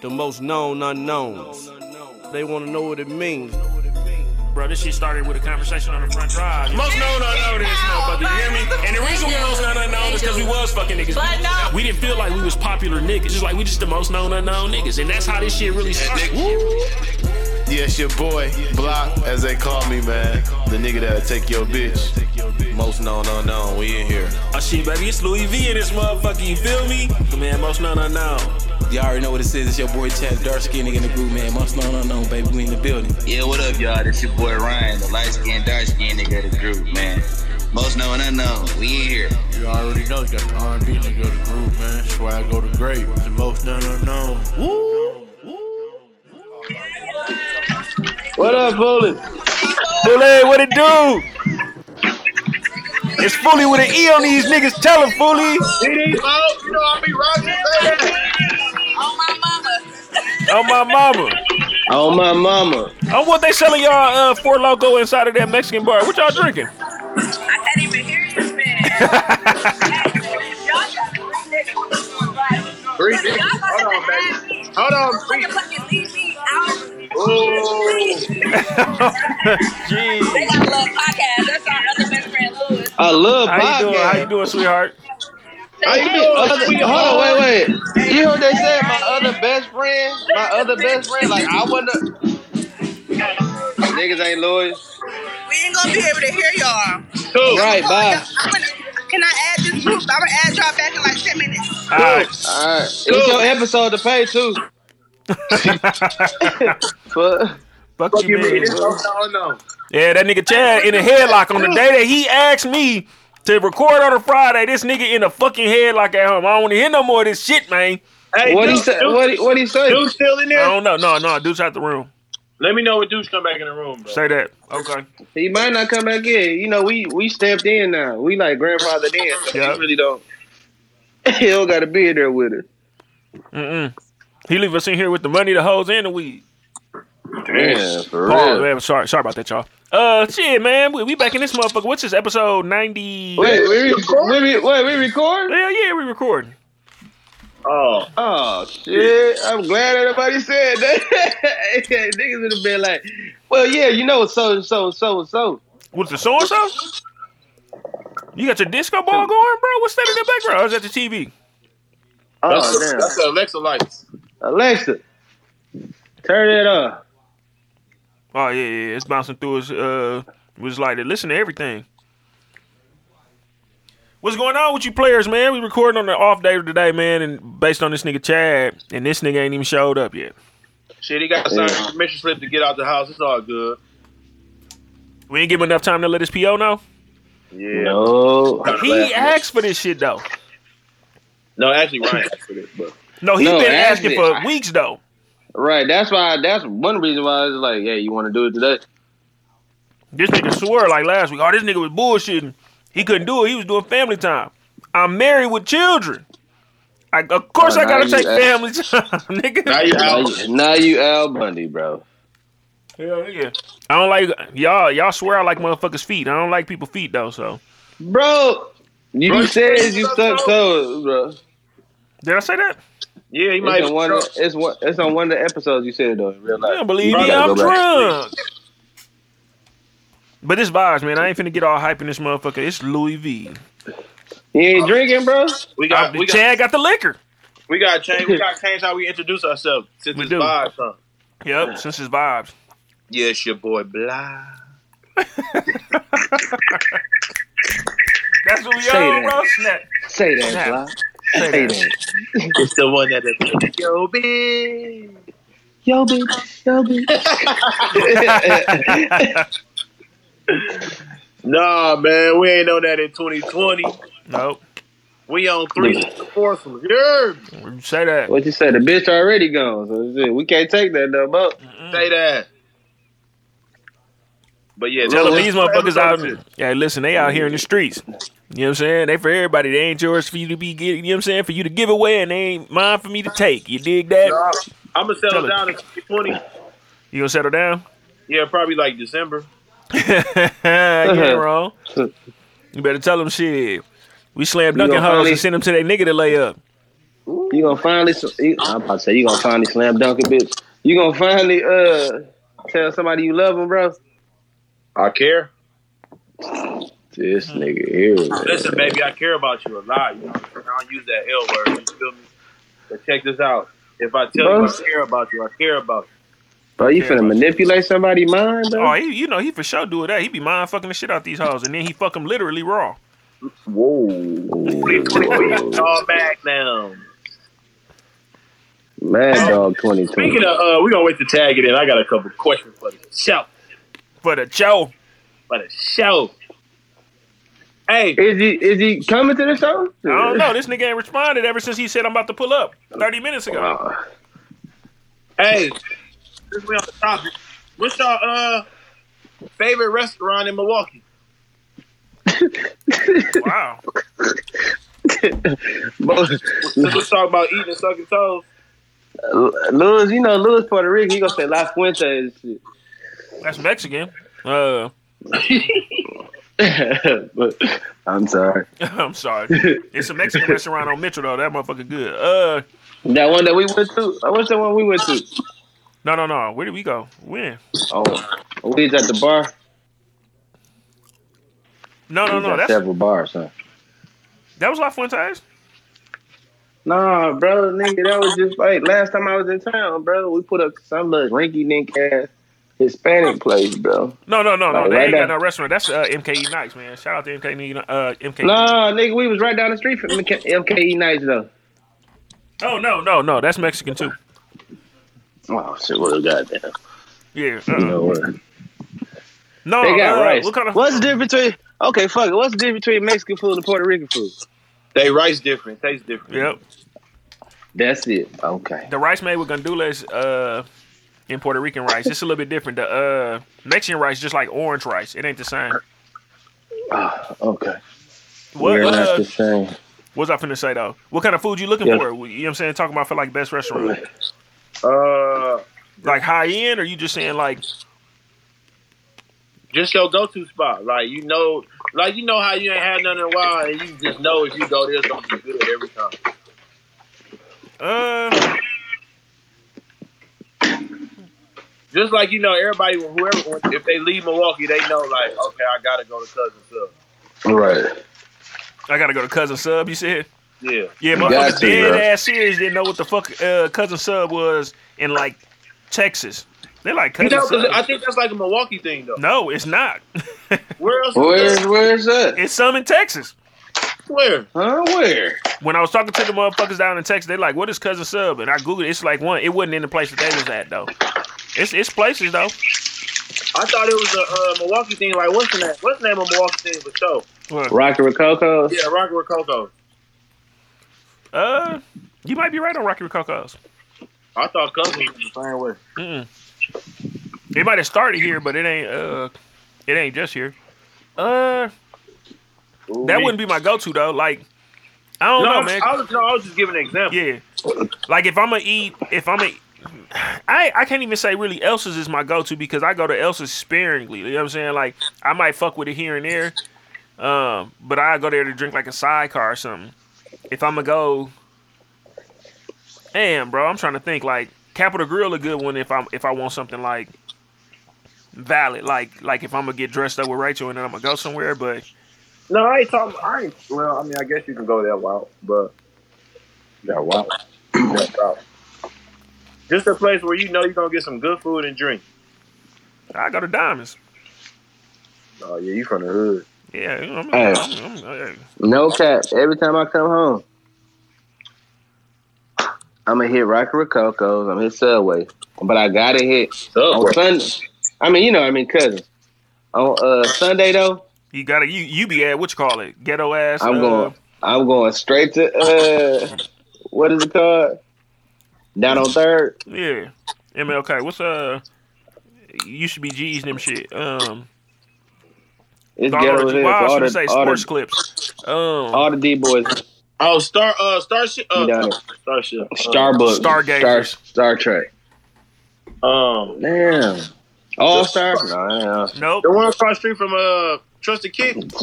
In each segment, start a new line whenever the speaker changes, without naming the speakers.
the most known unknowns. They wanna know what it means.
Bro, this shit started with a conversation on the front drive. Most known unknown is motherfucker, you hear me? And the reason we most known unknown is because we was fucking niggas.
But no.
We didn't feel like we was popular niggas, just like we just the most known unknown niggas. And that's how this shit really started.
Yes, your boy, Block, as they call me, man. The nigga that'll take your bitch. Most known unknown, we in here.
Oh shit, baby, it's Louis V in this motherfucker, you feel me? Man, most known unknown.
Y'all already know what it is. It's your boy Chad, dark skin nigga in the group, man. Most known unknown, baby. We in the building.
Yeah, what up, y'all? This your boy Ryan, the light skinned, dark skinned nigga of the group, man. Most known unknown, we in here.
You already know, got the R&B nigga of the group, man. That's why I go to great. The most known unknown.
What up, Bullet? Bullet, what it do? It's fully with an E on these niggas. Tell them, fully.
Oh my mama.
Oh my mama.
Oh, my mama.
Oh, what they selling y'all uh, Four Loco inside of that Mexican bar? What y'all drinking?
I can't even hear you, man. Y'all got three niggas.
Three niggas?
Y'all about to have me.
Hold on, baby. Hold on,
Y'all
please.
fucking leave me out.
Jeez.
They got a little podcast. That's our other best friend, Louis.
I love
How you doing? How you doing, sweetheart?
How you doing?
Other,
Sweet
hold
boy?
on, wait, wait. You hear what they said? My other best friend, my other best friend. Like I wonder, niggas ain't Louis.
We ain't gonna be able to hear y'all.
Right, bye.
I'm gonna, can I add this group? I'm gonna add y'all back in like 10 minutes.
All right.
All right, it's your episode to pay too. But
Fuck,
Fuck
you,
you,
man.
man. This most known unknown.
Yeah, that nigga Chad in a headlock on the day that he asked me to record on a Friday. This nigga in a fucking headlock at home. I don't want to hear no more of this shit, man.
Hey,
what he
Deuce,
say?
Deuce-
What he, what he say?
Deuce still in
I
there?
don't know. No, no, dude's out the room.
Let me know when Deuce come back in the room, bro.
Say that. Okay.
He might not come back in. You know, we we stepped in now. We like grandfather in. So
Yeah.
He really don't. He don't got to be in there with us.
Mm-mm. He leave us in here with the money, the hoes, and the weed.
Damn, for
Pause, man. Sorry, sorry about that, y'all. Uh, shit, man. We, we back in this motherfucker. What's this episode ninety?
Wait, we, we, we, wait, we record?
Hell yeah, we recording.
Oh,
Oh shit! I'm glad everybody said that. Niggas would have been like, "Well, yeah, you know, so and so and so and so."
What's the so and so? You got your disco ball going, bro? What's that in the background? Or is that the TV?
Oh
that's,
damn,
that's the Alexa lights.
Alexa, turn it up.
Oh yeah, yeah, yeah. it's bouncing through his uh was like to listen to everything. What's going on with you players, man? We recording on the off day today, man, and based on this nigga Chad, and this nigga ain't even showed up yet.
Shit, he got to sign a permission slip to get out the house. It's all good.
We ain't give him enough time to let his PO know.
Yeah. No,
No,
He asked for this shit though.
actually, Ryan asked for this, but
No, he's
No,
been
ask
asking
it.
for weeks though.
right. That's why. That's one reason why I was like, "Yeah, you want to do it today?"
This nigga swore like last week. Oh, this nigga was bullshitting. He couldn't do it. He was doing family time. I'm married with children. I, of course,
Oh,
I gotta
now you
take
ask.
family time, nigga.
now you
Now
out.
you, now you Al Bundy, bro.
Hell yeah. I don't like y'all. Y'all swear I like motherfuckers' feet. I don't like people' feet though. So
Bro, you
Bro, you
said
stuck
you stuck
toes.
toes, bro.
did I say that?
Yeah, he might.
It's on, one, it's, one, it's on one of the episodes you said it though in real
You
life.
don't believe
Bro,
me?
I gotta
I'm
go
drunk. But this vibes, man. I ain't finna get all hype in this motherfucker. It's Louis V.
You ain't drinking, bro?
we got.
I-
We got.
Chad got the liquor.
We got to change. We got to change how we introduce ourselves since
We
it's
do.
live, huh?
Yep, since it's vibes.
Yes, your boy Blah.
That's what we
Say
on,
that.
bro. Snap.
Say that,
Snap.
bro.
Say
Say
that.
that.
It's the one that is yo bitch.
Yo, bitch. Yo, bitch.
Nah, man, we ain't on that in 2020.
Nope.
We on three, the fourth one. Yeah,
Say that.
what you say? The bitch already gone. So shit, we can't take that no more.
say that. But yeah,
Tell
us
them these
what
motherfuckers
episode
out
this is.
here. Yeah, listen, they out here in the streets. You know what I'm saying? They for everybody. They ain't yours for you to be get, you know what I'm saying? For you to give away and they ain't mine for me to take. You dig that?
I'm gonna settle
Tell
down in 2020.
You gonna settle down?
Yeah, probably like December.
you ain't wrong. You better tell them shit. We slam
gonna
dunking hoes
finally-
and send them to their nigga to lay up.
You gonna finally? sl- You, I'm about to say you gonna finally slam dunk a bitch. You gonna finally uh tell somebody you love them, bro?
I care.
This nigga here. man.
Listen, baby, I care about you a lot. You know, I don't use that L word. You feel me? But check this out. If I tell you
Bro.
I care about you, I care about you.
Bro, you finna manipulate somebody's mind,
Oh,
bro?
he, you know, he for sure do that. He be mind fucking the shit out these hoes, and then he fuck them literally raw.
It's all back now.
Mad dog twenty twenty.
Speaking of, uh, we gonna wait to tag it in. I got a couple questions for the show.
For the show,
For the show. Hey,
Is he is he coming to the show?
I don't know. This nigga ain't responded ever since he said I'm about to pull up 30 minutes ago.
Wow.
hey. Since we on the topic, what's your uh favorite restaurant in Milwaukee?
Wow.
Since we talk about eating and sucking toes.
Louis, you know Louis Puerto Rican. He gonna say La Fuente and
That's Mexican. Uh,
shit. but I'm sorry.
I'm sorry. It's a Mexican restaurant on Mitchell though. That motherfucker good. Uh,
That one that we went to. uh, What's the one we went to?
no, no, no. Where did we go? When?
Oh, we was at the bar.
No, no,
We was
no.
at
That's
several bars, huh?
that was La Fuente's.
Nah, bro, nigga, that was just like last time I was in town, bro. We put up some little rinky dink ass Hispanic place, bro.
No, no, no, no.
Like,
They
Oh, right
ain't got no
now.
restaurant. That's uh, MKE Nights, man. Shout out to MKE. Ni- Uh, MKE.
Nah, nigga, we was right down the street from MK- MKE E Nights though.
Oh no, no, no. That's Mexican too.
Oh shit, what a goddamn.
Yeah.
You
Uh,
know what?
no.
They got
uh,
rice.
What kind of?
What's the difference between okay, fuck it. What's the difference between Mexican food and Puerto Rican food?
They rice different, taste different.
Yep.
That's it. Okay.
The rice made with gandules. Uh. In Puerto Rican rice, it's a little bit different. The uh, Mexican rice just like orange rice. It ain't the same.
Ah, okay.
What
We're not
uh,
the same.
was I finna say though? What kind of food you looking
Yeah.
for? You know what I'm saying? Talking about for like best restaurant.
Uh,
like high end, or you just saying like
just your go-to spot. Like you know, like you know how you ain't had nothing in a while, and you just know if you go there, it's gonna be good every time.
uh
Just like you know, everybody, whoever, if they leave Milwaukee, they know like, okay, I gotta go to cousin sub.
Right.
I gotta go to cousin sub. You said
Yeah,
yeah,
got
motherfuckers
to,
dead
bro.
ass serious didn't know what the fuck uh, cousin sub was in like Texas. They like cousin
you know, 'cause
sub.
I think that's like a Milwaukee thing though.
no, it's not.
Where else?
Where's where's that?
it's some in Texas.
Where?
Huh? Where?
When I was talking to the motherfuckers down in Texas, they like, "What is cousin sub?" And I googled. it. It's like one. It wasn't in the place that they was at though. It's it's places though.
I thought it was a uh, Milwaukee thing. Like, what's the name? What's the name of Milwaukee thing for show?
Rocky Rococo?
Yeah, Rocky with Coco.
Uh, you might be right on Rocky Rococo's.
I thought cousin was the same way.
Mm-mm. It might have started here, but it ain't. Uh, it ain't just here. Uh, that wouldn't be my go-to though. Like, I don't
No,
know,
I
man.
was, I was, no, I was just giving an example.
yeah, like if I'm gonna eat, if I'm gonna, I I can't even say really Elsa's is my go-to because I go to Elsa's sparingly. You know what I'm saying? Like, I might fuck with it here and there, um, but I go there to drink like a sidecar or something. If I'm gonna go, damn, bro, I'm trying to think. Like, Capital Grill a good one if I'm if I want something like valid, like like if I'm gonna get dressed up with Rachel and then I'm gonna go somewhere. But
No, I ain't talking. I ain't. Well, I mean, I guess you can go that route, but
Yeah, wow.
that route. Just a place where you know you're gonna get some good food and drink.
I go to Diamonds.
Oh yeah, you from the hood.
Yeah, I'm,
Hey.
I'm- I'm-
No cap. Every time I come home, I'm gonna hit Rocky Rococo's. I'm gonna hit Subway, but I gotta hit on Sunday. I mean, you know, what I mean, cousins. On uh, Sunday though,
You gotta you you be at what you call it ghetto ass.
I'm
uh,
going. I'm going straight to uh, what is it called? Down on third.
Yeah, MLK. What's uh? You should be G's them shit. Um,
It's
all
ghetto
the,
here.
why I
All
should say
the, all,
sports
the,
clips. Um,
all the D boys
Oh, Star, uh, Starship, uh,
down there.
Starship, uh,
Starbucks, Star,
Stargazers.
Star Trek.
Um,
Damn. All Star. No,
nope.
the one across the street from uh, Trusted Kid.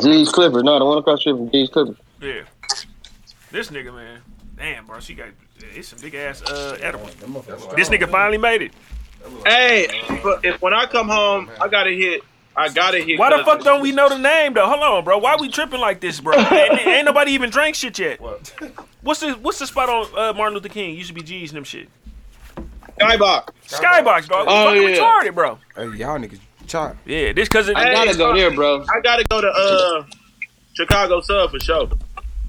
G's Clippers. No, the one across the street from G's Clippers.
Yeah. This nigga man. Damn, bro, she got it's a big ass uh edible. This nigga finally made it.
Hey, but if when I come home, I gotta hit. I gotta hit.
Why the
cousin.
fuck don't we know the name though? Hold on, bro. Why we tripping like this, bro? ain't, ain't nobody even drank shit yet. What's the What's the spot on uh, Martin Luther King? Used to be G's and them shit.
Skybox?
Skybox, bro. We
Oh,
fucking
yeah.
retarded, bro.
Hey, y'all niggas chop.
Yeah, this cause it.
I gotta go there, bro.
I gotta go to uh Chicago Sub for sure.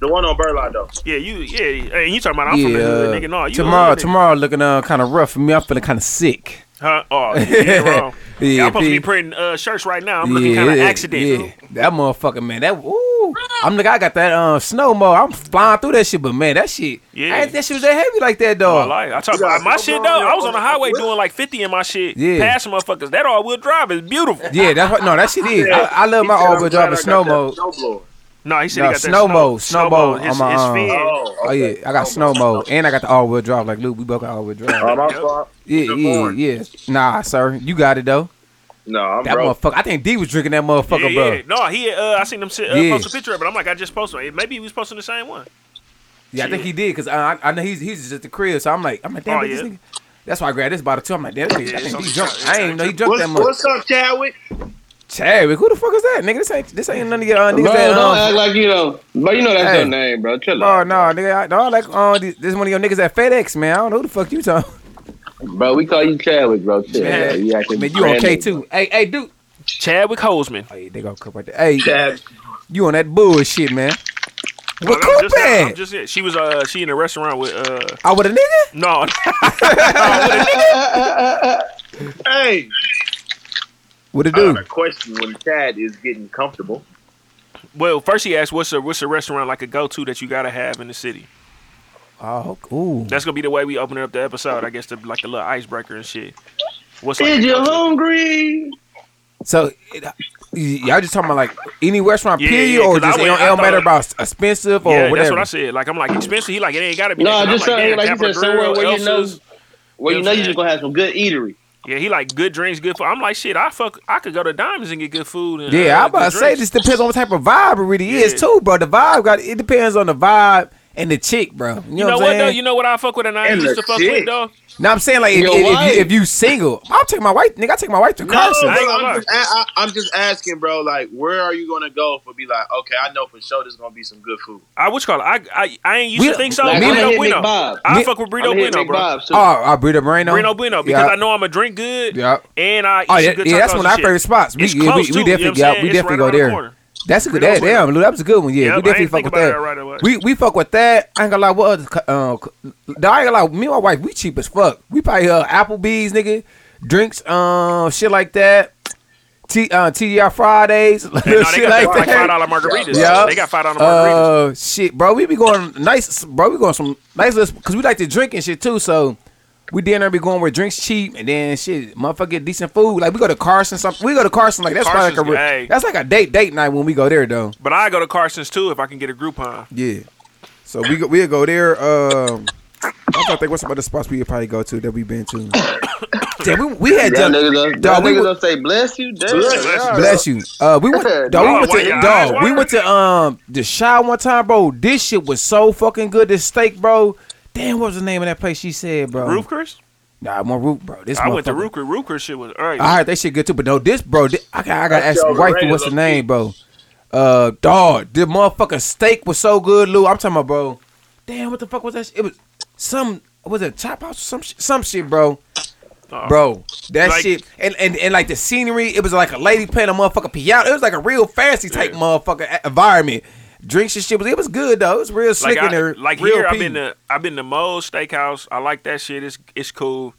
The one on Burlock though.
Yeah, you. Yeah, yeah. Hey, you talking about? I'm
yeah.
from the hood, nigga. No,
uh,
you a
tomorrow,
hood nigga.
tomorrow looking uh, kind of rough for me. I'm feeling kind of sick.
Huh? Oh, yeah, you wrong.
Yeah,
yeah, I'm supposed to be
Pete.
printing uh, shirts right now. I'm looking kind of accident.
Yeah, that motherfucker, man. That ooh, I'm like, I got that um snowball. I'm flying through that shit, but man, that shit,
Yeah. Oh,
yeah, that shit was that heavy like that,
I
dog.
like. I talk about my shit though. I was on the highway doing like 50 in my shit.
Yeah.
Passing motherfuckers. That all wheel drive is beautiful.
yeah, that's what. No, that shit is. I, I love my all wheel drive and snow mode.
No, he said
No,
he got that
snow mode, snow mode
His,
on my,
his
um,
fin.
Oh yeah, I got snow mode and I got the all wheel drive. Like Luke, we both got all wheel
Oh,
drive.
my fault.
Yeah, yeah, yeah. Nah, sir, you got it though.
No, I'm
That
broke.
motherfucker. I think D was drinking that motherfucker,
yeah, yeah.
bro.
No, he. Uh, I seen him sit, uh,
Yeah.
post a picture of it. I'm like, I just posted it. Maybe he was posting the same one.
Yeah, I think he did because I, I- I know he's he's just at the crib, so I'm like, I'm like, damn,
Oh,
this
yeah.
nigga. That's why I grabbed this bottle too. I'm like, damn, this nigga, I think he drunk. I ain't even know he drunk
What's,
that much.
what's up, Chadwick?
Chadwick, who the fuck is that, nigga? This ain't this ain't none of your uh, niggas
Bro,
that.
don't
Um,
act like you know. But you know that's
Hey.
your name, bro. Chill
oh no,
out,
nigga, I, no, I like uh, this, this one of your niggas at FedEx, man. I don't know who the fuck you talking.
bro. We call you Chadwick, bro. Chill.
Yeah.
Yeah, you acting
Man, you on
brand
K
new.
two? Hey, hey, dude.
Chadwick Holzman.
Hey, they gonna cook right there. Hey,
Chad.
you on that bullshit, man? What
I'm
cook
just, I'm
that?
just, yeah, she was. Uh, she in a restaurant with. Uh,
I Oh, with a nigga?
no.
Hey,
What a
I got a
dude?
question. When Chad is getting comfortable,
well, first he asked, "What's a what's a restaurant like a go to that you gotta have in the city?"
Oh, cool.
That's gonna be the way we open up the episode. I guess the like the little icebreaker and shit. What's like
Is
a
you
go-to?
hungry?
So it, uh, y- y'all just talking about like any restaurant
Yeah, yeah,
period, or
'cause I
just it
went-
don't, it
I
don't
thought-
matter about s- expensive or
yeah,
Oh, whatever.
that's what I said. Like I'm like expensive. He like it ain't gotta be.
No,
that. I'm
just
like,
something
damn,
like you
Capra
said, somewhere
Grill,
where you know,
Elsa's.
where you
Yeah,
know you
man.
just gonna have some good eatery.
Yeah, he like good drinks, good food. I'm like shit. I fuck. I could go to Diamonds and get good food. And,
Yeah,
uh,
I am about
good
to say
drinks.
this depends on what type of vibe it really
Yeah.
is too, bro. The vibe got it depends on the vibe and the chick, bro. You know,
You know
what
what
I'm saying?
though? You know what I fuck with and I
And
used
the
to fuck
chick.
with though.
now I'm saying like if,
Your
if- if
wife.
you, if you single, I'll take my wife, nigga. I take my wife to Carson.
bro,
ain't gonna
I'm, just, I, I, am just asking, bro. Like, where are you gonna go for? Be like, okay, I know for sure there's gonna be some good food.
I what you call it? I I, I ain't used
We-
to think so.
like,
I'm
Burrito
hit
Bueno.
McBob.
I
Me-
fuck with Burrito
I'm hitting
Bueno,
Big
bro.
Bob, too.
Oh, I breed a brain
Burrito Bueno because
Yeah.
I know I'm gonna drink good.
Yeah.
And I eat
Oh
some
yeah,
good
yeah. That's
tacos
one
and
of our
shit.
favorite spots. We,
It's
yeah, we,
close,
we
too, you know
definitely
what I'm
yeah, we
saying? It's
definitely
right
go
around the
there.
corner.
That's a good.
Burrito
That,
Bueno.
damn, Lou, that was a good one.
Yep,
Yeah,
I
we
ain't
definitely fuck
think
with
about
that.
that right away.
We we fuck with that. I ain't gonna lie. What other? Uh, no, I ain't gonna lie. Me and my wife, we cheap as fuck. We probably uh, Applebee's, nigga, drinks, um, shit like that. T uh, TGI Fridays,
And no, they
shit
got
like
like five
that.
dollar margaritas.
Yeah.
They got five dollar margaritas.
Uh, shit, bro, we be going nice, bro. We going some nice list because we like to drink and shit too. So we then there be going where drinks cheap and then shit, motherfucker get decent food. Like we go to Carson, something. We go to Carson, like that's probably
Carson's
like a re-
good.
that's like a date date night when we go there though.
but I go to Carson's too if I can get a Groupon.
Yeah. So we go, we'll go there. Um, I'm trying to think what's some other spots we could probably go to that we've been to. Damn, we, we had
Y'all
done.
niggas, up,
Dog,
y'all
we
niggas
were-
up say bless you, damn.
Bless you.
y'all-
Bless you. Uh, we went. Dog, we
Dog,
went
why
to
your eyes
dog. We
watering?
went to um the shop one time, bro. This shit was so fucking good. This steak, bro. Damn, what was the name of that place? She said, bro.
Roofkers?
Nah, more roof, bro. This
I went to
Oh. motherfucker-
Rooker. Rooker shit was all right.
I heard that shit good too, but no, this bro, thi- I got I got to ask
That's
my wife
overrated,
what's the
low-key.
name, bro. Uh, dog, the motherfucking steak was so good, Lou. I'm talking about, bro. Damn, what the fuck was that? Shit? It was some was it chop house or some sh- some shit, bro.
Uh,
Bro, that
Like-
shit and, and and like the scenery, it was like a lady playing a motherfucking piano. It was like a real fancy type
Yeah.
motherfucking a- environment. Drinks and shit was it was good though. It was real slick
like, I,
in there.
like
real
here, I've
people.
been to I've been to Moe's Steakhouse. I like that shit. It's it's cool.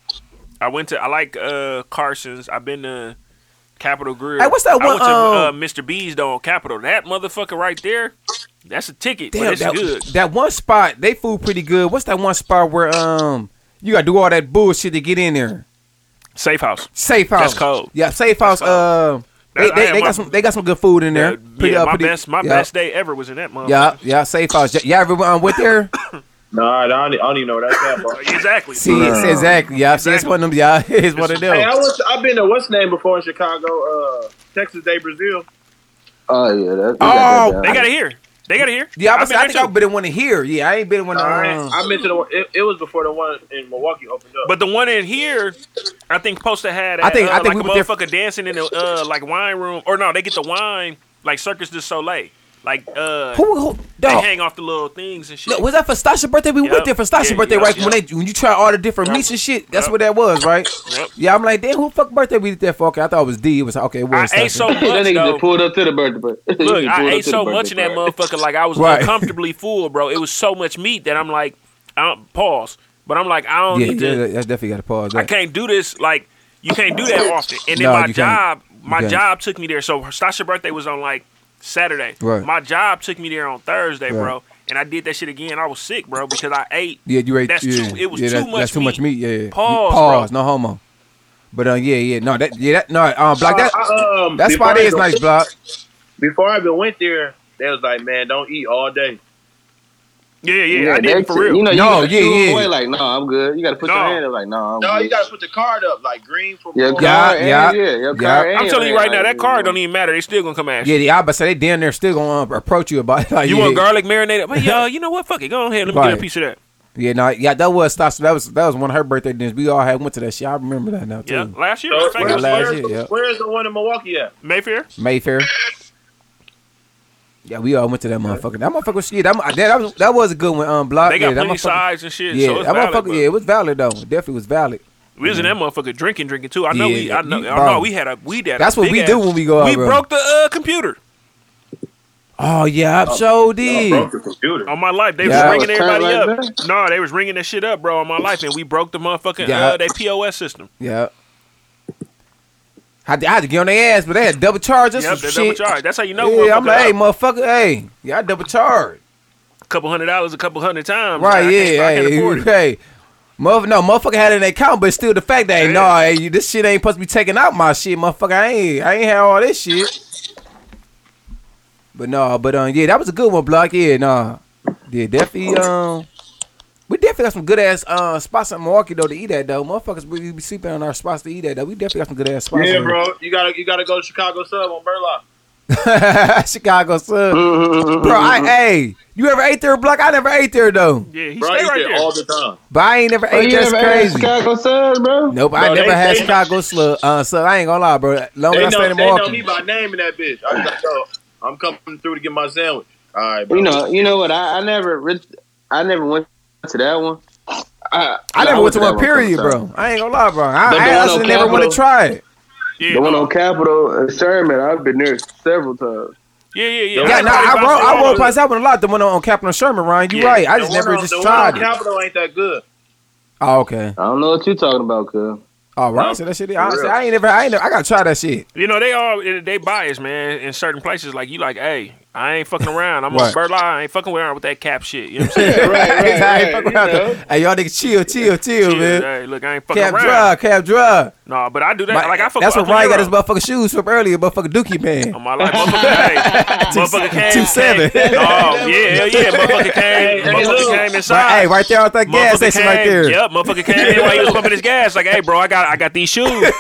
I went to I like uh Carson's. I've been to Capitol Grill.
Hey, what's that
I
one,
went to uh,
um,
Mr. B's though on Capitol. That motherfucker right there. That's a ticket. but
Damn,
it's
that,
good.
that one spot, they food pretty good. What's that one spot where um you gotta do all that bullshit to get in there?
Safe House.
Safe house.
That's cold.
Yeah, safe house. Uh, they,
That- I
they,
had
they
my-
got some they got some good food in there. uh,
Yeah, yeah, my best my
yeah,
best day ever was in that motherfucker.
Yeah, yeah, safe house. Yeah, yeah, everyone went there.
Nah, I don't, I don't even know where that's at, bro.
Exactly.
See, it's exactly. Yeah, see, it's one of them. Yeah, it's one of
Hey, I
them.
was, I've been to what's name before in Chicago, uh, Texas Day Brazil.
Oh yeah, that.
Oh,
that
They got it here. They got to hear.
Yeah, I, was,
been
I
there
think
too.
I've been in one in here. Yeah, I ain't been in one.
No, I,
Uh,
ain't- I mentioned the one, it, it was before the one in Milwaukee opened up.
But the one in here, I think supposed to have.
I think-
uh,
I think
like
we
a
were
motherfucker dancing in the uh like wine room, or no, they get the wine like Circus du Soleil, like uh
who, who,
they
dog,
hang off the little things and shit.
look, was that for Stasha's birthday? We
Yep.
went there for Stasha's
Yeah,
birthday,
yep,
right?
yep.
When they when you try all the different meats and shit, that's
Yep.
what that was, right?
Yep.
Yeah, I'm like, damn, who the fuck birthday we did that for? Okay, I thought it was D. It was okay. It
I
was
ate so much
that nigga
though.
just pulled up to the birthday party. He
Look,
just pulled
I
up
ate
to the
so
birthday
much in that
party.
motherfucker, like I was
Right.
uncomfortably full, bro. It was so much meat that I'm like, I don't, pause. But I'm like, I don't
yeah,
need to.
yeah, that's definitely got to pause.
I
That.
can't do this. Like you can't do that often. And then
No,
my
you can't.
job, my
can't.
job took me there. So Stasha's birthday was on like Saturday.
Right.
My job took me there on Thursday,
Right.
bro. And I did that shit again. I was sick, bro, because I ate.
Yeah, you ate.
That's
yeah,
too- it was
yeah,
too
that's,
much
That's too much
meat.
meat. Yeah, yeah.
Pause,
pause.
bro.
No homo. But uh, yeah, yeah, no, that, yeah, that, no, um, block
Uh,
that.
I, um,
That
before
spot
I
is
go-
nice, block.
Before I even went there, they was like, "Man, don't eat all day."
Yeah, yeah,
Yeah,
I did it
that's
for
it.
real.
You know, you
No,
gotta
yeah,
shoot 'em
yeah.
Away, like, no, I'm good. You got to put
No.
your hand up, like, no, I'm
No,
good.
you gotta put the card up, like green for
your
blue.
Yeah,
card and-
yeah,
yeah, your
yeah.
card and
I'm telling you
red,
right now,
like,
that card don't even matter. They still gonna come ask
Yeah,
you.
the but say they damn near still gonna uh, approach you about it. Like,
You
yeah.
want garlic marinated? But yo, you know what? Fuck it. Go ahead. Let me get
Right.
a piece of that.
Yeah, no, yeah, that was Stasha. That was that was one of her birthday dinners. We all had went to that shit. I remember that now too.
Yeah, last year. I
So,
think it
where's,
was
last
where's,
year, yeah.
where's the one in Milwaukee at?
Mayfair.
Mayfair. Yeah, we all went to that motherfucker. That motherfucker shit. That, that, that was that was a good one. Um, block.
They
yeah,
got
that
plenty
motherfucker-
sides and shit.
Yeah,
so it's
that
valid,
motherfucker.
but-
yeah, it was valid though. It definitely was valid.
We was in that motherfucker drinking, drinking too. I know
Yeah,
we, I know,
you-
I
bro.
know we had a we did.
That's what we do when we go out,
We
bro.
broke the uh, computer
Oh yeah, I sure did.
the computer.
on my life. They
Yeah, I
was ringing
was
everybody
turned
up.
like
No, they was ringing that shit up, bro, on my life, and we broke the motherfucking
Yeah.
uh, they POS system.
yeah. I, had to- I had to get on their ass, but they had double charge us.
Yep,
some
that double
shit.
charge. That's how you know.
yeah, I'm
motherfucker,
like, hey,
a
motherfucker, hey, y'all double charge.
couple hundred dollars, a couple hundred times.
Right,
I
yeah,
can't- I can't
hey,
afford it.
hey. Motherfucker, no, motherfucker had it in their account, but still the fact that, hey,
Yeah.
no, hey, you- this shit ain't supposed to be taking out my shit, motherfucker. I ain't, I ain't had all this shit. But no, but um, yeah, that was a good one, block. Yeah, nah, yeah, definitely. Um, we definitely got some good ass uh spots in Milwaukee though to eat at though. Motherfuckers, we be sleeping on our spots to eat at though. We definitely got some good ass spots.
Yeah,
in
bro, you gotta you gotta go to Chicago Sub on Burlock.
Chicago Sub, bro. I, hey, you ever ate there, block? I never ate there though,
Yeah, he
Bro,
stay
I eat
right
there
there.
all the time.
but I ain't never
Oh,
ate.
you
That's
never had
crazy.
Chicago Suns, bro?
Nope, I
Bro,
never
they-
had
they-
Chicago slug. Uh, so I ain't gonna lie, bro. Long as
They
I
know,
stayed
they
in
know me
Milwaukee.
by name in that bitch. I was like, yo, I'm coming through to get my sandwich. All right, bro.
You know, you know what? I, I never, re- I never went to that one. I,
I never went to
that
one period, bro. I ain't gonna lie, bro. I,
The
I
one on
honestly never want to
Capitol.
try it.
Yeah,
The one on Capitol and Sherman, I've been there several times.
yeah, yeah, yeah.
Yeah, no,
Everybody
I wrote,
bouncing
I
all
wrote
over.
past that one a lot. The one on Capitol and Sherman, Ryan. You
Yeah,
right. I
The
just
one
never
on-
just
the one
tried
on
it.
Capitol ain't that good.
Oh, okay. Oh,
I don't know what you talking about, cuz.
All right.
No,
so that shit.
for
Honestly,
real.
I ain't never. I ain't. Never, I gotta try that shit.
You know, they all they biased, man. In certain places, like you, like, hey, I ain't fucking around. I'm on
Right.
Burlock. I ain't fucking around with that cap shit. You know what I'm saying?
Right,
I ain't fuck around though. Hey, y'all niggas, chill, chill, chill,
Yeah,
man.
hey, look, I ain't fucking
Cap
around.
drug, cap drug.
No, but I do that.
My-
like I fuck
That's
with
what Ryan got his
Uncle
motherfucking shoes from earlier, motherfucking Dookie man.
Hero. On Oh, my life, motherfucker, hey, motherfucker came.
Two seven.
came- No, yeah, hell yeah, motherfucker came.
look.
Motherfucker came
Right,
inside.
hey, right there at that gas
Motherfucker
station,
came,
right there.
Yep, motherfucker came in while he was pumping his gas. Like, hey, bro, I got, I got these shoes.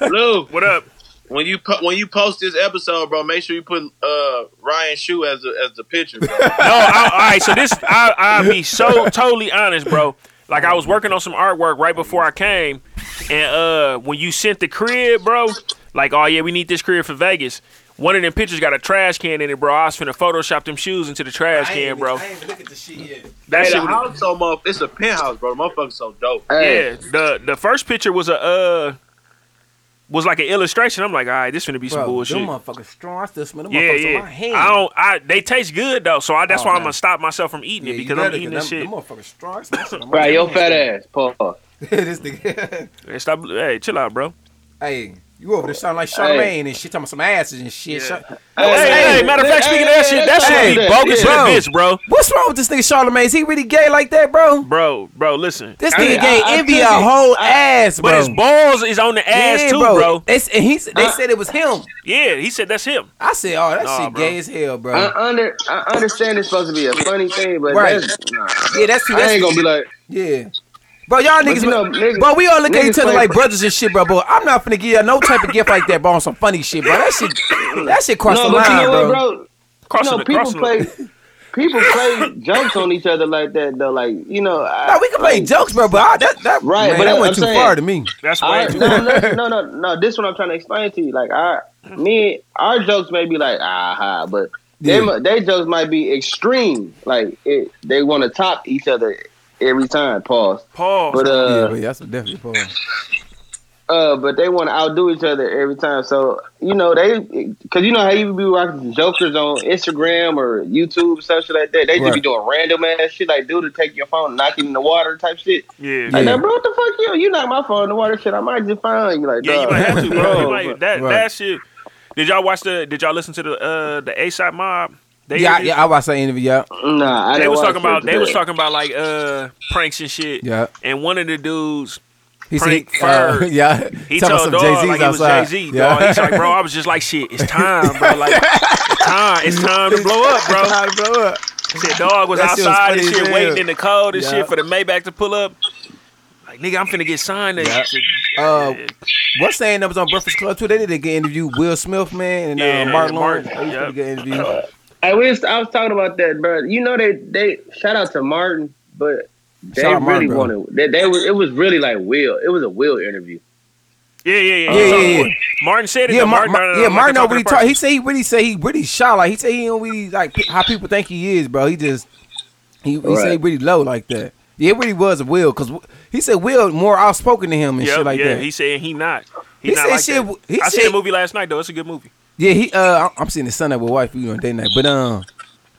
Lou,
What up?
when you po- when you post this episode, bro, make sure you put uh Ryan Shoe as a, as the picture. Bro.
No, I, all right. So this, I, I'll be so totally honest, bro. Like I was working on some artwork right before I came, and uh, when you sent the crib, bro, like, oh yeah, we need this crib for Vegas. One of them pictures got a trash can in it, bro. I was finna Photoshop them shoes into the trash can, bro.
ain't look at the shit yet.
That
Hey,
shit.
the
Was,
house so much. It's a penthouse, bro. The motherfucker's so dope.
Hey,
yeah. The the first picture was a uh, was like an illustration. I'm like, all right, this finna be some
Bro,
bullshit.
them motherfuckers strong. I still smell them
Yeah,
motherfuckers
yeah.
on my hand.
I don't. I they taste good though, so I, that's
Oh,
why I'm
man.
gonna stop myself from eating
Yeah,
it
you
because
better,
I'm eating
'cause
this shit.
them- Them motherfuckers strong. I smell them on my
right, your
hand.
fat ass, Paul.
this nigga.
Hey, stop. Hey, chill out, bro.
Hey, you over there sounding like Charlamagne and shit, talking about some asses and shit. Char-
Hey, hey, matter of fact, speaking of that shit, that
hey,
shit be
hey,
bogus
yeah.
in a bitch, bro.
What's wrong with this nigga Charlamagne? Is he really gay like that, bro?
Bro, bro, listen.
This
Hey,
nigga gay
I- I
envy a
took it.
whole ass, bro.
But his balls is on the ass
Yeah,
too, bro.
It's, and he's, they said it was him.
Yeah, he said that's him.
I said, oh, that
Nah,
shit
bro.
gay as hell, bro.
I under I understand it's supposed to be a funny thing, but
Right.
that's, nah,
yeah, that's who.
I
That's
ain't gonna be like,
Yeah. Bro, y'all
But
niggas,
you know, niggas-
bro, we all look at each
niggas
other
play
like
for-
brothers and shit, bro. But I'm not finna give y'all no type of gift like that, bro. On some funny shit, bro. That shit, that shit crossed
no,
the
but you
line,
know what,
bro.
bro? You
Crossing
know,
the
people
crossing.
play.
The,
people play jokes on each other like that though. Like you know, I,
Nah, we can play jokes, bro, but I, that, that,
Right,
man,
but
that
I'm
went too
saying-
far to me.
I- no, no, no, no, no. This one I'm trying to explain to you. Like our me, our jokes may be like aha, but they
Yeah.
mu- they jokes might be extreme. Like it, they want to top each other every time. Pause.
Pause.
But uh,
yeah, but that's definitely Paul.
uh, but they want to outdo each other every time. So you know they, because you know how you be rocking jokers on Instagram or YouTube, stuff shit like that. They just be
Right.
doing random ass shit, like dude to take your phone, knock it in the water, type shit.
Yeah.
Like, now, bro, what the fuck you? You knock my phone in the water, shit. I might just find you. Like,
Yeah, you
dawg.
might have to, bro. You
Bro,
might, that
Right.
that shit. Did y'all watch the? Did y'all listen to the uh the ASAP mob? They
Yeah, I- yeah, I was saying interview, yeah,
Nah, I
they
didn't
was
watch
talking about
it
they was
today.
talking about like uh pranks and shit.
yeah.
And one of the dudes,
He
Frank
uh,
Ferd.
yeah.
he
Talking about
told
some
dog
Jay-Z's
like he was Jay Z. Dog, he's like, bro, I was just like, shit, it's time, bro. Like, it's time, it's time to blow up, bro.
How to blow up.
Shit, dog was
That shit was
outside and
funny as
shit,
hell.
waiting in the cold and
Yeah.
shit for the Maybach to pull up. Like, nigga, I'm finna get signed. To,
Yeah.
to-
Uh, what's saying that was on Breakfast Club too? They did a good interview. Will Smith, man, and
Yeah, Uh,
uh, Martin Lawrence.
Martin,
They did a
yeah.
good interview.
I was, I was talking about that, bro. You know they they shout out to Martin, but they
Shout out
really
Martin, bro.
wanted they, they was it was really like Will. It was a Will interview.
yeah, yeah, yeah,
Yeah,
So,
yeah, yeah.
Martin said it.
Yeah,
though.
Martin.
no, no, no,
yeah,
I'm not
Martin.
gonna
Don't really
to the
talk. He say he really say he really shy. Like he say he don't really like pe- how people think he is, bro. He just he, he
Right.
say he really low like that. Yeah, it really was Will because he said Will more outspoken to him and
Yep,
shit like
yeah,
that.
he said he not. He,
He
not
said
like
shit
that.
w- he
I seen
said-
the movie last night though. It's a good movie.
Yeah, he. Uh, I'm seeing the son of a wife. You know, date night, but um.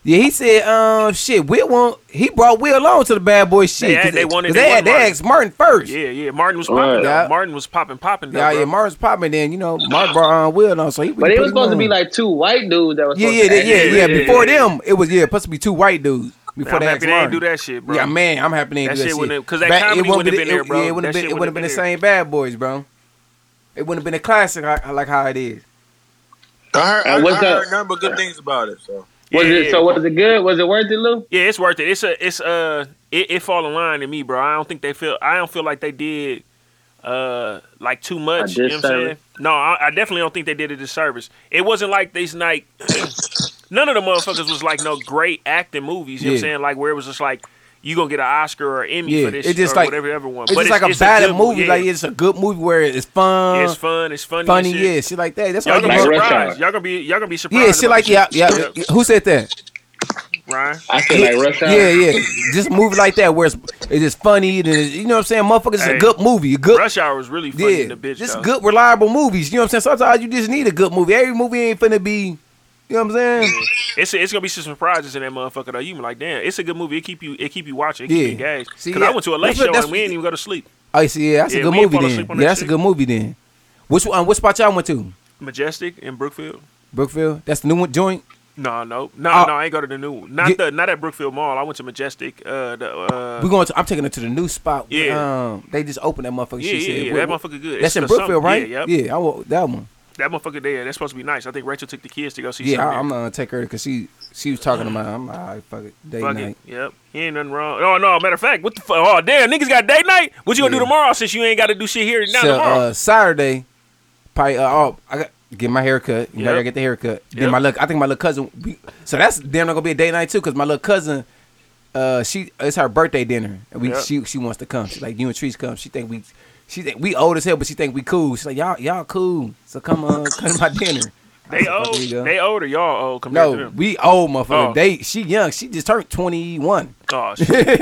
Yeah, he said, um, shit, Will won't, he brought Will on to the bad boy shit.
They had-
'cause
they wanted-
'cause
they
they, had,
wanted
they
Martin.
asked Martin first.
Yeah, yeah. Martin was
Right.
popping. though.
Yeah.
Martin was popping, popping. though,
Yeah, yeah,
bro.
Martin's popping. Then you know, Martin brought on Will on, so he. put
But it was
him
supposed to be
on.
like two white dudes that was
Yeah,
supposed
yeah,
to
they,
act-
yeah, yeah,
yeah,
Before
yeah.
them, it was yeah, supposed to be two white dudes before
I'm
they asked
happy they ain't do
Martin.
that shit, bro.
Yeah, man, I'm happy they ain't
That
do that
shit
shit.
wouldn't have- 'cause that
Back-
comedy
wouldn't
wouldn't have
the-
been there, bro.
Yeah, it wouldn't
That
have
shit
been, it wouldn't have been the
wouldn't have
same bad boys, bro. It wouldn't have been a classic like, like how it is.
I heard,
And
I,
what's
I heard
up?
a number of good things about it. So
Yeah,
Was it
yeah.
so? Was it good? Was it worth it, Lou?
Yeah, it's worth it. It's a, it's uh, it, it fall in line to me, bro. I don't think they feel. I don't feel like they did, uh, like too much. You know what I'm
disservice.
saying? No, I, I definitely don't think they did a disservice. It wasn't like these like none of the motherfuckers was like no great acting movies. You know what I'm
Yeah.
saying? Like where it was just like you gonna get an Oscar or Emmy
Yeah,
for this.
it's just
or
like-
whatever everyone.
It's
but
just like a
it's
bad
good
movie.
yeah.
Like it's a good movie where it's fun,
Yeah, it's fun. It's funny. and
funny,
shit.
yeah, shit like that. That's
Y'all
what
gonna be
Like Rush
surprised.
Hour.
Y'all gonna be y'all gonna be surprised.
Yeah, shit
about
like
the
yeah,
shit.
yeah. Who said that?
Ryan.
I said like Rush Hour.
Yeah, yeah. Just a movie like that where it's, it's just funny. And it's, you know what I'm saying? Motherfuckers, it's
Hey.
a good movie. A good,
Rush Hour was really funny in the
yeah.
bitch.
Just
though.
good, reliable movies. You know what I'm saying? Sometimes you just need a good movie. Every movie ain't finna be. You know what I'm saying?
It's it's gonna be some surprises in that motherfucker though. You be like, damn, it's a good movie. It keep you it keep you watching. It keep you
Yeah.
engaged.
See,
Cause I
yeah,
went to a late
that's what-
show
that's-
and we didn't even go to sleep.
Oh, you see, yeah, that's
Yeah,
a good
we ain't
movie
fall
then.
asleep
Yeah,
on that
that's
shit.
a good movie then. Which one? What spot y'all went to?
Majestic in Brookfield.
Brookfield. That's the new one joint.
No, no, no,
Uh,
no. I ain't go to the new one. Not
yeah.
the not at Brookfield Mall. I went to Majestic. Uh, the, uh
We going to. I'm taking it to the new spot.
Yeah.
Um, they just opened that motherfucker.
yeah,
She
yeah,
said,
yeah.
what-
That motherfucker good. It's
That's in
the summer-
Brookfield, right?
Yeah,
Yeah,
yep.
I want that one.
That motherfucker there. That's supposed to be nice. I think Rachel took the kids to go see.
Yeah,
something
I,
there.
I'm gonna take her because she she was talking to my. I'm like, all right, fuck it, date
Fuck
night.
it. Yep. He ain't nothing wrong. Oh no. Matter of fact, what the fuck? Oh damn, niggas got date night. What you gonna do tomorrow? Since you ain't got to do shit here now
so
tomorrow.
uh, Saturday, probably. Uh, oh, I got get my haircut. You know,
Yep.
I gotta get the haircut.
Yep.
Then my look. I think my little cousin. We, so that's damn not gonna be a date night too, because my little cousin. Uh, she it's her birthday dinner, and we
Yep.
she she wants to come. She's like, you and Trees come. She think we she think we old as hell, but she think we cool. She's like, y'all y'all cool. So come uh come to my dinner. I
they
said, "Fuck,
old.
here you go."
They older. Y'all old compared to
No,
them.
we old motherfucker.
Oh.
They she young. She just turned twenty one.
Oh shit.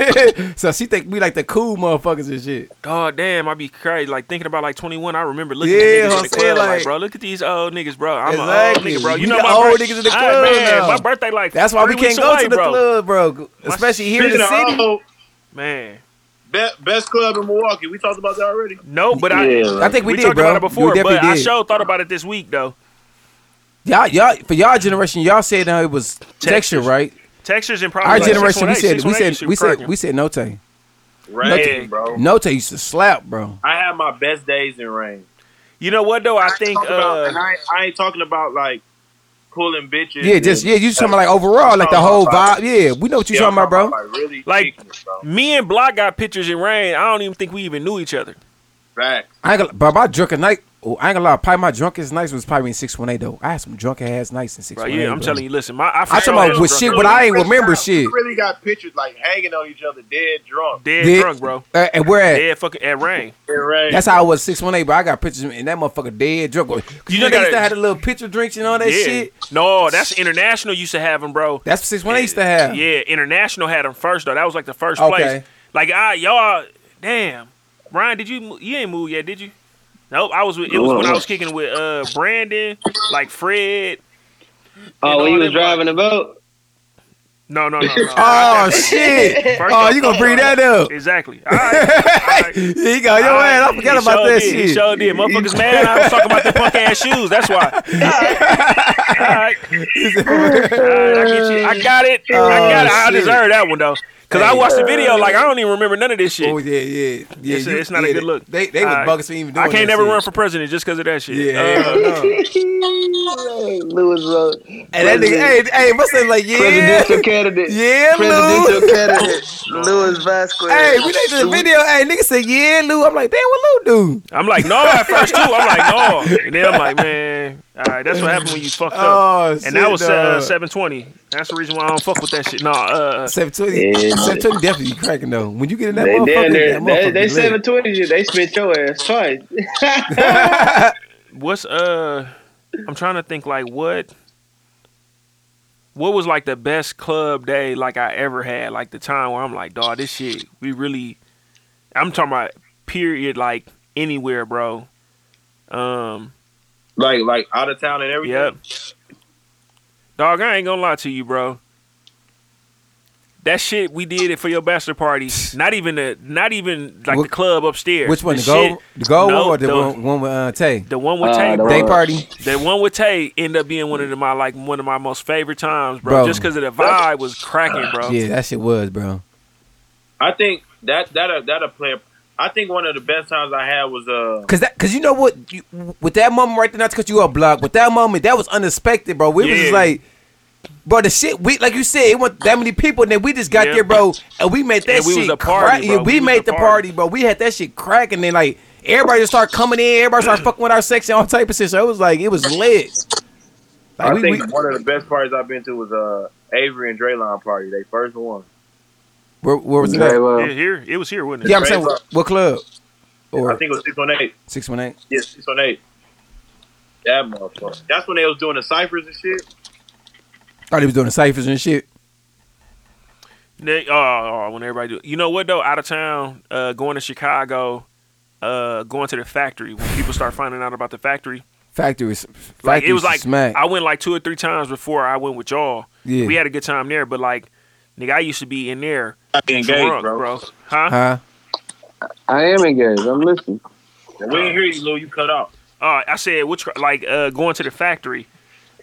so she think we like the cool motherfuckers and shit.
God damn, I be crazy. Like thinking about like 21, I remember looking
Yeah,
at niggas in
I'm
the
saying,
club. Like,
like-
bro, look at these old niggas, bro. I'm
Exactly.
an old nigga, bro. You
We
know
the
my
old
birth-
niggas in the
Ah,
club
man,
now.
My birthday like
That's why we
three
can't
weeks
go
away,
to the
bro.
club, bro. Especially here in the
Speaking
city.
of old,
Man,
be- best club in Milwaukee. We talked about that already.
no, but I.
Yeah, right.
I think we, did,
talked
bro.
about it before,
we
but
definitely
I
did.
sure thought about it this week though.
y'all, y'all, for y'all generation, y'all said uh, it was texture, right?
Textures and probably
Our
like
generation, we
618,
said, we
618
said,
shit
we said,
cracking.
we said, no tay,
Rain, bro.
no tay used to slap, bro.
I had my best days in rain.
You know what though? I think.
Talk about-
uh
and I, ain't- I ain't talking about like cooling bitches.
Yeah, just yeah, you just talking about like overall, like the whole vibe. Yeah, we know what you
Yeah,
talking about, bro.
Like really,
Like-
kicking it, bro.
Me and Block got pictures in rain. I don't even think we even knew each other.
Facts.
I ain't gonna, but my drunken night, Oh, I ain't gonna lie. Probably my drunkest nights was probably in six one eight though. I had some drunk ass nights in six
Bro,
one eight.
yeah, I'm telling you. Listen, my I
I'm talking about with shit, but I ain't remember shit.
Really got pictures like hanging on each other, dead drunk.
dead,
Dead-
drunk, bro.
Uh, and where at?
Dead fucking at rain.
Right.
That's how I was six one eight, but I got pictures and that motherfucker dead drunk. Cause you,
You
know
just
they
gotta-
used to have the little picture drinks and all that
yeah.
shit.
No, that's international. Used to have them, bro.
That's what six one eight used to have.
Yeah, international had them first though. That was like the first
Okay.
place. Like I y'all, damn. Ryan, did you mo- you ain't moved yet? Did you? Nope. I was with, it was when I was kicking with uh Brandon, like Fred.
Oh, when
all
you
them,
was
like-
driving the boat?
No, no, no. no.
Oh shit!
First
Oh,
off,
you gonna bring that up?
Exactly. All right. All right.
There you go. Yo,
All
man, I
right.
forgot
He
about
sure
that
did. He
shit.
sure did. Motherfuckers mad. I was talking about the punk ass shoes. That's why. All right. All right, I get you. I got it. I got it. I
Oh, shit.
deserve that one though. Cause I
Hey.
watched the video, like I don't even remember none of this shit.
Oh yeah, yeah, yeah.
it's,
you-
it's not
yeah,
a good look.
They they was
All right.
buggers for even doing
I can't
that
never
shit.
run for president just because of that shit.
Yeah,
Uh,
hell no.
Lewis wrote.
And that nigga, hey, hey, must say like yeah,
presidential candidate.
yeah, Lou.
Presidential candidate. Louis Vasquez.
Hey, we did the video. Hey, nigga said yeah, Lou. I'm like, damn, what Lou do?
I'm like, no at first too. I'm like, no. And then I'm like, man, all right, that's what happened when you fucked up.
Oh,
and that was uh,
dog.
720. That's the reason why I don't fuck with that shit. No, uh,
720,
Yeah.
720 definitely be cracking though. When you get in that
They
motherfucker,
down there.
that
They,
motherfucker
they
lit.
seven twenty you. They spit your ass twice.
what's uh? I'm trying to think like what. What was like the best club day like I ever had? Like the time where I'm like, dog, this shit, we really. I'm talking about period, like anywhere, bro. Um,
Like like out of town and everything.
Yep. Dog, I ain't gonna lie to you, bro. That shit we did it for your bachelor party. Not even the, not even like the
What-
club upstairs.
Which one? The
shit-
gold, the gold
No,
one or the,
the-
one, one with uh, Tay?
The one with
Uh,
Tay,
the
bro.
Day party.
That one with Tay ended up being one of the, my like one of my most favorite times, bro.
Bro.
Just because of the vibe was cracking, bro.
Yeah, that shit was, bro.
I think that that a, that a player. I think one of the best times I had was uh.
Cause that, cause you know what, you, with that moment right there, not to cut you up, block. With that moment, that was unexpected, bro. We was
Yeah.
just like, bro, the shit we like you said, it wasn't that many people, and then we just got
Yeah.
there, bro, and we made that
And we
shit
was a party,
crack.
bro.
Yeah, we,
We was
made
a
the
party.
party. bro. We had that shit cracking, and like everybody just started coming in, everybody started fucking with our section, all type of shit. So it was like it was lit. Like
I
we,
think
we-
one of the best parties I've been to was uh Avery and Draylon party. They first one.
where, where was it?
Very
at?
well.
Yeah, here it was here, wasn't it?
Yeah, I'm saying what, what club
I
or
think it was six one eight.
six one eight.
Yeah, six one eight. That motherfucker. That's when they was doing the ciphers and shit.
Oh, they was doing the ciphers and shit.
They, oh, oh, when everybody do. You know what though? Out of town, uh, going to Chicago, uh, going to the factory. When people start finding out about the factory,
Factories,
Like it was like
smack.
I went like two or three times before I went with y'all.
Yeah.
We had a good time there, but like nigga, I used to be in there
I engaged,
drunk, bro.
bro.
Huh?
huh?
I am engaged. I'm listening.
We didn't hear you, Lou. You cut off.
Uh, I said which like uh, going to the factory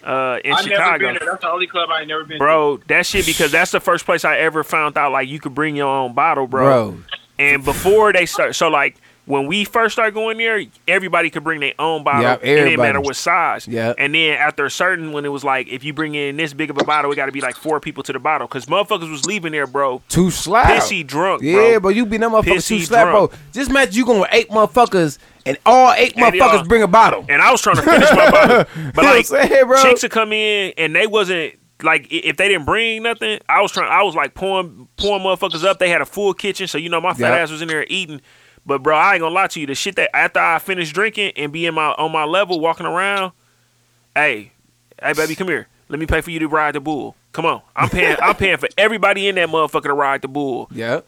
uh, in
I never
Chicago.
been there. That's the only club I ain't never been.
Bro, that shit because that's the first place I ever found out like you could bring your own bottle, bro.
bro.
And before they start, so like when we first started going there, everybody could bring their own bottle.
Yup,
it didn't
everybody.
matter what size.
Yup.
And then after a certain, when it was like if you bring in this big of a bottle, it got to be like four people to the bottle because motherfuckers was leaving there, bro.
Too slap.
Pissy drunk, bro.
Yeah, bro, you be that motherfucker
Pissy
too slap, bro.
drunk.
Just imagine you going with eight motherfuckers and all eight
And y'all-
motherfuckers bring a bottle.
And I was trying to finish my bottle, but
You know
like
what I'm saying, bro?
chicks would come in and they wasn't like i- if they didn't bring nothing. I was trying. I was like pouring pouring motherfuckers up. They had a full kitchen, so you know my fat
Yup.
ass was in there eating. But bro, I ain't gonna lie to you. The shit that after I finished drinking and being my on my level, walking around, hey, hey baby, come here. Let me pay for you to ride the bull. Come on, I'm paying. I'm paying for everybody in that motherfucker to ride the bull.
Yep.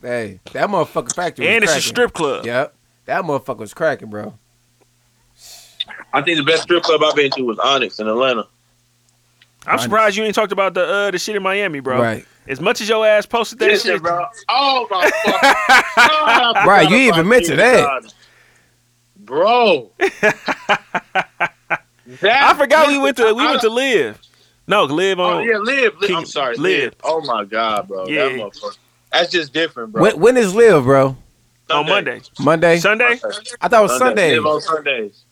Hey, that motherfucker factory.
and
was
it's a
cracking.
strip club.
Yep. That motherfucker was cracking, bro.
To. I think the best strip club I've been to was Onyx in Atlanta.
I'm surprised you ain't talked about the uh, the shit in Miami, bro.
Right.
As much as your ass posted that
Listen,
shit,
bro. Oh my fucking god,
Right, you even mentioned that.
bro. that
I forgot we went to we went to live. No, live
Oh
on.
yeah, live. live.
King-
I'm sorry,
Live.
live. Oh my god, bro.
Yeah.
That motherfucker. That's just different, bro.
When, when is live, bro?
on Monday,
Monday.
Sunday.
I thought it was
Sunday.
Sunday.
Live on Sundays.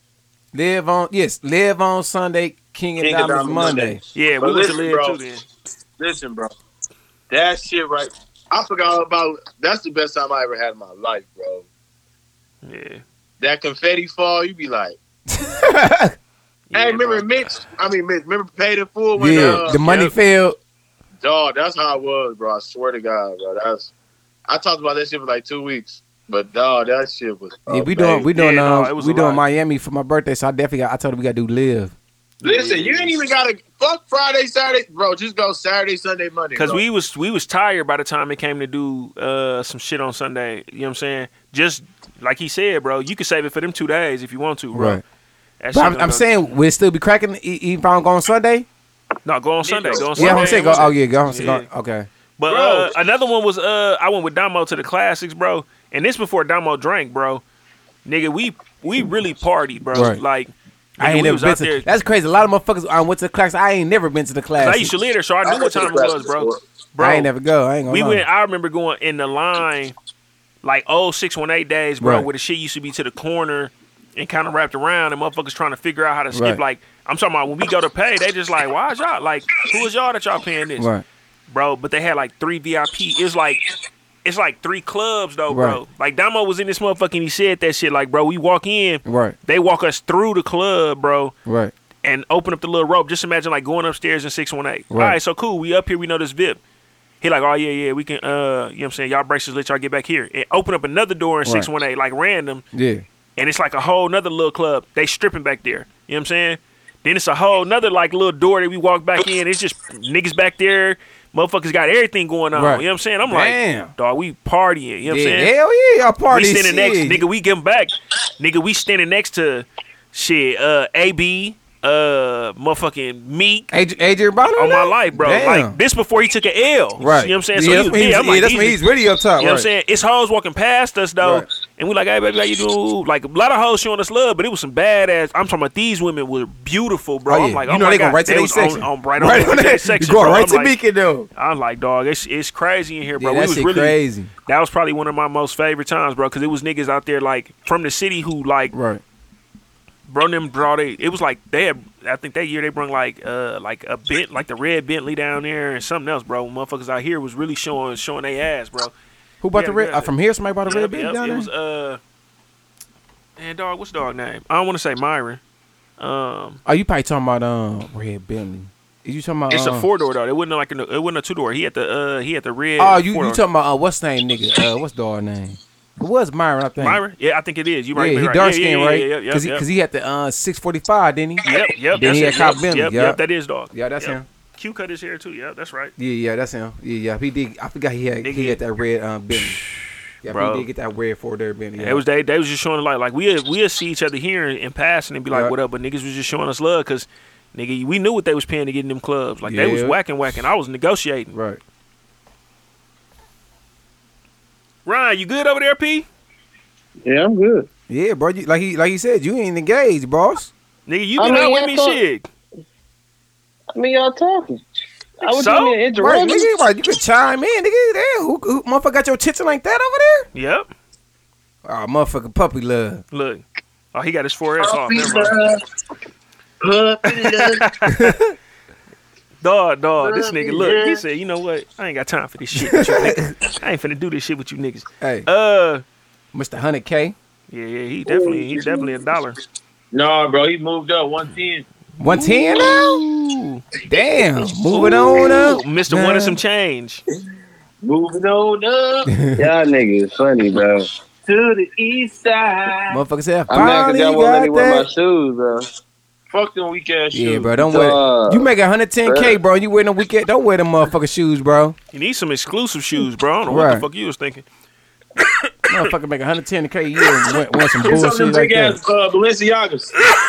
Live on yes, live on Sunday. King and
King of
Diamonds
Diamonds
Monday.
Monday.
Yeah, we went
But
to
listen,
live
bro.
too. Then
Listen, bro. That shit right. I forgot about. That's the best time I ever had in my life, bro.
yeah,
that confetti fall, you be like. hey, remember Mitch? I mean, Mitch, remember pay the fool when
yeah,
uh,
the money failed.
Dog, that's how it was, bro. I swear to God, bro. That's I talked about that shit for like two weeks, but dog, that shit was.
Yeah, we doing we doing um, we doing Miami for my birthday, so I definitely got, I told him we gotta do live.
Listen, you ain't even gotta fuck Friday, Saturday, bro. Just go Saturday, Sunday, Monday.
Cause
bro.
we was we was tired by the time it came to do uh some shit on Sunday. You know what I'm saying? Just like he said, bro, you can save it for them two days if you want to, bro.
Right.
That
But
shit
I'm,
gonna
I'm
go-
saying we'll still be cracking e- even if I don't go on Sunday.
no, go on Sunday. Go on Sunday.
Yeah, I'm saying go. Oh yeah, go on.
Yeah.
Go, okay.
But uh, another one was uh, I went with Damo to the classics, bro. And this before Damo drank, bro. Nigga, we we really partied, bro.
Right.
Like
I
nigga,
ain't
we
never
was
been
out
to.
there.
That's crazy. A lot of motherfuckers I went to the class. I ain't never been to the class.
I used to live there, so I knew what time it was, bro. Bro,
I ain't never go. I ain't gonna.
we
lie.
went. I remember going in the line, like old six one eight days, bro,
Right.
where the shit used to be to the corner and kind of wrapped around, and motherfuckers trying to figure out how to skip.
Right.
Like I'm talking about when we go to pay, they just like, why is y'all like, who is y'all that y'all paying this,
Right.
bro? But they had like three VIP. It's like. It's like three clubs though, bro.
Right.
Like Damo was in this motherfucker and he said that shit. Like, bro, we walk in,
Right.
they walk us through the club, bro
Right.
and open up the little rope. Just imagine like going upstairs in 618. All
Right.
right, so cool. We up here, we know this VIP. He like, oh yeah, yeah, we can uh you know what I'm saying, y'all braces, let y'all get back here. And open up another door in
Right.
618, like random,
Yeah.
and it's like a whole nother little club. They stripping back there. You know what I'm saying? Then it's a whole nother like little door that we walk back in. It's just niggas back there. Motherfuckers got everything going on.
Right.
You know what I'm saying? I'm
Damn.
like, dog, we partying. You know what I'm
yeah.
saying?
Hell yeah, I party.
we standing next,
shit.
nigga. We getting back, nigga. We standing next to shit. Uh, AB, uh, motherfucking Meek.
Adrian, Adrian Bono
on my
now?
life, bro.
Damn.
Like this before he took an L.
Right.
You know what I'm saying? so
Yeah, that's
he
when
was,
he's-
yeah, I'm like,
yeah, that's when
easy.
he's really up top,
You know what I'm
right.
saying? It's hoes walking past us though,
Right.
and we like, hey baby, how you doing? Like a lot of hoes showing us love, but it was some badass. I'm talking about these women were beautiful, bro.
Oh, yeah.
I'm like,
you
oh
know
my
they
god,
go right to
they
their
was
section.
on, on, right, on, to their section.
You go
bro.
right
I'm
to
like,
Meek though.
I'm like, dog, it's it's crazy in here, bro.
Yeah,
we
that
was
shit
really
crazy.
That was probably one of my most favorite times, bro, because it was niggas out there like from the city who like,
Right.
bro, them brought they. It was like they had. I think that year they brought like uh like a bent like the red Bentley down there and something else, bro. Motherfuckers out here was really showing showing their ass, bro.
Who bought
Yeah,
the red?
yeah.
Uh, from here, somebody bought a red
Yep,
bit
yep.
down
It
there.
was uh, and dog, what's dog name? I don't want to say Myron. Um,
oh, you probably talking about um red Bentley? Is you talking about?
it's
um,
a four door though. It wasn't like a, it wasn't a two door. He had the uh he had the red.
Oh, you you
four-door.
talking about uh, what's name nigga? Uh, what's dog name? It was Myron, I think.
Myron? Yeah, I think it is. You right?
yeah,
you
he
right.
dark
yeah,
skinned,
yeah,
right?
Yeah, yeah, yeah.
Cause,
yeah.
he, cause he had the uh, 645, didn't he?
Yep, yep.
Then
that's
he had
it,
Cobb
yep,
Bentley.
Yep,
yeah.
yep, that is dog.
Yeah, that's
Yep.
him.
Q cut his hair too. Yeah, that's right.
Yeah, yeah, that's him. Yeah, yeah. He did. I forgot he had he
Nigga.
had that red um Bentley. Yeah,
Bro.
he did get that red four there Bentley.
It was they. They was just showing like like we will we'll see each other here in passing and be like
Yeah.
what up, but niggas was just showing us love because nigga we knew what they was paying to get in them clubs. Like they was
Yeah.
whacking whacking. I was negotiating.
right.
Ryan, you good over there, P?
Yeah, I'm good.
Yeah, bro. You, like he like he said, you ain't engaged, boss.
Nigga, you
I
been
mean,
out with
I
me
thought-
shit.
I mean, y'all talking. I was
So?
doing an
Right,
interruption.
nigga, right, you can chime in, nigga. Damn, who, who motherfucker got your titchen like that over
Yep.
there? Oh, motherfucker, puppy love.
Look. Oh, he got his forehead off. Never mind. Dog, dog, this nigga, look, he said, you know what? I ain't got time for this shit with you niggas. I ain't finna do this shit with you niggas.
Hey,
Uh,
Mr. Hundred K,
yeah, yeah, he definitely, he definitely a dollar.
No, bro, he moved up one ten.
one ten now. Damn, moving on up,
Mister
Nah.
wanted some change.
Moving on up
Y'all niggas funny, bro.
to the east side.
Motherfucker said,
I'm mad
finally
because y'all won't let
got
me wear my
that.
shoes, bro.
Fuck them weak ass shoes.
Yeah, bro, don't wear.
Dog.
You make hundred ten k, bro. You wearing a weekend? Don't wear them motherfucker shoes, bro.
You need some exclusive shoes, bro. I don't know what
Right.
the fuck you was thinking.
Motherfucker make hundred ten k a year and want, want some
Get some of them
bullshit like
big
that.
ass uh,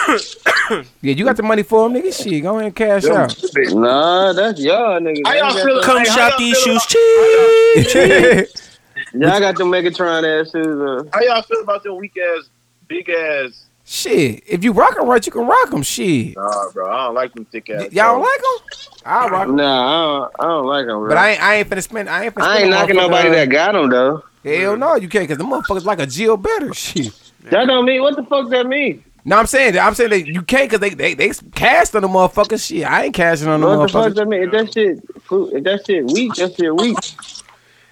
Balenciagas.
Yeah, you got the money for them, nigga. Shit, go ahead and cash out.
Nah, that's y'all niggas.
How y'all feel?
Come
hey, how
shop
y'all
these
feel
shoes
about-
cheap.
yeah,
Y'all got the Megatron ass shoes.
How y'all feel about them weak ass, big ass?
shit. If you rock 'em right, you can rock 'em. Shit,
Nah, bro, I don't like them thick ass.
Y- y'all like 'em? I rock
Uh.
'em.
Nah, I don't, I don't like them, bro.
But I ain't, I ain't finna spend. I ain't finna.
I
Spend
ain't
on
knocking
motherfucking,
nobody
uh,
that got them though.
Hell no, you can't, cause the motherfuckers like a Jill better. Shit.
That don't mean what the fuck that mean.
No, I'm saying that. I'm saying that you can't, cause they they they cast on the motherfuckers. Shit, I ain't casting on the
What the fuck
motherfuckers.
that mean? If that shit, if that shit weak, that shit weak.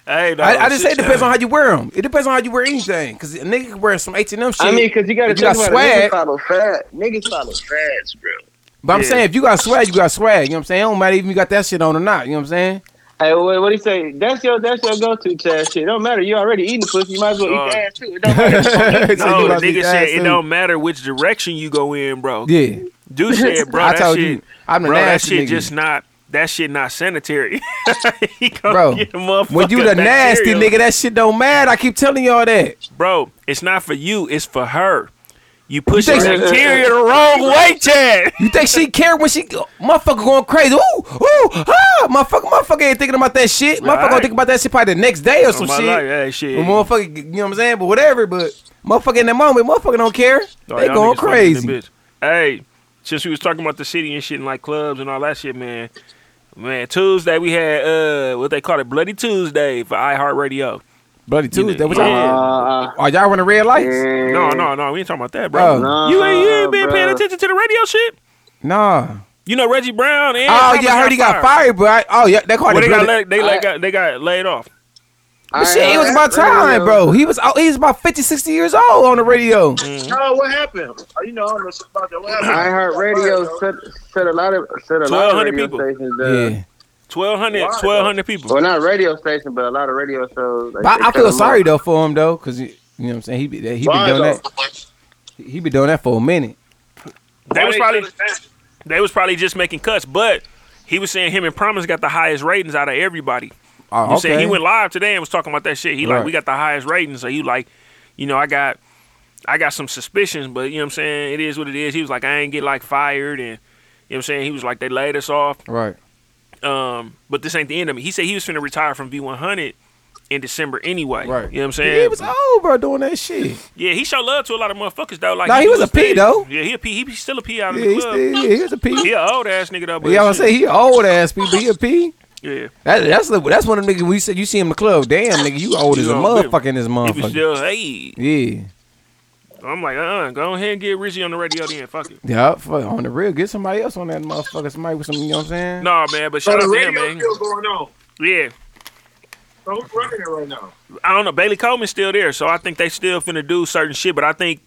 Hey, dog,
I, I just say it
Oh, shit,
depends
yeah.
on how you wear them. It depends on how you wear anything. Cause a nigga can wear some H and M shit.
I mean, because you got to
If got
think about it. Niggas
swag.
follow fat. Niggas follow fads, bro.
But I'm
Yeah.
saying if you got swag, you got swag. You know what I'm saying? It don't matter if you got that shit on or not. You know what I'm saying?
Hey, what what do you say? That's your that's your go to Chad shit. Don't matter. You already eating the pussy. You might as well
Oh.
eat the ass too. It don't matter.
no, the nigga said it
too.
don't matter which direction you go in, bro.
Yeah.
Dude said, bro,
I
that
told
shit,
you, I'm the
bro, that
nasty
shit
nigga.
just not, that shit not sanitary. He gonna
Bro,
get a motherfucking
when you the nasty
bacteria.
nigga, that shit don't matter. I keep telling y'all that.
Bro, it's not for you, it's for her. You push
think-
bacteria the wrong way, Chad.
You think she care when she motherfucker going crazy? Ooh, ooh, ah, motherfucker, motherfucker ain't thinking about that shit. Motherfucker gonna
Right.
think about that shit probably the next day or some
my
shit.
life, yeah, shit.
When motherfucker, you know what I'm saying? But whatever. But motherfucker in that moment, motherfucker don't care.
Dog,
they
Oh, y'all
going
niggas fucking
crazy.
this bitch. Hey, since we was talking about the city and shit and like clubs and all that shit, man. Man, Tuesday we had uh what they call it, Bloody Tuesday for iHeartRadio.
Bloody Tuesday. What y'all?
Uh,
Yeah.
Are y'all running red lights?
No, no, no, we ain't talking about that, bro.
Bro.
you ain't, you ain't been
Nah,
paying
bro.
attention to the radio shit.
Nah.
You know Reggie Brown and
Oh
Thomas
yeah, I heard he got fired, but I, oh yeah, they called
Well,
it.
they got
bloody-
laid, they, like got, they got laid off.
But shit, it was about
that's
time,
radio.
bro. He was out. He was about 50, 60 years old on the radio.
Oh, what happened? Oh, You know, I don't know shit about that. What happened?
I heard radio said, said a lot of said a lot of
1,200
radio
people.
stations. Uh,
1,200,
Why,
1,200 people.
Well, not radio station, but a lot of radio shows. like,
But
they
I, I
cut
feel
them
sorry
off.
though for him though, cause he, you know what I'm saying. He be he been
Why,
doing
though?
that. He been doing that for a minute.
They was probably they was probably just making cuts, but he was saying him and Promise got the highest ratings out of everybody.
Oh,
You said
okay.
he went live today and was talking about that shit. He like
Right.
we got the highest ratings. So he like, you know, I got I got some suspicions, but you know what I'm saying? It is what it is. He was like, I ain't get like fired and you know what I'm saying? He was like, they laid us off.
Right.
Um, but this ain't the end of it. He said he was finna retire from V100 in December anyway.
Right.
You know what I'm
He
saying?
was old, bro, doing that shit.
yeah, he showed love to a lot of motherfuckers though. Like
Nah, he was a P,
dead.
though.
Yeah, he a P. He be still a P out in
Yeah,
the
he
club.
still- yeah, he was a P.
He an old ass nigga though. but
yeah, I was
shit.
say he old ass P, but he a P.
Yeah.
That, that's the, that's one of the niggas we said you see him in the club. Damn, nigga, you old as a
old, yeah.
motherfucker in this
He was
motherfucker.
still hey.
Yeah,
I'm like, uh, uh go ahead and get Richie on the radio then. Fuck it.
yeah. Fuck, on the real, get somebody else on that motherfucker. Somebody with some, you know what I'm saying?
Nah, man, but
So
shout
the
out to him,
radio
man.
still going on.
Yeah.
So who's running it right now?
I don't know. Bailey Coleman's still there, so I think they still finna do certain shit. But I think,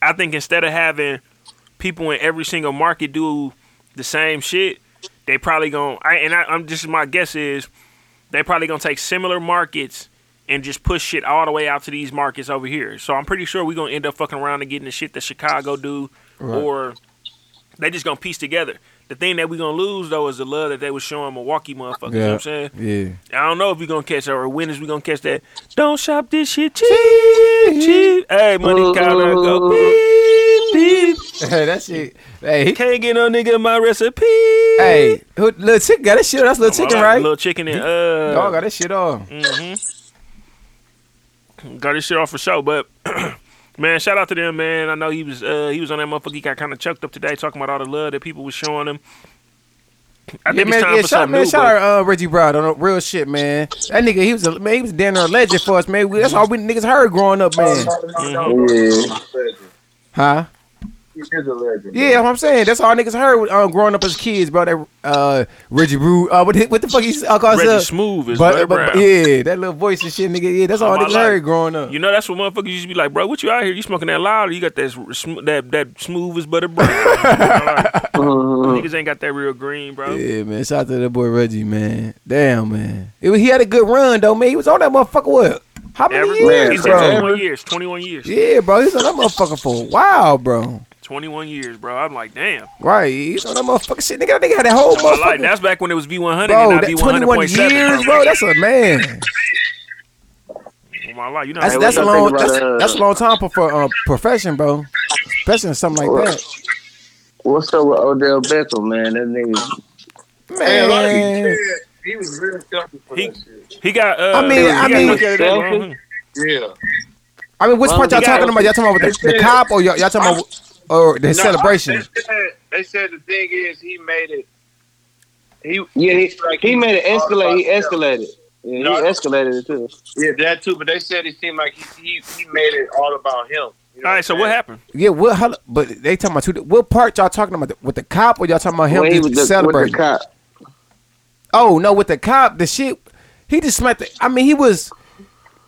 I think instead of having people in every single market do the same shit, they probably gonna. I, and I, I'm just my guess is they probably gonna take similar markets and just push shit all the way out to these markets over here. So I'm pretty sure we gonna end up fucking around and getting the shit that Chicago do,
Right.
or they just gonna piece together. The thing that we gonna lose though is the love that they was showing Milwaukee motherfuckers. You know what I'm saying?
Yeah.
I don't know if we gonna catch that or when is we gonna catch that. Don't shop this shit cheap, cheap. Hey, money counter go beep, beep.
Hey, that shit. Hey, he
can't get no nigga my recipe.
Hey, who, little chicken got that shit. That's little chicken, right?
Oh, Little chicken and uh,
Dog got that shit on.
Mm-hmm. Got his shit off for show, but man, shout out to them, man. I know he was uh, he was on that motherfucker. He got kind of choked up today, talking about all the love that people was showing him. I think
yeah, man,
it's time for something
yeah, shout, man,
new.
shout
but-
out uh, Reggie Brown on the real shit, man. That nigga, he was a man, he was a damn near a legend for us, man. We, that's all we niggas heard growing up, man.
Mm-hmm.
Huh?
He is a legend.
Yeah, that's what I'm saying. That's all niggas heard um, growing up as kids, bro. That uh, Reggie Brew, uh, what, the- what the fuck he's uh, calls
Reggie
up?
Smooth is Bud
but, but,
Brown.
yeah, that little voice and shit, nigga. Yeah, that's all
All my
niggas
life.
heard growing up.
You know, that's what motherfuckers used to be like, bro. What you out here? You smoking that loud? You got that sm- that that smooth as butter, bro.
Mm.
Niggas ain't got that real green, bro.
Yeah, man. Shout out to that boy Reggie, man. Damn, man. It was, he had a good run though, man. He was on that motherfucker what? How many
Ever- He
years,
said
bro?
21 years. 21 years.
Yeah, bro. He was on that motherfucker for a while, bro.
21 years, bro. I'm like, damn.
Right. He's on that motherfucker shit. Nigga, that nigga had that whole
My life.
motherfucker.
That's back when it was V100 and
Bro,
not
that 21
V100.7.
years, bro. That's a man.
my life. You know,
That's,
how
that's
it
a
was.
long that's, that's a long time for- for uh, profession, bro. Profession is something like that.
What's up with Odell Beckham, man? That nigga.
Man,
He was real selfish for that shit.
He got. Uh,
I mean,
he
I
got
mean-
looked at it that long.
Selfie?
Yeah.
I mean, which
Well,
part y'all
yeah.
talking about? Y'all talking about with the, the cop or y'all, y'all talking about or the
No,
celebration?
They said, they said the thing is he made it. He
Yeah, he,
like
he made it
was all
escalate. He
about himself.
escalated. Yeah,
No,
he escalated it too.
Yeah, that too. But they said it seemed like he he, he made it all about him. You
uh,
know
All right, so what happened?
Yeah, what? How, but they talking about two. What part y'all talking about with the cop or y'all talking about him
When he
just
was the- with the
celebrating?
cop.
Oh no, with the cop, the shit. He just smacked. The, I mean, he was.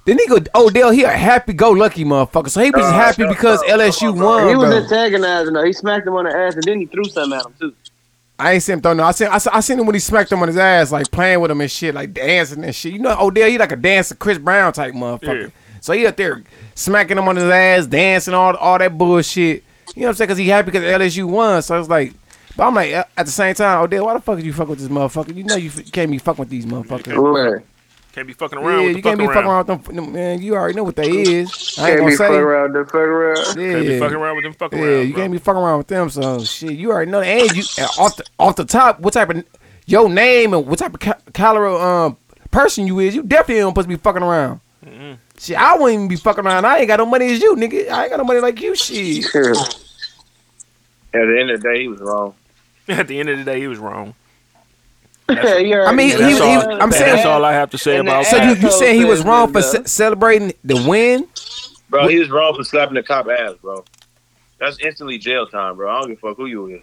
The nigga Odell, he a happy go lucky motherfucker. So he was
Uh,
happy because LSU won.
He was
bro.
antagonizing though. He smacked him on the ass and then he threw something at him too.
I ain't seen him throw no. I seen I, seen- I seen him when he smacked him on his ass, like playing with him and shit, like dancing and shit. You know, Odell, he like a dancer, Chris Brown type motherfucker. So he up there smacking him on his ass, dancing all all that bullshit. You know what I'm saying? Because he happy because LSU won. So it's like, but I'm like at the same time, Odell, why the fuck did you fuck with this motherfucker? You know you f- can't be fucking with these motherfuckers.
Can't be fucking
Yeah,
around with the
you can't
fucking
be
around.
fucking around with them, them. Man, you already know what they is. I ain't
Can't
gonna
be
say.
fucking around, then fuck around.
Yeah.
Can't be fucking around with them fucking
yeah,
around,
you can't be fucking around with them. So shit, you already know. And you and off the off the top, what type of your name and what type of ca- caliber um person you is, you definitely don't supposed to be fucking around. Shit, I wouldn't even be fucking around. I ain't got no money as you, nigga. I ain't got no money like you. Shit.
At the end of the day, he was wrong.
At the end of the day, he was wrong.
I
mean, he-
And that's
he-
all-
he- I'm
and
saying-
that's all I have to say about.
so you, you saying he was wrong for
business,
ce- celebrating the win?
Bro, he was wrong for slapping the cop ass, bro. That's instantly jail time, bro. I don't give a fuck who you is.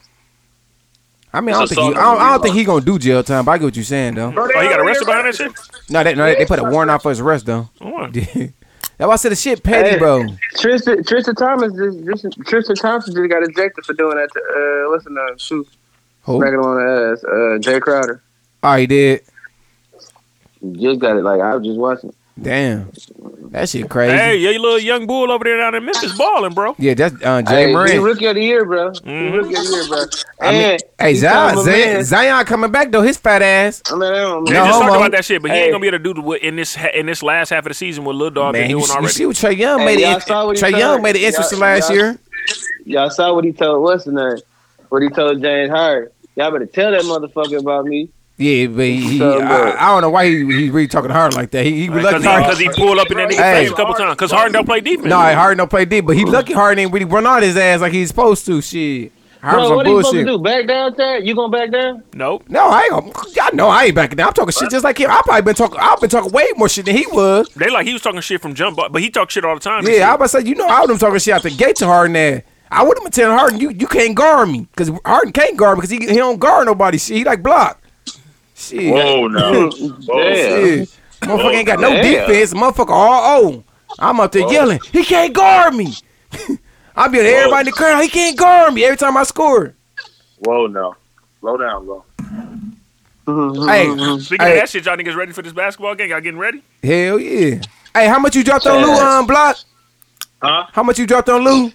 I mean, I don't
It's
think he, I
assault
don't,
and
I don't think he gonna do jail time. But I get what you're saying though.
Bro, they
Oh, he got
already
arrested behind that shit.
No, they, no, they, they put a warrant out for his arrest though.
Oh,
That's why I said the shit petty,
Hey.
bro.
Tristan, Tristan Thomas just, Tristan, Tristan Thompson just got ejected for doing that to uh, what's the name? Shoot,
Who?
smacking him on the ass. Uh, Jay Crowder
Oh, he did.
just got it. Like I was just watching.
Damn, that shit crazy.
Hey, your little young bull over there down in Memphis balling, bro.
Yeah, that's uh, Jay
Hey, he
Moran.
rookie of the year, bro. He
Mhm.
rookie of the year, bro.
I mean,
And
hey,
he told
Zion,
my
Zion,
man-
Zion coming back though. His fat ass.
I mean, I don't
They
No
just talked
homo.
about that shit, but he
Hey.
ain't gonna be able to do the what in this ha- in this last half of the season what Lil Dog
Man,
been
you,
doing
you see
already.
what Trey Young
Hey,
made
y'all
it.
saw what he
Trey Young
done.
made it interesting
Y'all-
last
y'all-
year.
Y'all saw what he told what's the name? What he told James Hart. Y'all better tell that motherfucker about me.
Yeah, but he, he-
So,
I,
look.
I don't know why he he really talking hard like that. He, he lucky.
Because he, 'cause he pulled up in that nigga
Hey.
face a couple times. Because Harden don't play defense.
no, Harden don't play D, but he lucky Harden ain't really run out his ass like he's supposed to. Shit, Harden's
Bro,
some
what are you supposed to
bullshit.
do? Back down, Tad? You gonna back down?
nope.
No, I ain't. Gonna, y'all know I ain't backing down. I'm talking shit just like him. I probably been talking. I've been talking way more shit than he was.
They like he was talking shit from jump, but but he talked shit all the time. and shit.
Yeah, I was about to say, you know, I would have talking shit out the gate to Harden. There, I would have been telling Harden, you, you can't guard me because Harden can't guard me because he, he don't guard nobody. Shit, he like block. Shit,
Whoa, no. Whoa.
shit. motherfucker ain't got no
Damn.
defense. Motherfucker all on. I'm up there yelling, he can't guard me. I be on everybody in the crowd. He can't guard me every time I score.
Whoa, no. Slow down, bro.
Hey,
Mm-hmm.
Speaking
Hey.
of that shit, y'all niggas ready for this basketball game? Y'all getting ready?
hell yeah. Hey, how much you dropped on Lou um, block?
Huh?
How much you dropped on Lou?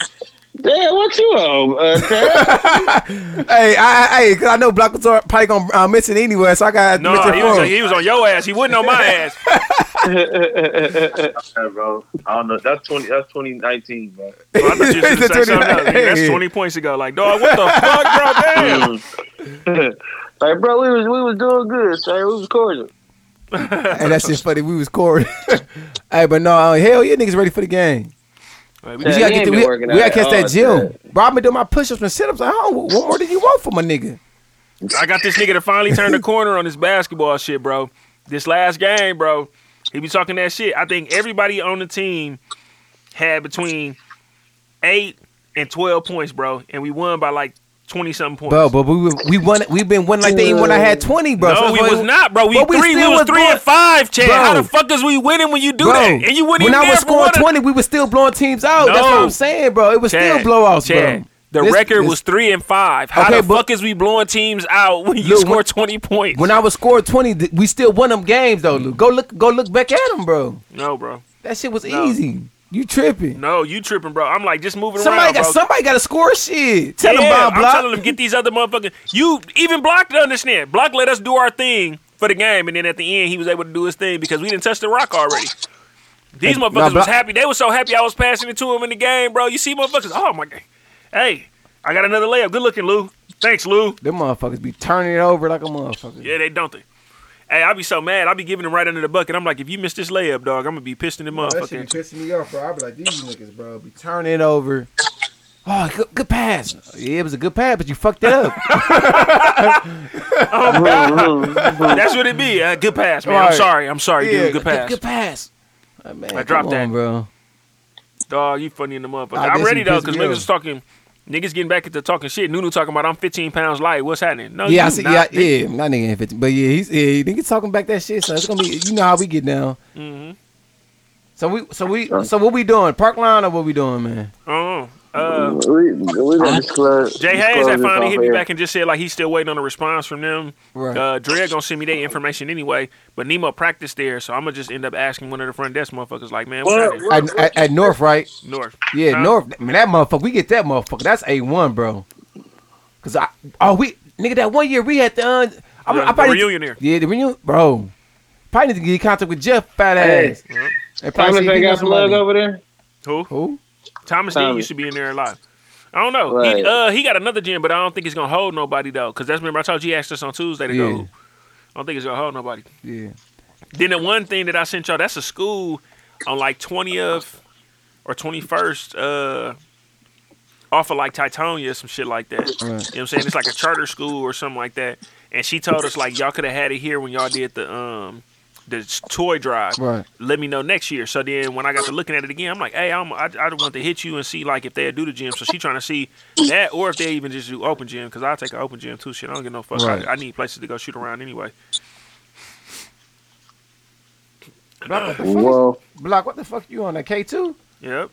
Damn, what you on, uh, Tad?
hey, I, I, hey, 'cause I know block was probably gonna uh, miss it anyway, so I got to
No,
mention
he
for
was,
him.
he was on your ass. He wasn't on my ass.
Yeah, bro. I don't know. That's twenty. That's twenty nineteen, bro.
Well, I thought you was
It's a
gonna say something else. Nigga,
29.
That's twenty points ago. Like, dog, what the fuck, bro? Damn.
like, bro, we was we was doing good, sir. We was cordial.
Hey, that shit funny. We was scoring. hey, but no, uh, hell yeah, niggas ready for the game.
we
We just
Yeah,
gotta
he
get
ain't
the,
been
we,
working
we gotta
out
catch
at
that
all,
gym. Bro, I've been doing my push-ups and sit-ups. I don't, what more do you want from a nigga?
I got this nigga to finally turn the corner on this basketball shit, bro. This last game, bro, he be talking that shit. I think everybody on the team had between eight and twelve points, bro, and we won by like twenty something points.
Bro, but we were- we won. We've been winning like that even when I had twenty, bro.
no,
So
we
that's why-
was not, bro. We
but we
three. We
still
was,
was
three
going-
and five, Chad.
Bro.
How the fuck is we winning when you do
Bro,
that? And you wouldn't
when
even
I
there
was
for
scoring
one of-
twenty, we was still blowing teams out. That's what
No.
I'm saying, bro. It was
Chad,
still blowouts,
Chad,
bro.
The
This-
record
this-
was three and five. How the
Okay, but-
fuck is we blowing teams out when you
Look,
score
when-
twenty points?
when I was scoring twenty. th- We still won them games though. Lou. Go look, go look back at them, bro.
no, bro.
That shit was
No.
easy. You tripping?
No, you tripping, bro. I'm like just moving
Somebody
around.
got
bro.
somebody got to score shit. Tell
yeah,
them
I'm
Bob
telling
Block.
them get these other motherfuckers. You even Block to understand. Block let us do our thing for the game, and then at the end he was able to do his thing because we didn't touch the rock already. These
Nah,
motherfuckers was
Block-
happy. They were so happy I was passing it to him in the game, bro. You see motherfuckers? Oh my god. Hey, I got another layup. Good looking, Lou. Thanks, Lou.
Them motherfuckers be turning it over like a motherfucker.
Yeah, they don't they. Hey, I'll be so mad. I'll be giving him right under the bucket. I'm like, if you miss this layup, dog, I'm gonna be pissed in the motherfucker.
pissing me off, bro. I be like, these niggas, bro, be turning it over. Oh, good, good pass. Yeah, it was a good pass, but you fucked it up.
That's what it be. Uh, good pass, man.
Right.
I'm sorry. I'm sorry,
yeah,
dude. Good pass.
Good, pass. Oh, man,
I dropped
come
that.
on, bro.
Dog, you funny in the motherfucker.
I
I'm
guess
ready
you
though,
pissed
because
me
niggas
off.
was talking Niggas getting back into talking shit. Nunu talking about I'm 15 pounds light. What's happening? No,
yeah,
you
I see.
not,
yeah,
nigga.
yeah, my nigga ain't 50. But yeah, he's yeah, he nigga talking back that shit. So it's gonna be you know how we get down.
Mhm.
So we so we so what we doing? Park line or what we doing, man?
Uh-uh. Uh,
we we gonna disclose.
Jay Hayes that finally hit me back and just said like he's still waiting on a response from them.
Right.
Uh, Dre gonna send me that information anyway. But Nemo practiced there, so I'm gonna just end up asking one of the front desk motherfuckers like, man, what's happening?
At, at, at North, right?
North.
Yeah,
Huh?
North. Man, that motherfucker. We get that motherfucker. That's a one, bro. Cause I oh we nigga that one year we had the uh, I,
The-
I probably
the reunion here.
Yeah, the reunion, bro. Probably need to get in contact with Jeff, fat
Hey.
ass.
Yeah.
And probably
Thomas
see if he
ain't
got
got
some
plug
money.
over there.
Who?
Who?
Thomas D
Thomas.
used to be in there alive. I don't know. He,
Right.
uh, he got another gym, but I don't think it's gonna hold nobody though. Cause that's remember I told you he asked us on Tuesday to
Yeah.
go. I don't think it's gonna hold nobody.
Yeah.
Then the one thing that I sent y'all, that's a school on like 20th or 21st, uh, off of like Titonia or some shit like that. You know what I'm saying? It's like a charter school or something like that. And she told us like y'all could have had it here when y'all did the um the s- toy drive.
Right.
Let me know next year. So then when I got to looking at it again, I'm like, hey, I'm, I I want to hit you and see like if they do the gym. So she trying to see that or if they even just do open gym because I take an open gym too. Shit, I don't give no fuck. I-
Right.
I need places to go shoot around anyway.
Whoa.
Block, what the fuck you on that K two?
Yep.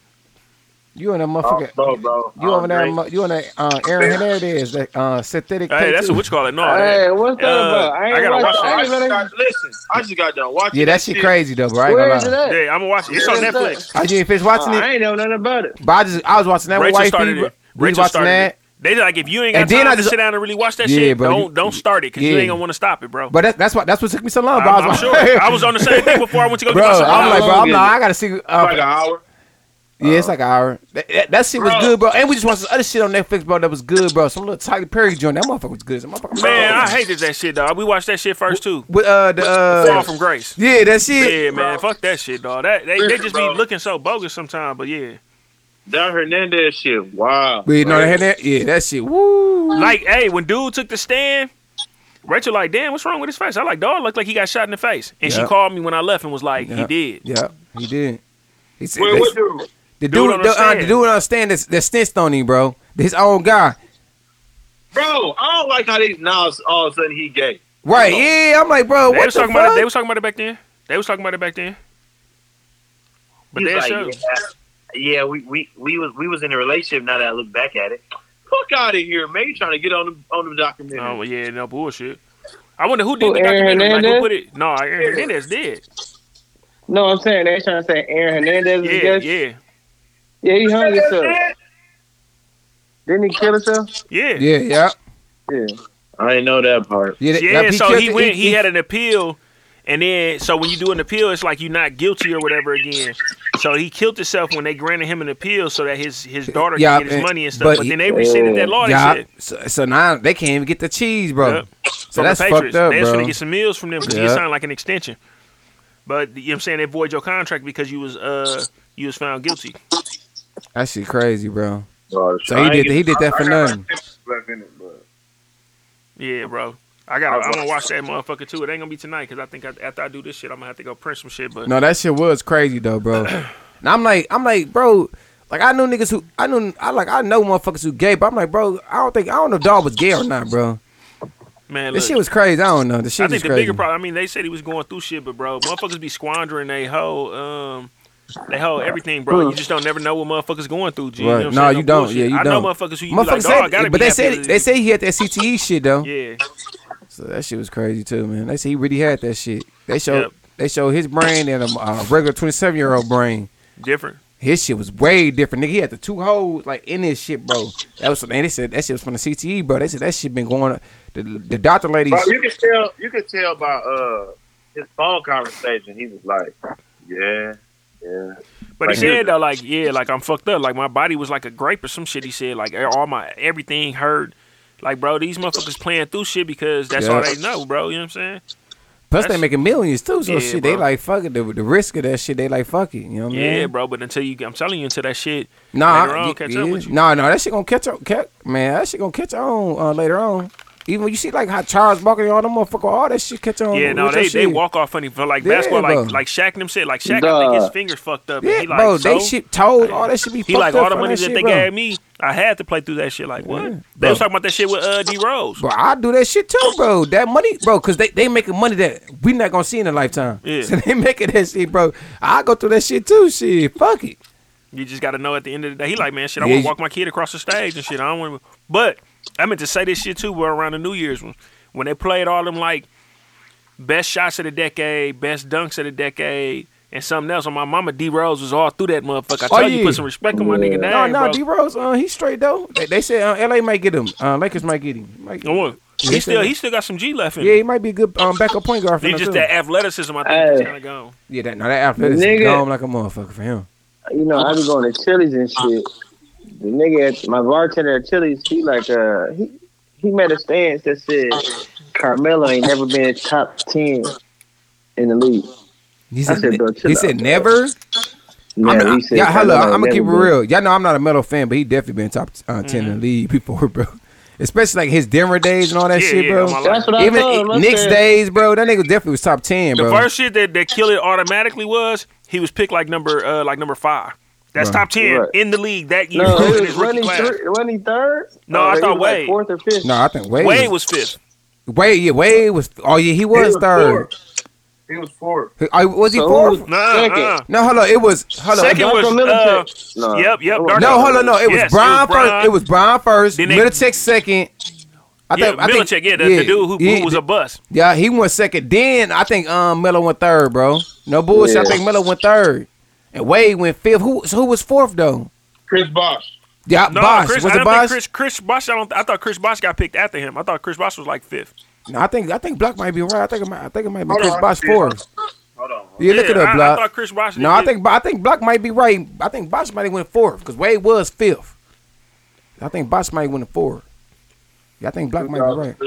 You on that
Oh,
motherfucker?
bro, bro.
You over there?
Andre.
mo- You on that uh, Aaron Hernandez? That uh, synthetic?
Hey,
K2?
that's a what you call it. No,
Hey,
that-
what's that
Uh,
about? I ain't
I gotta
watch,
watch that.
I
I
ain't
just
gonna,
got, listen, I just got done watching.
Yeah, that shit crazy though, bro. I ain't
where
gonna
is it
lie.
at?
Yeah, I'm gonna watch it. It's on
Where's
Netflix.
I didn't finish
Uh,
watching
I
it,
ain't know nothing about it.
but I just I was watching that with
Rachel
wifey.
started it.
We was
Rachel
watching
started
that.
it. They like if you ain't got
And then
time
I
to
just-
sit down and really watch that
Yeah,
shit,
bro,
don't
you-
don't start it because you
yeah.
ain't gonna want to stop it, bro.
But that's that's why that's what took me so long. Bro. I
I'm, I'm
was
sure.
like,
I was on the same thing before I went to go
bro.
get my
I'm like,
cigar.
bro. I'm not. I gotta see. Uh,
like an hour.
yeah, it's like an hour. That, that, that shit was
Bro.
good, bro. And we just watched this other shit on Netflix, bro. That was good, bro. Some little Tyler Perry joint. That motherfucker was good. That motherfucker-
man, I hated that shit, dog. We watched that shit first too.
with uh the
Fall
uh,
from grace.
yeah, that shit.
Yeah, man, fuck that shit, dog. That they, they
Listen,
just
bro.
be looking so bogus sometimes, but yeah.
That Hernandez shit. Wow.
Wait, no, that, that, yeah, that shit. Woo.
Like, hey, when dude took the stand, Rachel like, damn, what's wrong with his face? I like, dog, looked like he got shot in the face, and she
Yeah.
called me when I left and was like,
Yeah.
he did.
Yeah, he did. He said,
Wait,
they-
what dude?
the
Dude
dude,
on
the,
the
uh,
stand.
the dude on the stand that, that snitched on him, bro. His old guy.
Bro, I don't like how these now all of a sudden he gay.
Right? Yeah, I'm like, bro,
Oh. They
what
was
the
talking about it. They
fuck?
was talking about it back then. They was talking about it back then. But
He
they
was
like,
like, yeah, yeah, we, we we was we was in a relationship. Now that I look back at it,
Fuck out of here, man. You trying to get on the on the documentary.
oh well, yeah, no bullshit. I wonder who did
Who,
the
Aaron
documentary. Like, who
Hernandez?
put it? No, Aaron Hernandez did.
No, I'm saying they trying to say Aaron Hernandez is a
Yeah,
guest.
yeah,
Yeah, he hung himself. Didn't he kill himself?
yeah,
Yeah, yeah,
Yeah.
I didn't know that part.
yeah. that-
yeah.
that-
so
killed
he
the-
went. He had an appeal, and then so when you do an appeal, it's like you're not guilty or whatever again. So he killed himself when they granted him an appeal so that his his daughter
Yeah,
could get his
and-
money and stuff.
but
But,
he-
then they rescinded that law.
yeah,
and shit.
so, so now they can't even get the cheese, bro.
Yep.
So
from
that's
the
fucked
Patriots.
up,
they was
bro.
gonna get some meals from them because
Yeah.
he signed like an extension. But you know what I'm saying they void your contract because you was uh you was found guilty.
That shit crazy, bro.
Bro,
So he
I ain't
did. He did that for nothing.
Yeah, bro. I got. to I'm gonna watch that motherfucker too. It ain't gonna be tonight because I think I, after I do this shit, I'm gonna have to go print some shit. But
No, that shit was crazy though, bro. and I'm like, I'm like, bro, like I knew niggas who I knew, I like, I know motherfuckers who gay, but I'm like, bro, I don't think I don't know if dog was gay or not, bro.
man, look,
This shit was crazy. I don't know. The
I
shit was
think the
crazy.
bigger problem. I mean, they said he was going through shit, but bro, motherfuckers be squandering they whole um. They whole everything, bro. You just don't never know what motherfuckers going through. G. You know
Right.
what I'm
no,
saying?
you don't.
bullshit.
Yeah, you
I
don't.
know motherfuckers who you be
motherfuckers
like,
said,
"Dawg, I gotta
but
be
they
happy
said
that
they
this-"
said he had that CTE shit though.
yeah,
So that shit was crazy too, man. They said he really had that shit. They showed
Yep.
they showed his brain and a, a regular 27 year old brain.
different.
His shit was way different, nigga. He had the two holes like in his shit, bro. That was man. They said that shit was from the CTE, bro. They said that shit been going. The, the doctor lady,
Bro, you can tell. You can tell by uh his phone conversation. He was like, "Yeah, yeah."
But he
Like, he
said
was-
though, like, yeah, like I'm fucked up. Like my body was like a grape or some shit. He said, like all my everything hurt. Like, bro, these motherfuckers playing through shit because that's all
Yeah.
they know, bro. You know what I'm saying?
Plus, they
That's-
making millions too. So
Yeah,
shit, they
bro.
like fuck it. The, the risk of that shit, they like fuck it. You know what I mean?
Yeah, bro. But until you, I'm telling you, until that shit,
Nah,
Later on,
y-
catch
yeah.
up with you.
nah, nah. That shit gonna catch up. Catch, man, that shit gonna catch on uh, later on. Even when you see like how Charles Barkley, all them motherfucker, all that shit catch on.
yeah, no,
with your
they they
shit.
walk off funny for like
Yeah,
basketball,
bro.
like like Shaq and them shit. Like Shaq, I think his
Duh.
fingers fucked up. and
Yeah,
he like,
bro, they
so?
shit told all that shit be.
He
fucked
like
up
all the
from
money that
shit,
they
bro.
gave me. I had to play through that shit. Like what? They was talking about that shit with uh, D Rose.
Bro, I do that shit too, bro. That money, bro, because they, they making money that we not gonna see in a lifetime.
Yeah.
So they making that shit, bro. I go through that shit too. Shit, fuck it.
You just got to know at the end of the day. He like, man, shit, I
Yeah,
want
you-
to walk my kid across the stage and shit. I don't want to. But I meant to say this shit too. But around the New Year's one, when they played all them like best shots of the decade, best dunks of the decade, and something else. And my mama D Rose was all through that motherfucker. I
Oh,
told you,
yeah.
put some respect on my nigga
No,
name,
no,
bro.
D Rose, uh, he's straight though. They, they said uh, LA might get him. Uh, Lakers might get him. Might- Yeah,
He still, he still got some G left in.
yeah, he
him.
might be a good um, backup point guard for
It's
them,
just
too.
that athleticism. I think is
Hey.
kind of gone.
Yeah, that, no, that athleticism
Nigga.
gone like a motherfucker for him.
you know, I be going to Chili's and shit. The nigga, at, my bartender at Chili's, he like, uh, he, he made a stance that said Carmelo ain't never been top ten in the league.
He
I said, bro, chill
He
out,
said
bro.
never.
Yeah,
I'm not,
he said
yeah, hello.
Carmelo
I'm gonna
never
keep it
been-
real. Y'all know I'm not a metal fan, but he definitely been top uh, 10 in
Mm-hmm.
the league before, bro. Especially like his Denver days and all that
Yeah,
shit,
yeah,
bro.
all my life. That's what I
Even
told him, I
Knicks
said-
days, bro. That nigga definitely was top ten,
The
bro.
first shit that that killed it automatically was he was picked like number uh like number five. That's
Bruh.
top ten
Right.
in the league that year.
No,
in
it
his
was
rookie
running
class.
third. Running third?
No,
Oh,
I
he
thought
was like
Wade.
fourth or fifth.
no, I think Wade.
Wade
was,
was fifth.
Wade, yeah, Wade was. Oh yeah, he was third.
He was fourth.
Oh, was he
So
fourth?
who was Nah, second? uh-uh.
No, hold on. It was hold on.
Second was uh,
No.
yep, yep.
No, hold on. No, it was
Yes,
Brian first. It was Brian first.
Then they-
Middleton second. I
yeah,
think, I think,
Milicic, yeah, the, the dude who,
yeah,
who was a bust.
Yeah, he went second. Then I think um Miller went third, bro. No bullshit. I
Yeah.
think Miller went third, and Wade went fifth. Who so who was fourth though?
Chris Bosh.
Yeah,
No,
Bosh
Chris,
was
I
it
don't
Bosh?
think Chris Chris Bosh. I don't. I thought Chris Bosh got picked after him. I thought Chris Bosh was like fifth.
no, I think I think Block might be right. I think it might, I think it might be
Hold
Chris
on,
Bosh
yeah.
fourth.
Hold on.
Yeah, look it up,
I, I
Block.
thought Chris Bosh.
No, I think I think Block might be right. I think Bosh might have went fourth because Wade was fifth. I think Bosh might have went fourth. Yeah, I think Block might be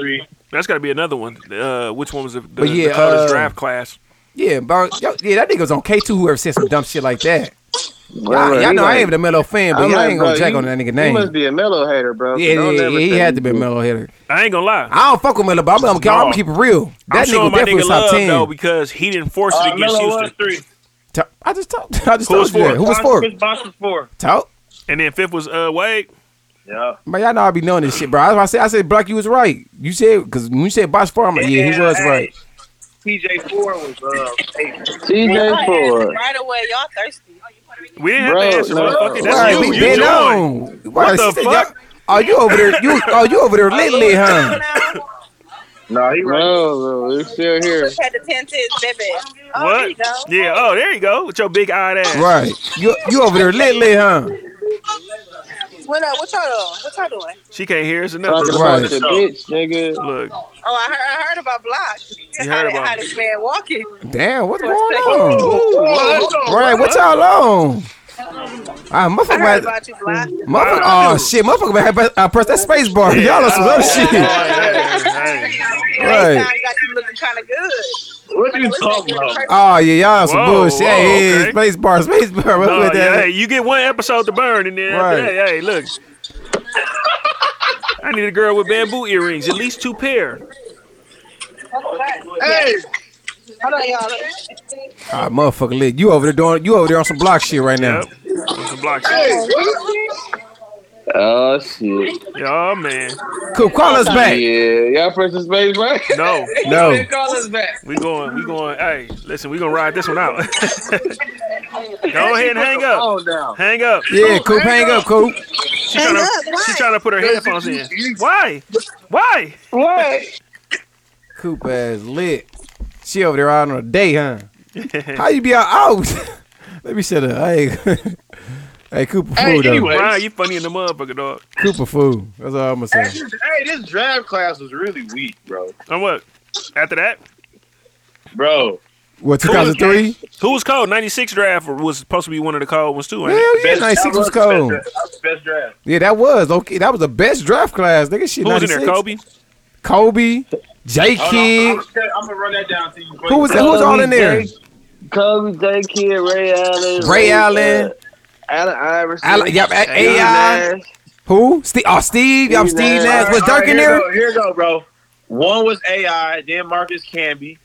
right.
That's got to be another one. Uh, which one was the, the,
But yeah,
the college
uh,
draft class?
Yeah, bro. Yo, yeah, that nigga was on K two. Whoever said some dumb shit like that.
Bro,
y'all, y'all
he
know I
like-
ain't even a mellow fan, but
I'm
y'all
like,
ain't gonna
bro,
jack
you-
on that nigga
You
name.
must be a mellow hater, bro.
yeah,
Don't
yeah,
ever
yeah, he
say
had to be a mellow hitter.
I ain't gonna lie.
I don't fuck with Miller, but I'm, I'm, I'm gonna keep it real. That
I'm
nigga
showing my
definitely
nigga
was top
love
ten.
though because he didn't force it
Uh,
against
Melo was
Houston.
three.
Ta- I just told, I just
Who was
told you
fourth?
that. Who was
Bosh-
fourth?
Chris
Bosh was four.
Talk.
And then fifth was uh Wade. Yeah.
But y'all know I be knowing this shit, bro. That's why I said I said Block, you was right. You said because when you said Bosh Farm, I'm like, yeah, he was
hey.
right.
TJ Ford was uh, eight.
TJ Ford.
Right away, y'all thirsty.
We didn't
Bro,
have to answer,
no.
motherfucker. That's
Right,
you.
we
You
been
joined.
on. Why
What the
she-
fuck?
Oh, you over there? You oh, you over there lit lit, huh?
No, he
No, bro, it's still here.
Just had the ten tits, baby. Oh, there you
What?
go.
Yeah. Oh, there you go with your big eyed ass.
Right. You you over there lit lit, huh?
What up? What y'all doing? What y'all doing?
She can't hear us enough.
Talking about the bitch, nigga.
Look,
Oh, I heard, I heard about Block.
You
how,
heard
thi-
about
how
it.
this man walking.
Damn, what's going
Ooh, what?
on? Right, what y'all on? Ah,
I
motherfucker,
heard
about-
about you, Block.
motherfucker, oh shit, motherfucker, about to uh, press that space bar. Y'all on some other shit.
Right.
Right.
got you looking kind of good.
What you talking about?
Oh yeah, y'all on some
Whoa,
bullshit.
whoa,
hey,
okay.
space bar, space bar. What's
No,
with
uh, yeah,
that?
hey, you get one episode to burn, and then after
Right.
that, hey, look. I need a girl with bamboo earrings, at least two pair.
Hey,
Hold on, y'all.
Ah, motherfucker, lit. You over there doing? You over there on some block shit right now?
hey,
Oh shit.
Oh man.
Cool, call us back.
Yeah, y'all press the space bar.
No,
No.
call us back.
we going, we going. Hey, listen, we gonna ride this one out. Go ahead and hang up. Hang up.
Yeah, Coop, hang up, Coop.
She trying to, she trying to put her headphones in. Why? Why?
What?
Coop ass lit. She over there out on a day, huh? How you be out? out? Let me shut up. Hey, hey, Cooper
Hey,
fool though.
anyways.
Brian, you funny in the motherfucker, dog.
Cooper fool. That's all I'm gonna
Hey,
say.
this- hey, this draft class was really weak, bro.
And what? After that,
Bro,
What 2003?
who was cold? '96 draft was supposed to be one of the cold ones too. ain't it?
Hell yeah, 96 was cold.
best draft.
Yeah, that was okay. That was the best draft class. Nigga, shit.
Who was in there?
96.
Kobe.
Kobe, J. Kidd.
I'm gonna run that down to you.
Who was who was all in there?
Kobe, J. Kidd, Ray Allen.
Ray Allen.
uh, Allen Iverson.
Allen- yep, A-
Steve
AI.
Nash.
Who? Steve? Oh, Steve. I'm Steve Nash. Was Dirk in
here
there?
Go, here you go, bro. One was AI, then Marcus Camby,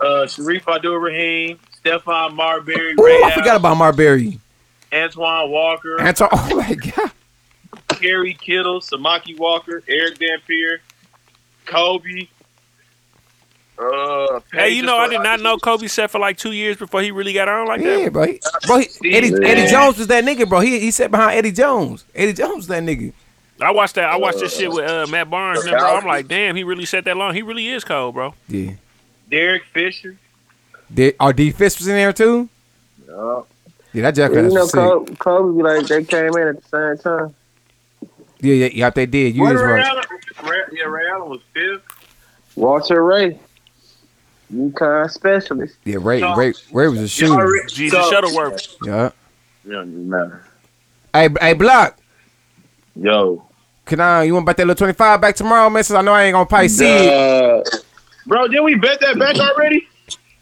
uh, Sharif Abdul Rahim, Stephon Marbury,
Ooh,
Ray
I forgot about Marbury.
Antoine Walker,
Antoine. Oh my god.
Terry Kittle, Samaki Walker, Eric Dampier, Kobe. Uh,
Hey, you know, I did not know Kobe sat for like two years before he really got on like that.
Yeah, bro. He, bro, he, Eddie, Eddie Jones was that nigga, bro. He he sat behind Eddie Jones. Eddie Jones was that nigga.
I watched that. I watched this shit with uh, Matt Barnes. And, bro, I'm like, damn, he really sat that long. He really is cold, bro.
Yeah.
Derek Fisher.
Did are D Fish was in there too? Yeah, that jacket
you
was
know,
sick.
Kobe, Kobe be like they came in at the same time.
Yeah, yeah, yeah. They did. You was
Ray
right.
Allen, Ray, yeah, Ray Allen was fifth.
Walter Ray, UConn specialist.
Yeah, Ray, Ray, Ray was a shooter.
already-
Jesus
So-
Shuttleworth.
Yeah.
It don't even matter.
Hey, b- hey, Block.
Yo.
Can I? You want about that little twenty five back tomorrow, man? Since I know I ain't gonna probably see it.
Bro, did we bet that back already?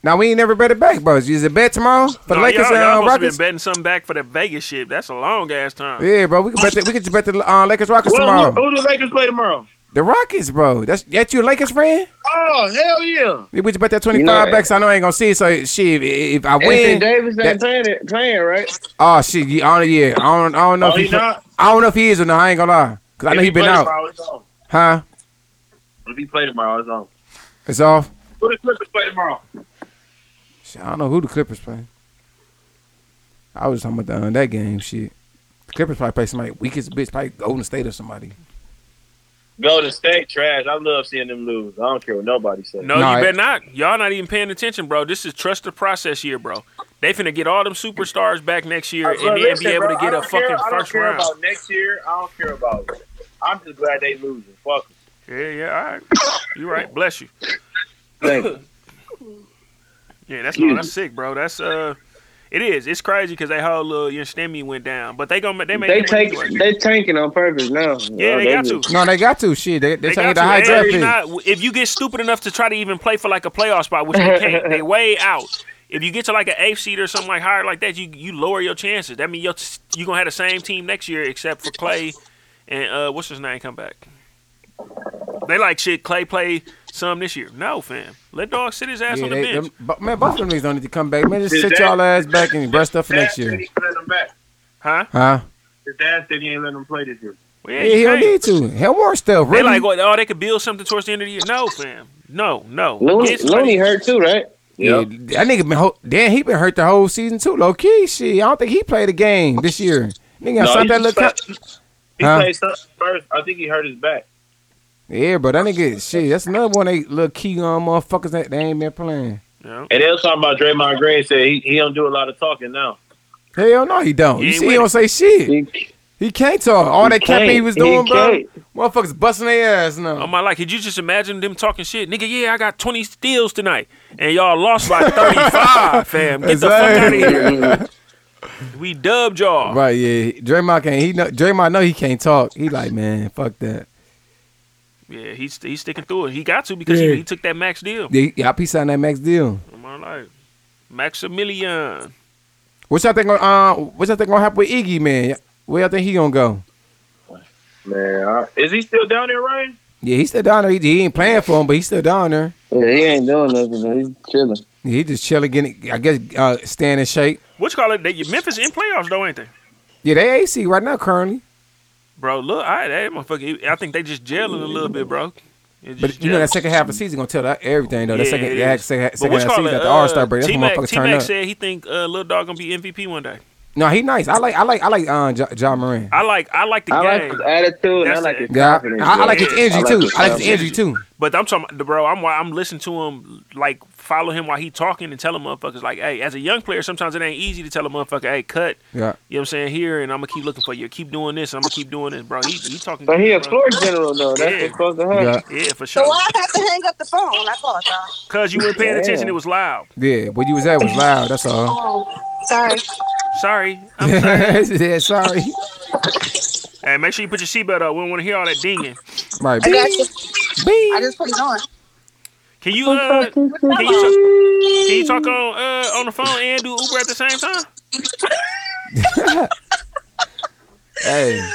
Now we ain't never bet it back, bro. Is it bet tomorrow for the
Nah,
Lakers
y'all, y'all
and uh,
must have been
Rockets?
betting something back for that Vegas shit. That's a long ass time.
Yeah, bro. We can bet. The, we can bet the uh, Lakers Rockets
Who, who,
tomorrow.
who do the Lakers play tomorrow?
The Rockets, bro. That's that you a Lakers fan?
Oh, hell yeah.
We bet that
You
twenty
know
five
that.
back. So I know I ain't gonna see it. So shit, if, if I
Anthony
win,
Davis ain't
that-
playing, it, playing right?
Oh shit! You, I don't, yeah, I don't, I don't know
Oh,
if
he
he, play-
not?
I don't know if he is or not. I ain't gonna lie, cause I
If
know
he
he been
play
out,
tomorrow, it's on.
huh?
If he play tomorrow, it's on.
It's off.
Who the Clippers play tomorrow?
Shit, I don't know who the Clippers playing. I was talking about the, uh, that game. Shit, the Clippers probably play somebody weak as a bitch, probably Golden State or somebody.
Golden State trash. I love seeing them lose. I don't care what nobody says.
No,
Nah,
you
it-
better not. Y'all not even paying attention, bro. This is trust the process year, bro. They finna get all them superstars back next year
Bro,
and, be- and
listen,
be able
bro,
to
I
get a
don't care-
fucking
I don't
first
care
round.
about next year. I don't care about. it. I'm just glad they losing. Fuck. 'em.
Yeah, yeah, all right. You right. Bless you. Yeah, that's no, that's sick, bro. That's uh, it is. It's crazy because they whole little your stemmy went down, but they gonna ma- they make
They
their money
take
work.
they tanking on purpose now.
Yeah, they got
just-
to.
No, they got to shit. They they,
They
trying to
got
get the
to.
high
And
draft
if
pick.
not- if you get stupid enough to try to even play for like a playoff spot, which they can't, they way out. If you get to like an eighth seed or something like higher like that, you you lower your chances. That means you're you gonna have the same team next year except for Clay and uh what's his name come back. They like shit. Clay play some this year. No, fam. Let dog sit his ass
Yeah,
on the
they,
bench.
them, but, man, both of them niggas don't need to come back. Man, just
Is
sit
that-
y'all ass back and rest up for next
Dad said
year,
he let them back.
huh?
huh?
His dad said he ain't letting them play this year.
Yeah, he don't need to. Hell, more stuff.
They
Really?
like, what, oh, they could build something towards the end of the year. No, fam. No, no.
Looney,
Get somebody-
Looney hurt too, right?
Yeah, that nigga been ho- damn. He been hurt the whole season too. Low key, shit. I don't think he played a game this year. Nigga, I
No,
saw
he
that look.
just played- He
Huh?
played something first. I think he hurt his back.
Yeah, bro, that nigga, shit. That's another one. They little key on motherfuckers that they ain't been playing.
And they was talking about Draymond Green said he, he don't do a lot of talking now.
Hell no, he don't.
He
You
ain't
see, he
with
don't say shit. He, can't talk. All
He
that capping he
can't.
was
He
doing, bro.
can't.
Motherfuckers busting their ass now.
Oh my like, could you just imagine them talking shit? Nigga, yeah, I got 20 steals tonight. And y'all lost by 35, fam. Get the fuck out of here. We dubbed y'all.
Right? Yeah, Draymond can't. He know, Draymond know he can't talk. He like, man, fuck that.
Yeah, he's he's sticking through it. He got to because
Yeah.
he, he took that max deal.
Yeah, y'all peace out that max deal.
I'm like, Maximilian.
What y'all think? gonna, Uh, what y'all think gonna happen with Iggy, man? Where y'all think he gonna go?
Man, I- is he still down there, Ryan?
Yeah, he's still down there. He, he ain't playing for him, but he's still down there.
Yeah, he ain't doing nothing. though. He's chilling.
He just chilling, getting, I guess, uh, staying in shape.
What you call it? They, Memphis in playoffs, though, ain't they?
Yeah, they AC right now currently.
Bro, look, I, that motherfucker, I think they just gelling a little bit, bro. It
But
just
you know
gelling.
that second half of the season gonna tell that everything though. That
Yeah,
second,
it
that
is.
second,
But
second
what
half
you
of the
call
season
it,
at the All Star
uh,
break. That's when
T-Mac
motherfuckers turn
T-Mac
up.
said he think uh, Lil Dog gonna be MVP one day.
no, he nice. I like, I like, I like uh, John ja, Moran.
I like I like the
I like
game.
his
attitude.
That's
I like
the-
his
Yeah, I, I like his energy too. I like his energy too.
But I'm talking, bro. I'm I'm listening to him, like follow him while he talking and tell him motherfuckers, like, hey, as a young player, sometimes it ain't easy to tell a motherfucker, hey, cut. You
Yeah.
know what I'm saying? Here, and I'm gonna keep looking for you. Keep doing this, and I'm gonna keep doing this, bro. He, he talking.
But he
good,
a
bro.
floor general though. That's what's supposed to happen.
Yeah, for
So
sure.
why I have to hang up the phone? I thought, y'all.
Cause you weren't paying
Yeah.
attention. It was loud.
Yeah, where you was at was loud. That's all.
Oh, sorry.
Sorry.
yeah, sorry.
Hey, make sure you put your seatbelt up. We don't want to hear all that dinging.
Right.
I got you.
I
just put it on.
Can you uh, can you, talk, can you talk on uh on the phone and do Uber at the same time?
Hey.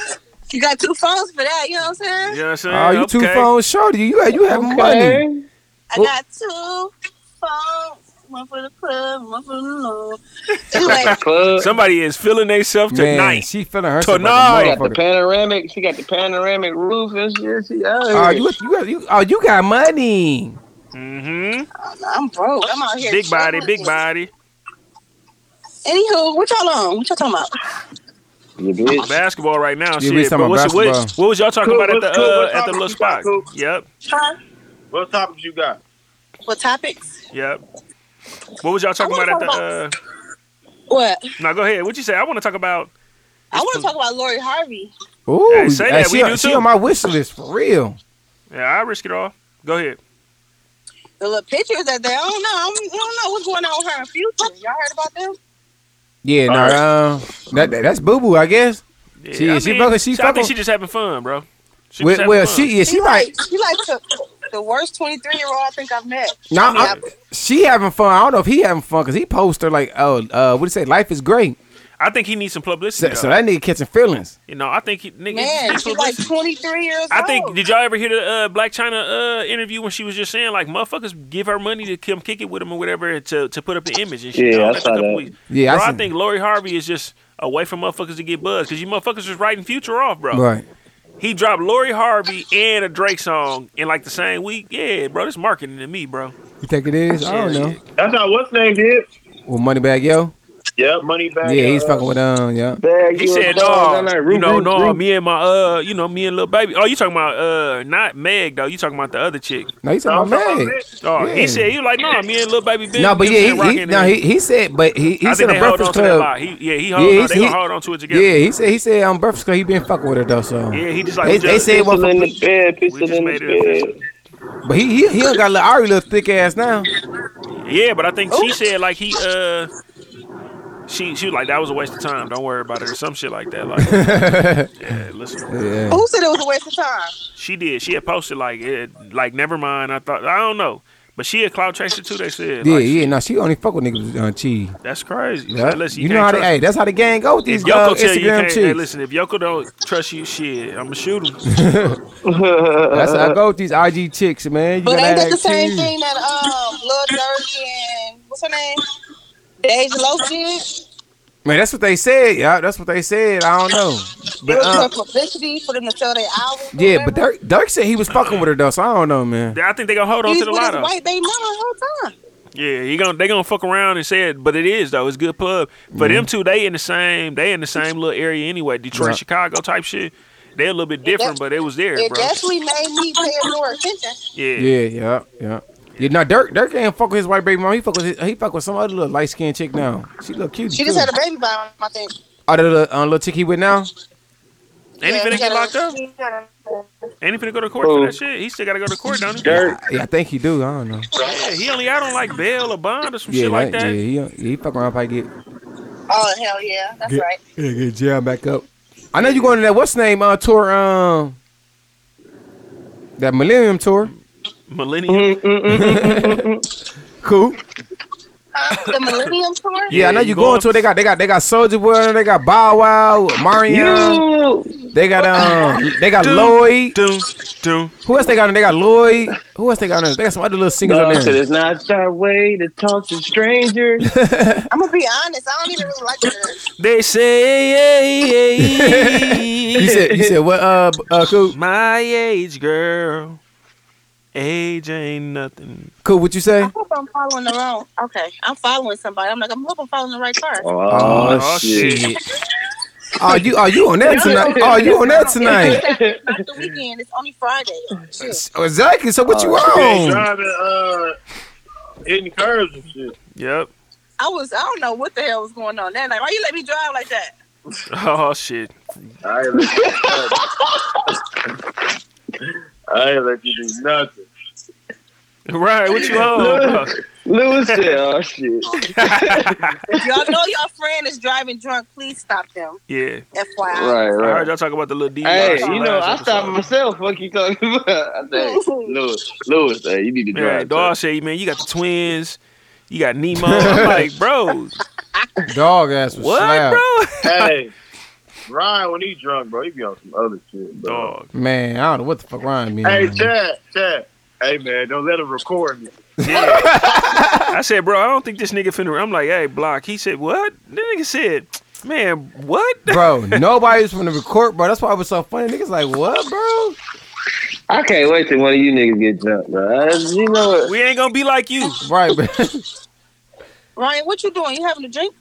You got two phones for that, you know what I'm
You
saying?
know what I'm saying?
Oh, you two
Okay.
phones shorty. You you have money.
I got two phones. one for the club, one for the low.
Somebody is feeling themselves
Man,
tonight.
she feeling
herself like a
She got
motherfucker.
the panoramic. She got the panoramic roof and shit. She,
Oh,
oh,
you, you, you, oh, you got money.
Mm-hmm.
I'm broke. I'm out here.
Big body, big body.
Anywho, what y'all on? What y'all talking about?
Basketball right now.
You
shit.
bitch talking
But what's-
about
what-
basketball.
what was y'all talking
Cool,
about at
what's
the
cool,
uh,
what
at the
topic
little
you got,
spot?
cool?
Yep,
What topics you got?
What topics?
yep. What was y'all talking
wanna
about at the?
talk
Uh...
What?
No, go ahead. What you say? I want to talk about.
I want to talk about Lori Harvey.
Ooh,
Hey, say
hey,
that.
she,
We
on-
do
she
too.
on my wish list for real.
Yeah, I risk it all. Go ahead.
The little pictures that they. I don't know. I don't, I don't know what's going on with her in future. Y'all heard about them?
Yeah, no, um, that, that- that's boo boo, I guess.
Yeah,
she,
I
she
mean,
fucking, she
I
fucking.
think she just having fun, bro. She
well,
just having
well
fun.
she, yeah, she right.
She like the, the worst twenty three year old I think I've met.
Nah,
I
I'm- she having fun. I don't know if he having fun because he posts her like, oh, uh, what do you say? Life is great.
I think he needs some
So,
publicity.
so
though.
that nigga catching feelings.
you know, I think he, nigga, he
Man,
needs
she's
publicity.
like 23 years
I
old.
think did y'all ever hear the uh, Black China uh, interview when she was just saying like motherfuckers give her money to come kick it with him or whatever to, to put up an image and shit.
Yeah, I
that's a
saw
couple
that.
weeks.
Yeah, I
bro, I,
seen-
think Lori Harvey is just a way for motherfuckers to get buzzed because you motherfuckers was writing Future off, bro.
Right.
He dropped Lori Harvey and a Drake song in like the same week. Yeah, bro, this marketing to me, bro.
You think it is? I don't know.
That's how what's name did.
Well, money bag, yo.
Yeah, money back.
Yeah, he's
uh,
fucking with um, yeah.
He said, "No, you know, no, me and my uh, you know, me and little baby. Oh, you talking about uh, not Meg though? You talking about the other chick?
No, he's talking about Meg.
Oh,
Yeah.
he said he was like, no, me and little baby. Been,
No, but
been
yeah, he,
rocking
he
and-
no, he, he said, but he,
I
he
think
said
they
on
hold
Breakfast
on to that
Club.
lie. He- yeah, he hold on- they gonna hold on to it together.
Yeah, he said he said on Breakfast Club he been fucking with her though. So
Yeah, he just like
they,
we
they
just-
said, well,
Pistol in
the bed,
We
pistol
just
in the
made it official.
bed.
but he he, he done got a little Ari little thick ass now.
Yeah, but I think she said like he uh she she was like that was a waste of time. Don't worry about it or some shit like that. Like yeah, listen.
Yeah.
Who said it was a waste of time?
She did. She had posted like it, like never mind. I thought I don't know. But she a cloud chaser too, they said.
Yeah,
Like,
yeah, no, she only fuck with niggas on cheese.
That's crazy.
Yeah.
Listen,
You, know how
can't
they,
trust-
hey, that's how the gang go with these
if Yoko
uh,
tell you, you
Instagram
can't, hey,
chicks.
listen, if Yoko don't trust you, shit, I'ma shoot him.
That's how I go with these IG chicks, man. You
But
gotta
ain't that
act
the same
cheese.
thing that um Lil Durk and what's her name? Deja Lo did?
Man, that's what they said. Yeah, that's what they said. I don't know.
It
But
was
uh,
for publicity for them to sell their album. or
yeah, but
whatever.
Dirk, Dirk said he was fucking with her though, so I don't know, man.
I think they gonna hold on
He's
to the
with his
lotto.
white baby mama the whole time.
Yeah, he gonna they gonna fuck around and say it, but it is though. It's good pub.
Mm-hmm.
But them two, they in the same they in the same little area anyway. Detroit,
Right.
Chicago type shit. They a little bit different, but it was there,
It
bro.
definitely made me pay more attention.
Yeah.
Yeah, yeah, yeah. Yeah, no, Dirk, Dirk ain't fuck with his white baby mom. He fuck with his, he fuck with some other little light skinned chick now. She look cute.
She just had a baby by him, I think.
Oh, the little, uh, little chick he with now.
Ain't he
Yeah,
finna
he
get
got a-
locked up?
he got a-
Ain't he finna go to court for that shit? He still gotta go to court, don't he?
Yeah, I think he do. I don't know.
Yeah, he only out on like bail or bond or some
Yeah,
shit like
that-
that.
yeah, he, yeah, he fuck around probably get
Oh hell yeah, that's
get,
right.
yeah, get jammed back up. I know you going to that what's name uh tour um that Millennium tour. Mm-hmm.
Millennium.
Cool.
Uh, the Millennium Tour.
Yeah, I know you going to it. They got they got they got Soldier Boy, on there, they got Bow Wow, Mario, they got um they got Lloyd.
Doom, doom.
Who else they got? on there? They got Lloyd. Who else they got? on there? They got some other little singers
No,
on
I said
there.
it's not your way to talk to strangers.
I'm gonna be honest. I don't even really like her.
They say
You said you said what? Uh, b- uh, cool,
my age, girl. Age ain't nothing.
cool. What you say?
I hope I'm following the wrong. Okay, I'm following somebody. I'm like, I'm hope I'm following the right car.
Uh,
Oh, shit. Oh, you are you on that tonight? Oh, you on that tonight?
It's not the weekend. It's only Friday. Shit.
Oh, Exactly. So what you
she ain't
on?
driving, uh, hitting curves and shit.
Yep.
I was. I don't know what the hell was going on that night. Why you let me drive like that?
Oh shit.
I ain't let you, I ain't let you do nothing.
Right, what you on?
Lewis said, "Oh shit."
If y'all know your friend is driving drunk, please stop them.
yeah.
FYI.
Right,
I heard
right.
y'all talk about the little D.
Hey, you know, I stopped myself. Fuck you talking about? I think Lewis, Lewis, hey, you need to
Yeah,
drive.
dog shit, man. You got the twins. You got Nemo. I'm like, bro,
Dog ass was
what,
slap.
bro?
Hey, Ryan, when he drunk, bro, he be on some other shit, bro.
Dog.
Man, I don't know what the fuck Ryan mean.
Hey, Chad, Chad. Hey, man, don't let him record me.
Yeah. I said, bro, I don't think this nigga finna. I'm like, hey, block. He said, what? The nigga said, man, what?
bro. Nobody's from the record, bro. That's why it was so funny. Niggas like, what, bro?
I can't wait till one of you niggas get jumped, bro. I- You know what?
We ain't gonna be like you,
right? Bro.
Ryan, what you doing? You having a drink?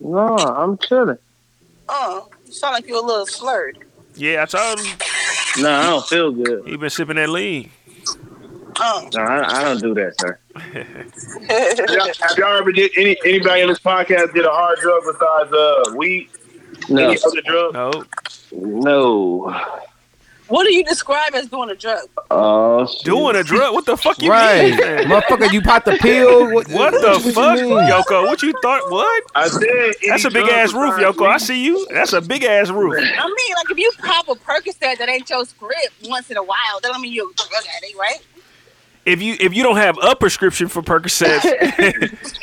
no, I'm chilling.
Oh, you sound like you're a little slurred.
Yeah, I told him.
No, I don't feel good.
He been sipping that lean.
Oh.
No, I, I don't do that, sir.
Have y'all, have y'all ever did any anybody on this podcast did a hard drug besides uh weed?
No.
Any other drug?
No.
No.
What do you describe as doing a drug?
Oh, shit.
Doing a drug? What the fuck you
right,
mean?
motherfucker. You popped the pill. What,
What
what
the
you
fuck,
mean?
Yoko? What you thought? What?
I said
That's a big ass roof, Yoko. I see you. That's a big ass roof.
I mean, like if you pop a Percocet that ain't your script once in a while, that don't mean you're a drug addict, right?
If you if you don't have a prescription for Percocets,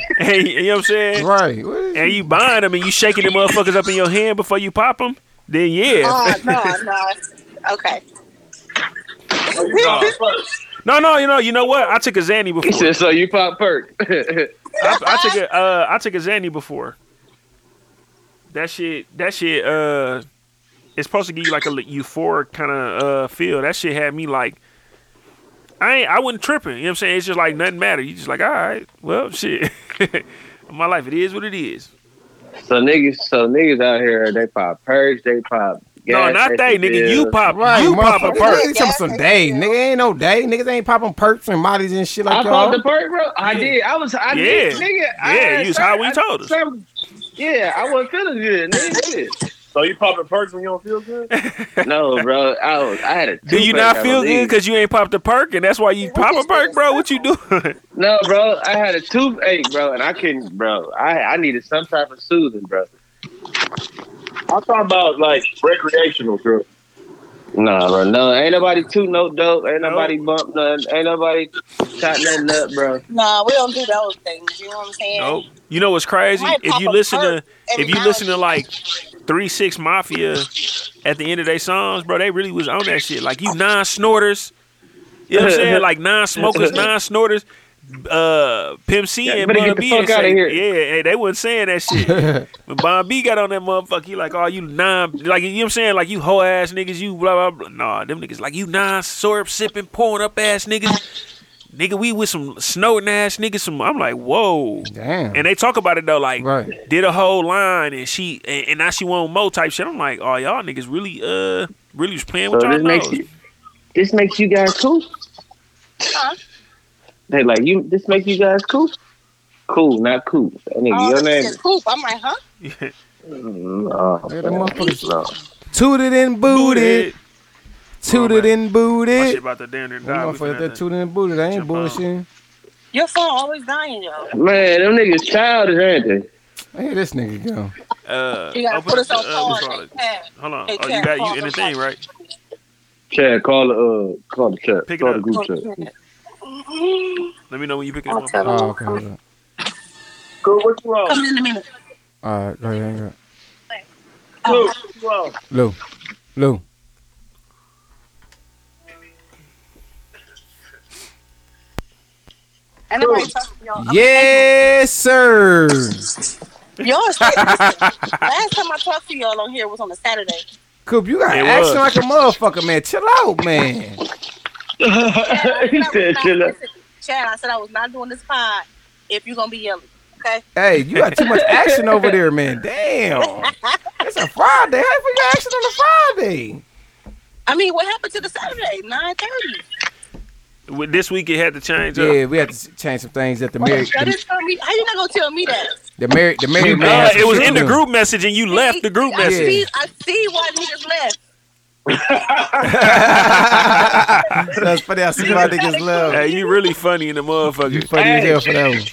and, you know what I'm saying,
right?
And you buying them and you shaking the motherfuckers up in your hand before you pop them, then yeah.
Oh no, no. Okay.
No, no, you know, you know what? I took a Xanny before.
He said, so you pop perk.
I, I took a uh, I took a Xanny before. That shit, that shit, uh, it's supposed to give you like a li- euphoric kind of uh feel. That shit had me like, I ain't, I wasn't tripping. You know what I'm saying? It's just like nothing matter. You just like, all right, well, shit. My life, it is what it is.
so niggas, so niggas out here, they pop perks, they pop.
No,
gas
not they,
station
nigga.
pills.
You pop, you pop a
motherfucker.
perk.
Niggas talking some day, nigga. Ain't no day. Niggas ain't popping perks and mollies and shit
I
like
popped
y'all.
the perk, bro. I did. I was. I did,
Yeah.
nigga.
Yeah,
I,
you was high when you told us.
some- yeah, I wasn't feeling good, nigga.
So you popping perks when you don't feel good?
Shit. no, bro. I was. I had a.
Do you
toothache,
not
I
feel good
believe.
because you ain't popped a perk, and that's why you pop a perk, bro? What you doing?
No, bro. I had a toothache, bro, and I couldn't, bro. I I needed some type of soothing, bro.
I'm talking about like recreational drugs.
Nah, bro. No, ain't nobody toot no dope. Ain't nobody bump nothing. Ain't nobody shot nothing up, bro.
No, we don't do those things. You know what I'm saying?
Nope. You know what's crazy?
Might
If
pop
you
a
listen to
perk every
if you
now
listen
and
to like Three Six Mafia at the end of their songs, bro, they really was on that shit. Like you non snorters. You know what I'm saying? Like non smokers, non snorters. Uh, Pimp C
Yeah, you
and
better
Bon
get the
B
fuck
ain't
outta
say-
here.
yeah, hey, they wasn't saying that shit. when Bon B got on that motherfucker, he like, oh, you non, like you know what I'm saying, like you hoe ass niggas, you blah blah blah. Nah, them niggas like you non syrup sipping, pouring up ass niggas. Nigga, we with some snorting ass niggas. Some I'm like, whoa,
Damn.
and they talk about it though, like
Right.
did a whole line and she and, and now she want more type shit. I'm like, oh y'all niggas really uh really was playing with
So
y'all
this makes
nose.
you, this makes you guys cool. They like you. This makes you guys cool. Cool, not cool. That nigga,
Oh,
your
this
name.
is poop. I'm like, huh?
Mm, Oh,
Yeah, them
man.
motherfuckers-
No.
Tooted and booted. Tooted
My shit
and booted.
about to damn near die. We
Motherfucker,
finna
that
have to-
tooted and booted. They ain't bullshitting.
Your phone always dying, yo.
Man, them niggas childish, ain't they?
Hey, this nigga go.
Uh,
You gotta
open
put
up
us
the,
on
uh, what's
pause.
called?
Hey, Tab.
Hold on.
Hey,
Oh, you
Tab,
got
pause
you in the
the
thing, right?
Chad, call the uh, call the chat,
Pick it
call
up.
the group chat.
Mm-hmm.
Let me know when you pick it
I'll
up.
tell them.
Oh, okay. hold on.
Cool, what you on?
Coming in a minute.
All right, go ahead, hang up.
Cool, what you on?
Lou, Lou.
And nobody talking to y'all. Oh, I'm-
Yes, sir.
Y'all shit. Last time I talked to y'all on here was on a Saturday.
Coop, you got
It
action
was.
like a motherfucker, man. Chill out, man.
he said, "Chill out."
Chad, I said I was not doing this pod if you're gonna be yelling. Okay.
Hey, you got too much action over there, man. Damn. It's a Friday. How you put your action on a Friday?
I mean, what happened to the Saturday? Nine thirty.
With this week, it had to change up. Uh,
Yeah, we had to change some things at the married
Y'all
the,
just tell me. How you not gonna tell me that?
the married the married man.
Uh,
has some
it was
shit
in
to
the
do.
group message and you left the group
I
message.
see. I see why niggas left.
That's funny. I see my niggas love.
Hey, you really funny in the
You
motherfucker.
funny as hell for that one.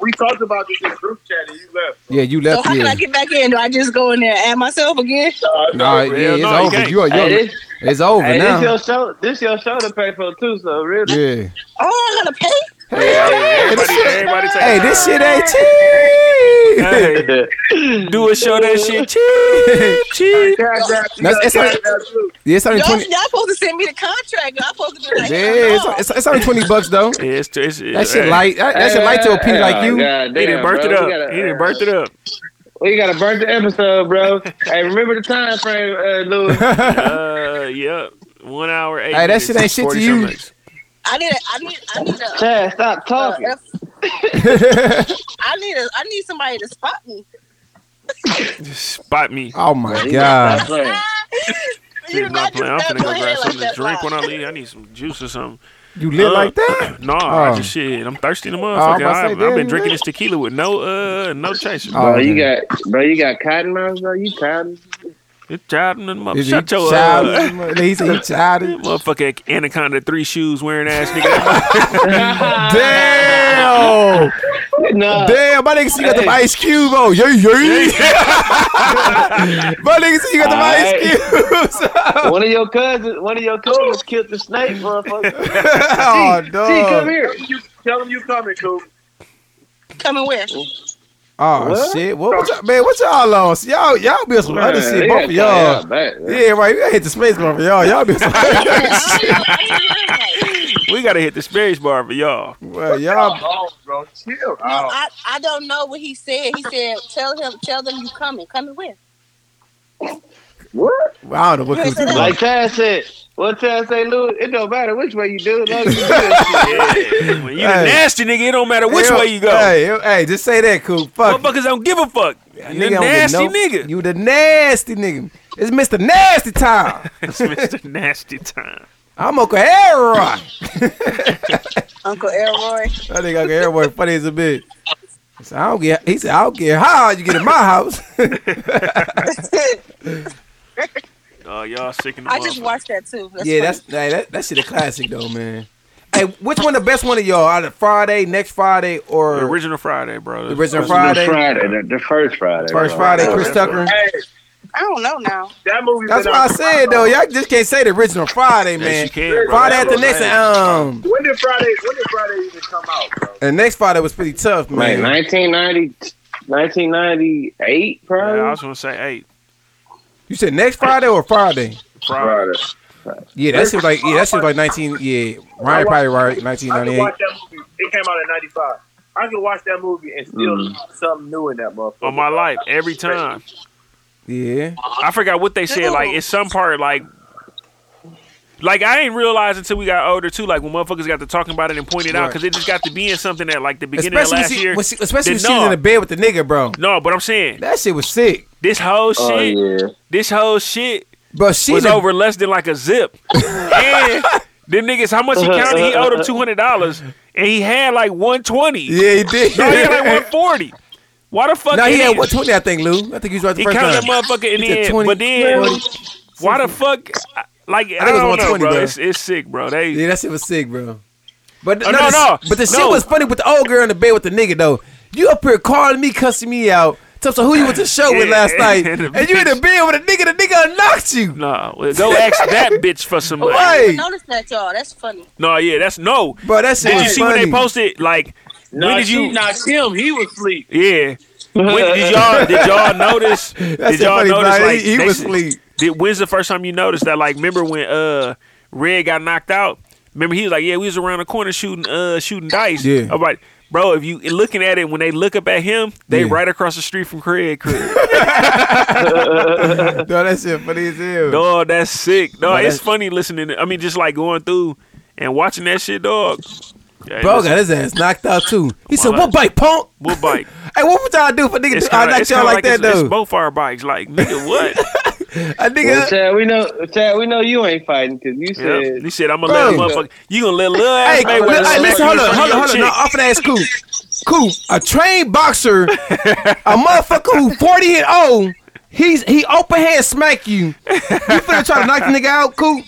We talked about this in group chat and you left.
Yeah, you
So
left
how can I
yeah.
get back in? Do I just go in there and add myself again?
Nah,
Hell
yeah, it's
no, you
over.
can't.
You are,
Hey,
you are,
this,
it's over
hey, this
now.
your show. This your show to pay for too. So really,
Yeah.
Oh, I gotta pay.
Hey,
Everybody, everybody take
Hey, this shit ain't cheap.
Do a show that shit cheap, cheap.
That's- it's only- yeah, it's only
y'all,
20
y'all supposed to send me the contract. I'm supposed to be like,
Yeah, it's, it's, it's only twenty bucks though. that shit light. That, that shit light to a p
oh,
like you.
He done burnt it up. He done burnt it up.
We gotta burn the episode, bro. hey, remember the time frame, uh, Louis.
uh, yep. One hour eight.
Hey, that
minutes
shit ain't
and
shit to
40
you.
something.
I need, a, I need, I need a.
Chad, stop talking.
uh, F- I need a, I need somebody to spot me.
Spot me.
Oh my god.
Niggas not playing. I'm finna go
playing
grab
like
something to
that,
drink when I leave. I need some juice or something.
You lit
Uh,
like that?
No, I
Oh.
just shit. I'm thirsty to
Oh, I'm
motherfucker.
about to say,
I, I've
damn,
been
you
drinking
lit.
this tequila with no uh no chaser.
Oh.
bro, you got, bro, you got cotton mouth, bro. You cotton.
You childing them up.
Is he
Shut your uh,
childish? He said he childish.
Motherfucker, anaconda three shoes wearing ass nigga.
Damn.
Nah.
Damn, my nigga, see you got the ice cube on. Yeah, yeah. my nigga, see you got the ice
Alright.
cubes.
one of your cousins, one of your cousins killed the snake, motherfucker.
Oh,
G, G,
dog.
come here.
You, tell him you coming, Coop.
Coming where?
Oh
What?
shit! What, what y'all, man? What y'all lost? Y'all y'all be on some other
Man,
shit,
they
both
got
of y'all.
y'all back, man.
yeah, right. We gotta hit the space bar for y'all. Y'all be on some.
we gotta hit the space bar for y'all.
Well, y'all.
Oh, bro, chill.
No, I, I don't know what he said. He said, tell him, tell them you coming. Coming where?
What?
I don't know what Coop said.
Like Chad said, what Chad say, Louis? It don't matter which way you do it. Long as you do
When you the nasty nigga, it don't matter which
Hell-
way you go.
Hey, hell- hey, just say that, Coop. Fuck.
Motherfuckers don't give a fuck.
you.
You the
Nigga don't get
nasty
no-
nigga.
You the nasty nigga. It's Mr. Nasty Time.
It's Mr. Nasty Time.
I'm Uncle Elroy. I
Uncle Elroy.
think Uncle Elroy funny as a bitch. He said, I don't get. He said, I don't care how you get in my house.
Oh, y'all sick in the
I just watched that too. That's
yeah,
funny.
that's hey, that, that shit a classic though, man. Hey, which one the best one of y'all? Either Friday, next Friday, or
The original Friday, bro.
The original Friday?
the, the first Friday.
First Friday, Chris Tucker.
I don't know now.
That movie.
That's what I said though. Y'all just can't say the original Friday, man.
you can, bro.
Friday
That
after
was
next,
lame.
um,
When did Friday? When did Friday even come out, bro?
and next Friday was pretty tough,
Like
man.
1990, 1998,
Yeah,
um,
probably.
I was gonna say eight.
You said next Friday or Friday?
Friday.
Yeah, that shit was like yeah, that shit was like nineteen. Yeah, Ryan probably right, nineteen
I
ninety
could
eight.
watch that movie. It came out in '95. I could watch that movie and still
Mhm.
find something new in that motherfucker.
On my life, every time.
Yeah,
I forgot what they said. Like it's some part, like, like I didn't realize until we got older too. Like when motherfuckers got to talking about it and pointing it out
Right.
because it just got to being something that like the beginning
especially
of
when
last
she,
year.
when she, especially when
that-
she was in the bed with the nigga, bro.
no, no, but I'm saying
That shit was sick,
this whole shit,
Oh, yeah.
this whole shit
bro. She
was
the-
over less than like a zip. and the niggas, how much he
Uh-huh,
counted? He owed him two hundred dollars, and he had like one twenty.
Yeah, he did.
No, he had like one forty. Why the fuck?
No, he
it
had
is-
what twenty? I think Lou. I think he was right the
He
first
counted that
time.
motherfucker in
He
the
said
end,
20,
but then
40.
why the fuck? I- Like I,
I think it was
don't know,
120,
bro.
bro.
It's, it's sick, bro. They
Yeah, that shit was sick, bro. But
Oh,
no,
no,
the-
no,
but the shit
no.
was funny with the old girl in the bed with the nigga though. You up here calling me, cussing me out. So, so who you went to show with
Yeah,
last night?
and
And,
the
you in the bed with a nigga, the nigga knocked you.
no. well, Go ask that bitch for some money.
I didn't
Right.
notice that, y'all. That's funny.
No, yeah, that's no.
Bro, that
Did
shit
you
was
see
funny.
when they posted? Like, when did you?
knocked him. He was asleep.
Yeah. When did y'all? Did y'all notice?
That's
did y'all
funny,
notice?
bro.
Like,
He- he
they
was
s-
asleep.
Did, when's the first time you noticed that? Like, remember when uh Red got knocked out? Remember he was like, yeah, we was around the corner shooting uh shooting dice.
Yeah.
I'm like, bro, if you looking at it when they look up at him, they
Yeah.
right across the street from Craig. Craig.
no, that shit funny as hell.
Dog, that's sick. Dog,
Bro,
it's
that's-
funny listening. To, I mean, just like going through and watching that shit, dog. Yeah,
Bro
listen,
got his ass knocked out too. He said,
life.
"What bike, punk?
what bike?
Hey, what would y'all do for nigga?
It's
to- I
kinda,
knocked
it's
y'all
kinda
like,
like
that
it's, it's
though.
both our bikes. Like nigga, what?
A
Well,
nigga,
Chad, we know, Chad, we know you ain't fighting because you
yeah.
said.
He said, "I'm gonna let a
Bro.
motherfucker. You gonna let little ass
Hey,
Mayweather
li- hey,
smack you
listen, hold
in
up,
front
hold
of
up, hold up.
your
No,
chick.
off and ass Coop. Coop, a trained boxer, a motherfucker who 40 and old, he's he open hand smack you. You finna try to knock the nigga out, Coop?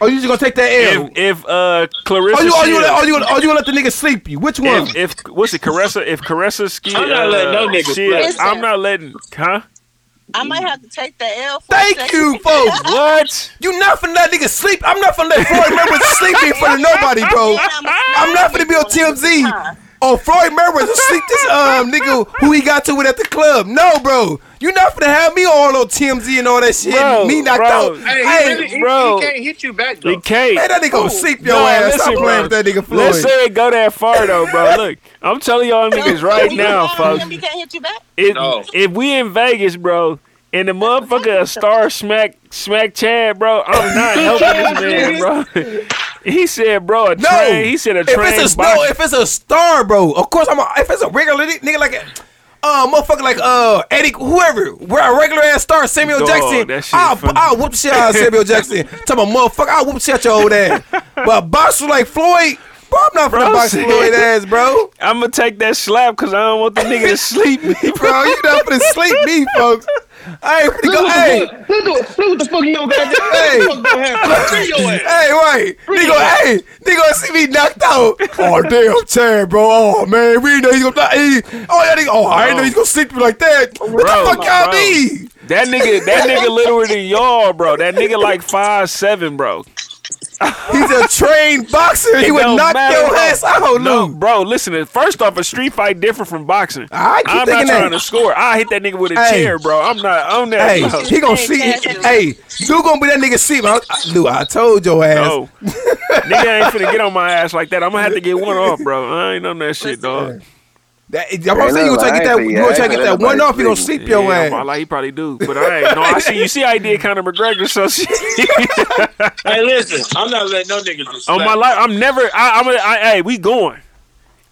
Or you just gonna take that L?
If if uh
Or
Clarissa,
Oh, you, or you,
Shields-
or you, or you gonna let the nigga sleep you? Which one?
if, if what's it, Caressa? If Caressa ski,
I'm not
uh,
letting no nigga
Shields-
play.
I'm not letting, huh?
I might have to take that L. For a
Thank
second.
you, folks.
What?
You not finna let nigga sleep. I'm not finna let Floyd Mayweather sleep in front of nobody, bro. I'm not finna be on TMZ. Oh, Floyd Mayweather sleep this um nigga who he got to with at the club. No, bro, you not finna have me all on TMZ and all that shit.
Bro,
me knocked
bro.
out.
Hey, he really- he- he can't
hit you back
He can't.
Man, that nigga gonna sleep your ass. Stop playing with that nigga Floyd.
Let's say it go that far though, bro. Look, I'm telling y'all niggas right now, folks.
He can't hit you back.
If, if we in Vegas, bro, and the motherfucker a star smack smack Chad, bro, I'm not helping this man, bro. He said, bro, a
No,
train. He said a
if
train.
it's a
box-
no, if it's a star, bro. Of course, I'm. A, if it's a regular ni- nigga like, a, uh, motherfucker like uh Eddie, whoever, we're a regular ass star, Samuel
Dog, that
Jackson.
shit
I'll,
funny.
I'll whoop the shit out of Samuel Jackson. Tell my motherfucker, I'll whoop the shit out your old ass. But a boxer like Floyd, bro, I'm not
Bro
finna box
said-
Floyd ass, bro.
I'm gonna take that slap because I don't want the nigga to sleep me,
bro. You not finna sleep me, folks. I ain't finna
Look
go.
what the
Hey,
fuck-
look what the fuck you don't got. Hey, hey, wait,
Free your
nigga,
ass.
hey, nigga, see me knocked out. Oh damn, Chad, bro. Oh man, we didn't know he's gonna die. He- Oh yeah, nigga. Oh, I didn't know he's gonna sleep you like that. What
Bro,
the fuck y'all
bro.
mean?
That nigga, that nigga littler than y'all, bro. That nigga like five seven, bro.
He's a trained boxer. He
It
would
don't
knock
matter,
your
bro.
ass out,
No,
Lou.
bro. Listen, first off, a street fight different from boxing.
I keep
am
thinking
not
that.
trying to score. I hit that nigga with a
Hey.
chair, bro. I'm not on that.
Hey,
bro.
he gonna sleep. Hey, Lou gonna be that nigga sleep. I, I, Lou, I told your ass.
No. nigga ain't finna get on my ass like that. I'm gonna have to get one off, bro. I ain't on that shit, dog.
That, I'm saying you gonna try to get that. You gonna try to get that one off. You gonna sleep your
yeah,
ass.
my life, he probably do, but I ain't. No, I see. You see, how he did Conor McGregor, so shit.
Hey, listen, I'm not letting no niggas just
On
slap
my
me.
life, I'm never. I, I'm. Gonna, I, hey, we going.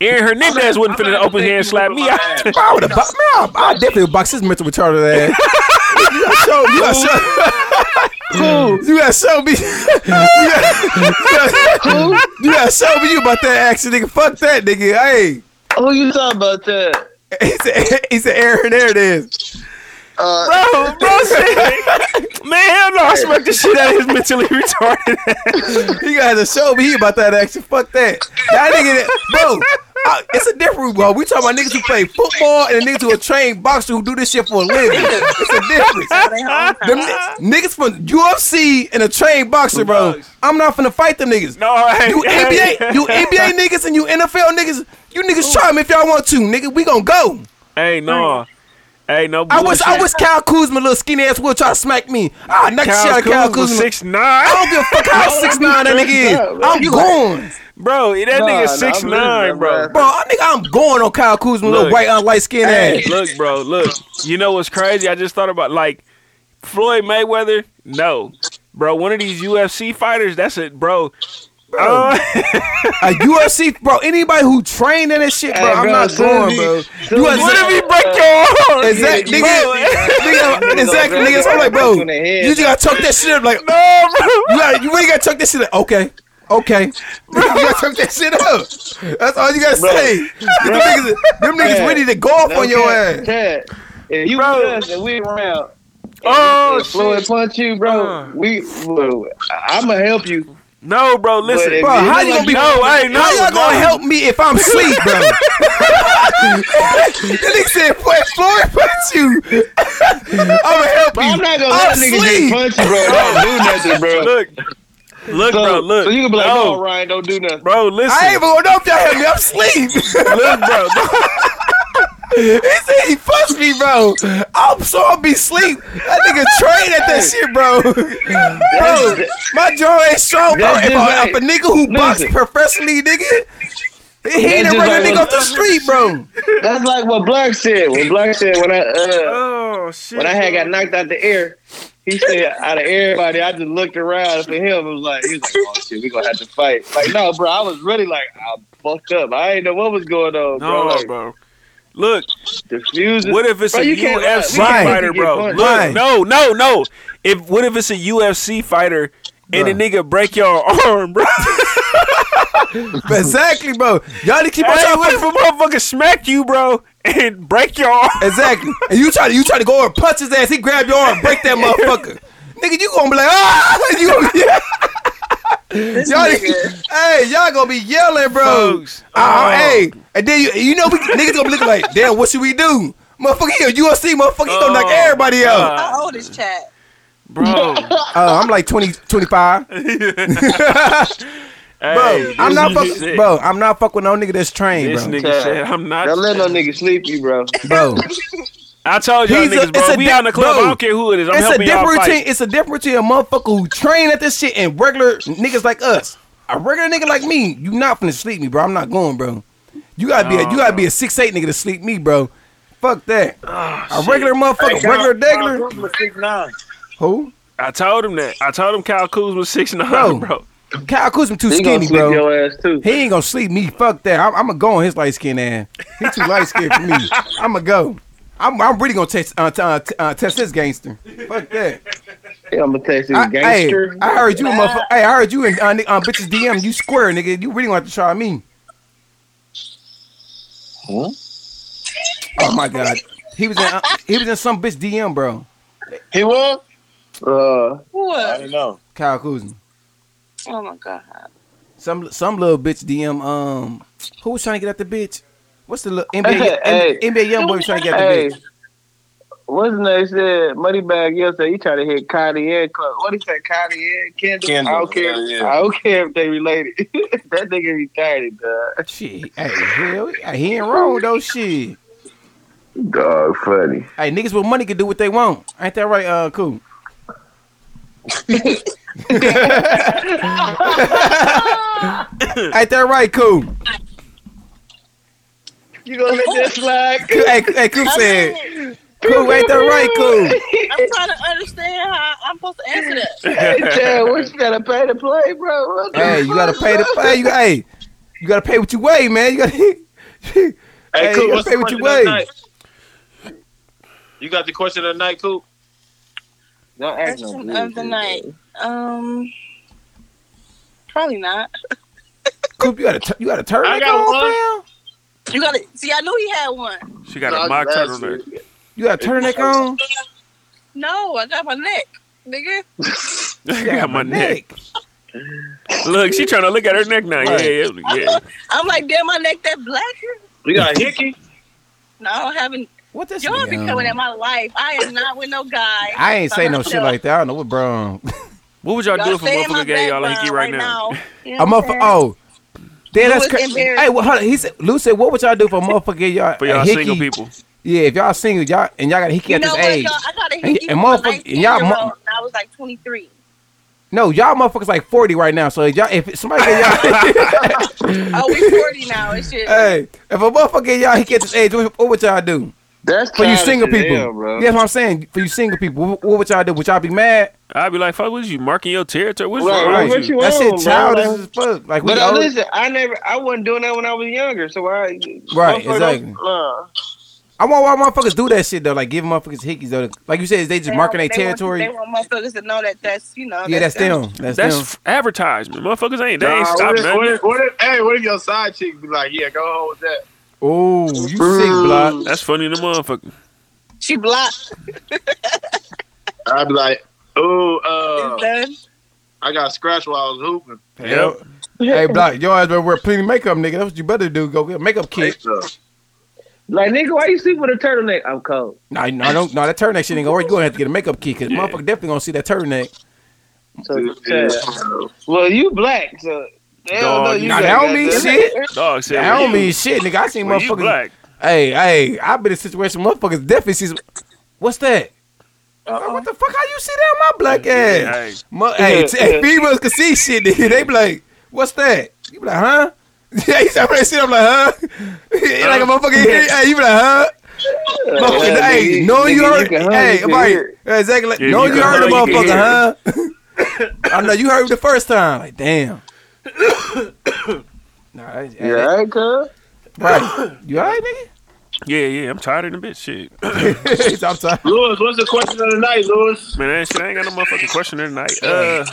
Aaron Hernandez wouldn't finna open hand slap me.
Bro, I would have boxed. Man, I, I definitely would box his mental retarded ass. you gotta show. You gotta show. You gotta show me. you, gotta, you gotta show me you about that action, nigga. Fuck that, nigga. Hey. Who you talking about that? It's a, it's a Aaron Hernandez.
bro, bro, shit. man, hell no, I smacked the shit out of his mentally retarded.
you gotta show me he about that action. Fuck that. That nigga, that- bro. I, it's a different bro. We talking about niggas who play football and the niggas who are trained boxer who do this shit for a living. It's a difference. Them ni- niggas from UFC and a trained boxer, bro. I'm not finna fight them niggas.
No, hey,
you
hey.
NBA, you NBA niggas and you NFL niggas. You niggas try me if y'all want to, nigga. We gonna go.
hey, no, hey, no.
I wish, I
bullshit.
wish Kyle Kuzma, little skinny ass, will try to smack me. Ah, knock the
Kyle
shit out of Kyle
Kuzma,
Kuzma.
6'9".
I don't give a fuck how
No,
six nine that
that's
nigga is.
up, bro.
I'm
You-
going,
bro. That
Nah,
nigga
nah,
six
I'm
nine,
with
bro.
bro. I think I'm going on Kyle Kuzma, little white on light skin
Hey,
ass.
Look, bro, look. You know what's crazy? I just thought about like Floyd Mayweather. No, bro, one of these UFC fighters. That's it, bro. Uh,
A UFC, bro. Anybody who trained in this shit, bro.
Hey,
I'm
bro,
not
soon
going,
as
bro.
he- soon as What if he break your arm?
Exactly,
Yeah,
uh, nigga. nigga exactly, nigga. So I'm like, bro, you just gotta tuck that shit up. Like,
no, bro.
You, gotta, you really gotta tuck that shit up. Okay. Okay, you gotta tuck that shit up. That's all you gotta
Bro.
say. Them
Bro.
niggas, them niggas
Ted,
ready to golf
no,
on your
Ted,
ass.
Ted, if you
Bro.
cuss and we around,
oh,
if Floyd punch you,
Uh.
bro, we, bro, I'ma help you.
No, bro, listen.
But if
Bro,
you
how
look
you
like
gonna be?
you-
how y'all gonna help me if I'm asleep, bro? that nigga said, "Floyd, Floyd punch you." I'ma help
Bro,
you.
I'm not gonna
I'm
let niggas
asleep.
just punch you, bro. Don't do nothing, bro.
Look, look,
so,
bro, look.
So you can be like,
No.
no, Ryan, don't do nothing.
Bro, listen.
I ain't even gonna know if y'all help me. I'm asleep.
Look, bro.
he said he punched me, bro. I'm so I'll be asleep. That nigga trained at that shit, bro. bro, my jaw ain't strong, bro.
That's
If,
just
I, if a
like-
nigga who boxed professionally, nigga, he ain't
just
run that
like
nigga
what-
off the street, bro.
That's like what Black said. When Black said, when I uh,
Oh shit.
when I had got knocked out the air, he said, out of everybody, I just looked around for him. I was like, he was like, oh shit, we gonna have to fight. Like, no, bro, I was really like, I fucked up. I didn't know what was going on, bro.
No,
like,
bro. Look,
Diffuses.
what if it's
Bro,
a
you can't-
UFC
we can't
fighter,
let you
bro?
get punched.
Look,
Right.
no, no, no. If what if it's a UFC fighter and a nigga break your arm, bro?
Exactly, bro. Y'all to keep on
Hey,
trying
what if a motherfucker smack you, bro, and break your arm?
Exactly. And you try to you try to go over and punch his ass. He grab your arm, and break that motherfucker. Nigga, you gonna be like, ah, you gonna be, y'all, hey, y'all gonna be yelling, bro. Ah,
Oh.
Hey, and then you, you know we niggas gonna be looking like, damn, what should we do? Motherfucker, he a UFC motherfucker. He gonna knock
Oh,
everybody out.
How old is Chad?
Bro.
Uh, I'm like 20, 25. bro, I'm not fucking,
sick.
bro. I'm not fucking with no nigga that's trained,
This
bro.
nigga said, I'm not.
Don't let no nigga sleep you, bro.
Bro,
I told y'all
He's a-
niggas,
it's
bro.
a
We
di-
out in the club.
bro,
I don't care who it is. I'm
it's a
helping y'all
different
fight.
between it's a different between a motherfucker who trained at this shit and regular niggas like us. A regular nigga like me, you not finna sleep me, bro. I'm not going, bro. You gotta be a, you gotta be a six eight nigga to sleep me, bro. Fuck that. a regular motherfucker, regular degler.
Six nine.
Who?
I told him that. I told him Kyle Kuzma six nine, bro.
Kyle Kuzma too
He gonna
skinny,
sleep
bro.
your ass, too.
He ain't gonna sleep me. Fuck that. I'm, I'm gonna go on his light skin ass. He too light skinned for me. I'm gonna go. I'm, I'm really gonna test uh, t- uh, t- uh, test this gangster. Fuck that.
I'm gonna test you,
I,
gangster.
Hey, I heard you, motherfucker. Hey, I heard you and uh, ni- uh, bitches DM you square, nigga. You really want to try me? Huh? Oh my god, he was in uh, he was in some bitch DM, bro.
He was.
Uh,
What?
don't know.
Kyle Kuzma.
Oh my god.
Some some little bitch DM. Um, who was trying to get at the bitch? What's the little NBA,
Hey.
NBA young boy was trying to get at the
Hey.
bitch?
What's his name? He said Moneybag yesterday. He tried to hit Kylie and Club. What he said, Kylie and Kendall?
Kendall,
I don't care.
yeah, yeah.
I don't care if they related. that nigga retarded, dog.
Shit. Hey, hell, yeah, he ain't wrong though. Shit.
Dog, funny.
Hey, niggas with money can do what they want. Ain't that right? Uh, cool. Ain't that right? Cool.
You gonna let that slide?
Hey, hey, Coop said. Cool, ain't that right, Cool?
I'm trying to understand how I'm supposed to answer that.
hey, Chad, what you gotta pay to play, bro? What the
Hey, you gotta
fuck,
pay the
bro?
hey, you, hey, you gotta pay what you weigh, man. You gotta, hey,
Coop,
you
what's
gotta pay
the
what
question
you
of the
weigh.
night? You got the question of the night, Coop?
Don't
Question of the night. Um, probably not.
Coop, you gotta, tu- you gotta turn
I
it
got
on,
one.
fam.
You got to see. I knew he had one.
She got a mock turtleneck.
You gotta turn that on.
No, I got my neck, nigga.
I got my neck. Look, she trying to look at her neck now. Yeah, yeah, yeah.
I'm like, damn, my neck that black.
We got hickey.
No, I haven't.
What this?
Y'all be
nigga
coming
on?
at my life. I am not with no guy.
I ain't say no shit like that. I don't know what Brown.
what would
Y'all stay in my background You know
I'm
what
up.
I'm saying?
Oh, damn, that's
Louis
crazy.
embarrassed.
Hey, well, hold on. He said, Lou said, "What would y'all do for motherfucker y'all
For
a
y'all
hickey?
single people.
Yeah, if y'all single, y'all and y'all got a hickey
You
at
know
this
what,
age,
y'all? I got a
And-
hickey
and
from a
motherfucker- and
19 year
y'all
old.
mo-
I was like 23.
no, y'all motherfuckers like forty right now. So if y'all, if somebody get y'all,
Oh, we 40 now and shit.
hey, if a motherfucker get y'all hickey at this age, what, what would y'all do?
That's
for you
childish
single
as
people.
hell, bro.
That's what I'm saying. For you single people, what, what would y'all do? Would y'all be mad?
I'd be like, fuck, what is you marking your territory? What's
Right,
wrong
right.
with
What you
That
on, bro?
shit
Like-
childish as fuck. Like we
but uh,
old-
listen, I never, I wasn't doing that when I was younger, so I
Right,
motherfucker,
exactly.
uh,
I want why motherfuckers do that shit though. Like give motherfuckers hickeys though. Like you said, they just marking their
want-
territory.
They want motherfuckers to know that that's, you know.
Yeah, that's them. That's,
That's,
them.
f- advertisement. Motherfuckers ain't. They ain't
Nah,
stopping
what if, what
that.
if, what if- hey, what if your side chick be like, yeah, go home with that?
Oh, you sick, block.
That's funny, the motherfucker.
She blocked.
I'd be like, oh, uh,
Done.
I got scratched while I was hooping.
Yep. hey, block. Your ass better wear plenty of makeup, nigga. That's what you better do. Go get a makeup kit.
like nigga, why you sleep with a turtleneck? I'm cold.
Nah, no, no, no. That turtleneck shit ain't gonna work. You gonna have to get a makeup kit because motherfucker definitely gonna see that turtleneck.
So, Chad, well, you black, so they don't know
Dog,
you
nah,
black,
that don't mean
goddamn.
shit.
Dog said,
I don't
when you-
mean shit, nigga. I seen
when you
motherfuckers.
black.
Hey, hey, I've been in a situation motherfuckers definitely see. some- What's that? Like, what the fuck? How you see that on my black ass?
hey.
Mo- hey,
Yeah,
t- hey,
yeah.
females can see shit, nigga. They be like, what's that? You be like, huh? Yeah, you see that shit. I'm like, huh? You like a motherfucker. Hey, you be like, huh? Motherfucker,
yeah,
hey,
nigga,
no,
nigga,
you
you
heard.
can hum, you
Hey,
can
right,
hear
exactly. Like,
Yeah,
no,
you
you
can
heard the
hum, you can
motherfucker, huh? I know you heard the first time. Like, damn. nah, that's-
You alright, cuz?
Right. You alright, nigga?
Yeah, yeah. I'm tired of the bitch shit.
I'm tired.
Lewis, what's the question of the night, Lewis?
Man, that shit, I ain't got no motherfucking question tonight. Uh,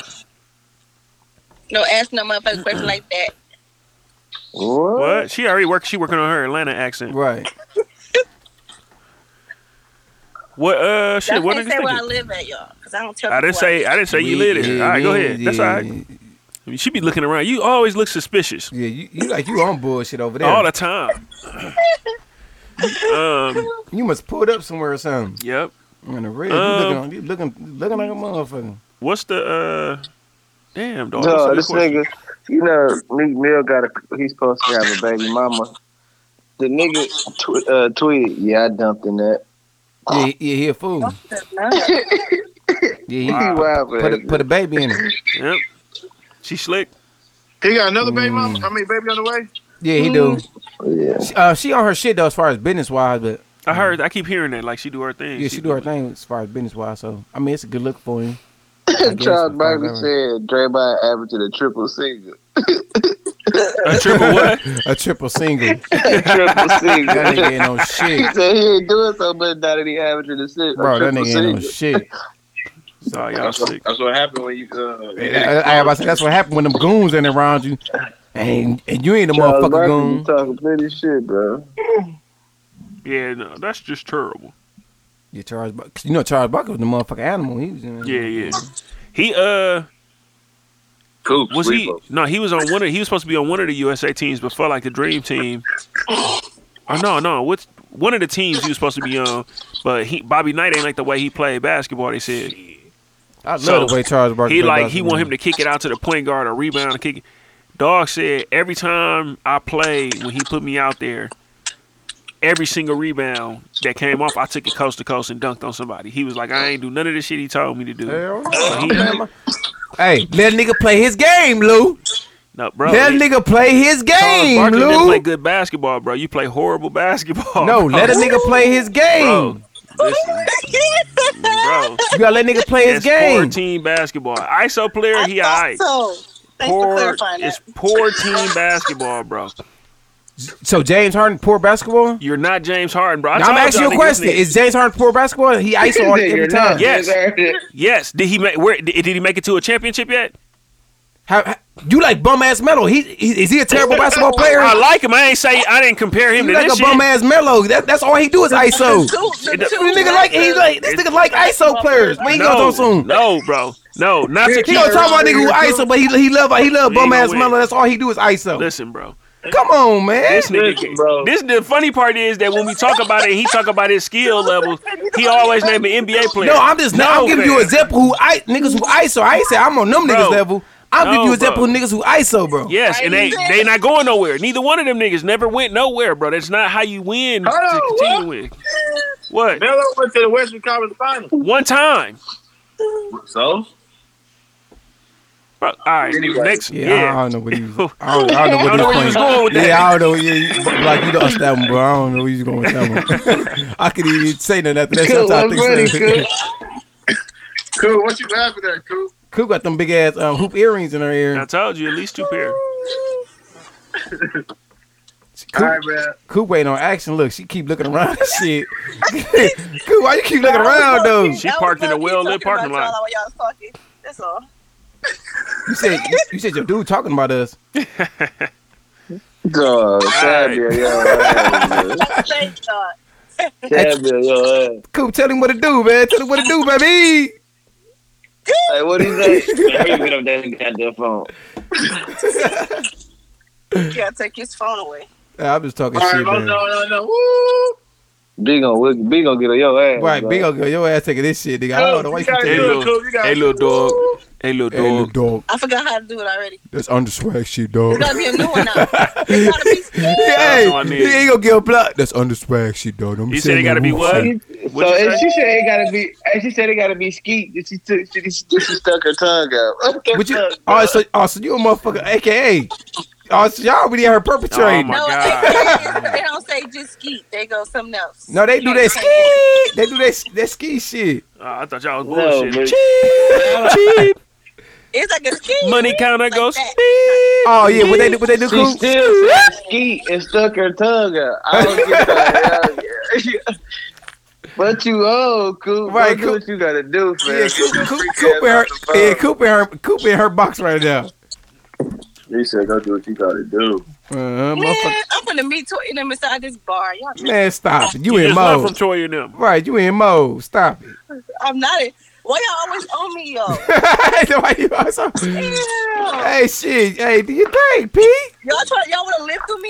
No, ask no motherfucking question like that.
what? She already work. She working on her Atlanta accent.
Right.
What? Uh, shit.
Y'all
What
can't
niggas
say where I
thinking?
live at, y'all. Because I don't tell
I didn't
people
say. I didn't say you live there.
Yeah,
All right, go
yeah,
ahead. That's all
yeah.
right. I mean, she be looking around. You always look suspicious.
Yeah, you, you like you on bullshit over there.
all the time. um.
You must pulled up somewhere or something.
Yep.
In the red,
Um,
you looking, you looking, you looking like a motherfucker.
What's the uh? Damn dog.
No, this nigga, you know, Meek Mill got a. He's supposed to have a baby mama. The nigga tw- uh, tweeted, "Yeah, I dumped in that."
Yeah, he- yeah, he a fool. Yeah, he,
Wow. Wow,
put, a,
baby.
put a baby in him.
Yep. She slick.
He got another baby mama.
Hmm.
I mean, baby on the way.
Yeah, he do.
Mm.
She, uh, she on her shit though, as far as business wise, but
I heard. I keep hearing that. Like she do her thing.
yeah, she do her thing as far as business wise. So I mean, it's a good look for him.
Charles Barkley said Dre by averaging a triple single.
A triple what?
a triple single.
triple single.
That nigga ain't no
He
shit,
said he ain't doing so much now that he averaging a, si- a
bro. That
triple
nigga ain't no
single.
shit.
that's, what, that's what happened when you. Uh,
I, I, I, that's what happened when them goons in around you, and, and you ain't a
Charles
motherfucking
Barkley be
goon.
talking plenty shit, bro.
Yeah, no, that's just terrible.
Yeah, Charles. Buck- 'cause You know Charles Buck was the motherfucking animal. He was. In
Yeah, yeah. He uh.
Coop,
was he? No, he was on one. Of, he was supposed to be on one of the USA teams, but for like the dream team. Oh no, no. What's one of the teams he was supposed to be on? But he Bobby Knight ain't like the way he played basketball. They said.
I love the way Charles Barkley
He
played
like he want him
basketball.
to kick it out to the point guard or rebound and kick it. Dog said every time I played when he put me out there, every single rebound that came off, I took it coast to coast and dunked on somebody. He was like, I ain't do none of the shit he told me to do. So he-
Hey, let a nigga play his game, Lou.
no, bro.
let a
he-
nigga play his
Charles
game,
Barkley didn't
Lou.
play good basketball, bro. You play horrible basketball.
no,
bro.
let a nigga play his game.
Bro,
You gotta let a nigga play his
it's poor
game.
team basketball. ISO player, he alright.
So, thanks for
Poor,
clarifying that.
it's poor team basketball, bro.
So James Harden poor basketball.
You're not James Harden, bro. I
Now I'm
told
asking
y'all
you a
niggas
question:
this.
Is James Harden poor basketball? He ISO on it every time.
Yes, yes. Did he make? Where did, did he make it to a championship yet?
How, how- you like bum ass Melo? He, he is he a terrible basketball player?
I like him. I ain't say I didn't compare him
You
to
like
this
a bum
shit.
ass Melo. That, that's all he do is ISO.
Dude,
This
dude,
nigga like he like this nigga like ISO players. When he
no,
goes on soon,
no, bro, no, not to
he gonna talk about nigga who ISO, but he he love he
He
love
ain't
bum ass
gonna win.
Melo. That's all he do is ISO.
Listen, bro.
Come on, man.
This nigga, bro. This the funny part is that when we talk about it, he talk about his skill level. He always name an NBA player.
No, I'm just I'm giving you
fam.
an example who I niggas who ISO. I ain't say I'm on them niggas level. I'm
No,
giving you an example
bro.
of niggas who ISO, bro.
Yes, and they they not going nowhere. Neither one of them niggas never went nowhere, bro. That's not how you win to
Hold on,
continue with. What?
Melo went to the Western Conference Finals.
One time.
So?
Bro, all right.
Anyway.
Next.
Yeah,
Yeah.
I don't know what you. I don't, I
I don't
don't
know
know
where
what
you
he's
was
going
going with that.
Yeah, I don't know. Yeah, you- like you lost that one, bro. I don't know where you was going with that one. I could even say nothing after that.
Cool,
Sometimes I
I'm
think so.
ready, Cool. What you laughing at, Cool?
Coop got them big ass um, hoop earrings in her ear.
I told you at least two pair.
Coop, Coop waiting on action. Look, she keep looking around. and Shit. Coop, why you keep looking around though?
She parked in a well lit parking
That's
lot.
all y'all was talking. That's all.
You said you said your dude talking about us.
Dog, Samuel, yo, ass,
Thank God.
man. Samuel, yo, ass.
Coop, tell him what to do, man. Tell him what to do, baby.
Hey, what he say?
Get up there and got their phone.
You gotta take his phone away.
Yeah, I'm just talking
All
oh,
right,
shit,
no,
man.
no, no, no. Woo!
Big gonna, big gonna get on your ass.
Right,
bro.
big old girl, your ass taking this shit, nigga. I don't know why you keep taking
little,
it.
hey, little dog. Hey, little dog.
Hey, little dog,
I forgot how to do it already.
that's underswag shit, dog.
It's gotta be a new one now.
Oh
Hey,
what I need.
he ain't gonna get a block. That's underswag shit, dog. Don't be
You said it
saying
gotta
no
be
more
what?
shit.
What
so
you say?
and she said it gotta be. And she said it gotta be skeet. That she took. She, she, she stuck her tongue out. What the
But you,
fuck, bro?
oh, so, oh, so you a mmotherfucker, aka. Oh, so y'all already had her
Oh
perpetrating.
my
No,
god.
they don't say just skeet. They go something else.
No, they do that ski. They do that that ski shit.
Oh, I thought y'all was
No,
bullshit.
Cheep.
It's like a ski.
Money counter goes.
Oh yeah, what they do? What they do?
She
Coop?
still said skeet and stuck her tongue out. I don't get that. yeah, yeah. But you old, Coop.
Right,
Right, do
Coop.
what you gotta do, fam.
Yeah, Coop, Coop, Coop, in her, yeah, Coop in her, Coop in her box right now.
He said, "Go do what you gotta do."
Uh, motherfucker.
Man, I'm gonna meet Toy them inside this bar. Y'all,
Man, stop it. You,
You
in
just left
mode.
from Troy and them.
right, you in mode. Stop it.
I'm not it. Why y'all always on me, y'all?
Why you are so-
Damn.
hey, shit. Hey, do you think, P?
Y'all try, y'all want to live through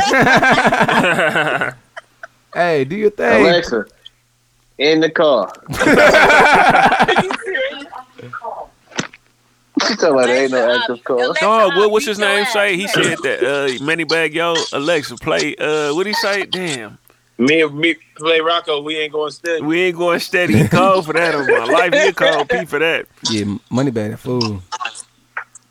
me or something?
hey, do you think?
Alexa, in the car. talking about there ain't no active cause.
Dog, what, what's his name say? He said that uh, Manny Bag Yo, Alexa, play. Uh, what he say? Damn.
Me and me play Rocco. We ain't going steady.
We ain't going steady. He cold for that. in My life, he cold P for that.
Yeah, money bag that fool.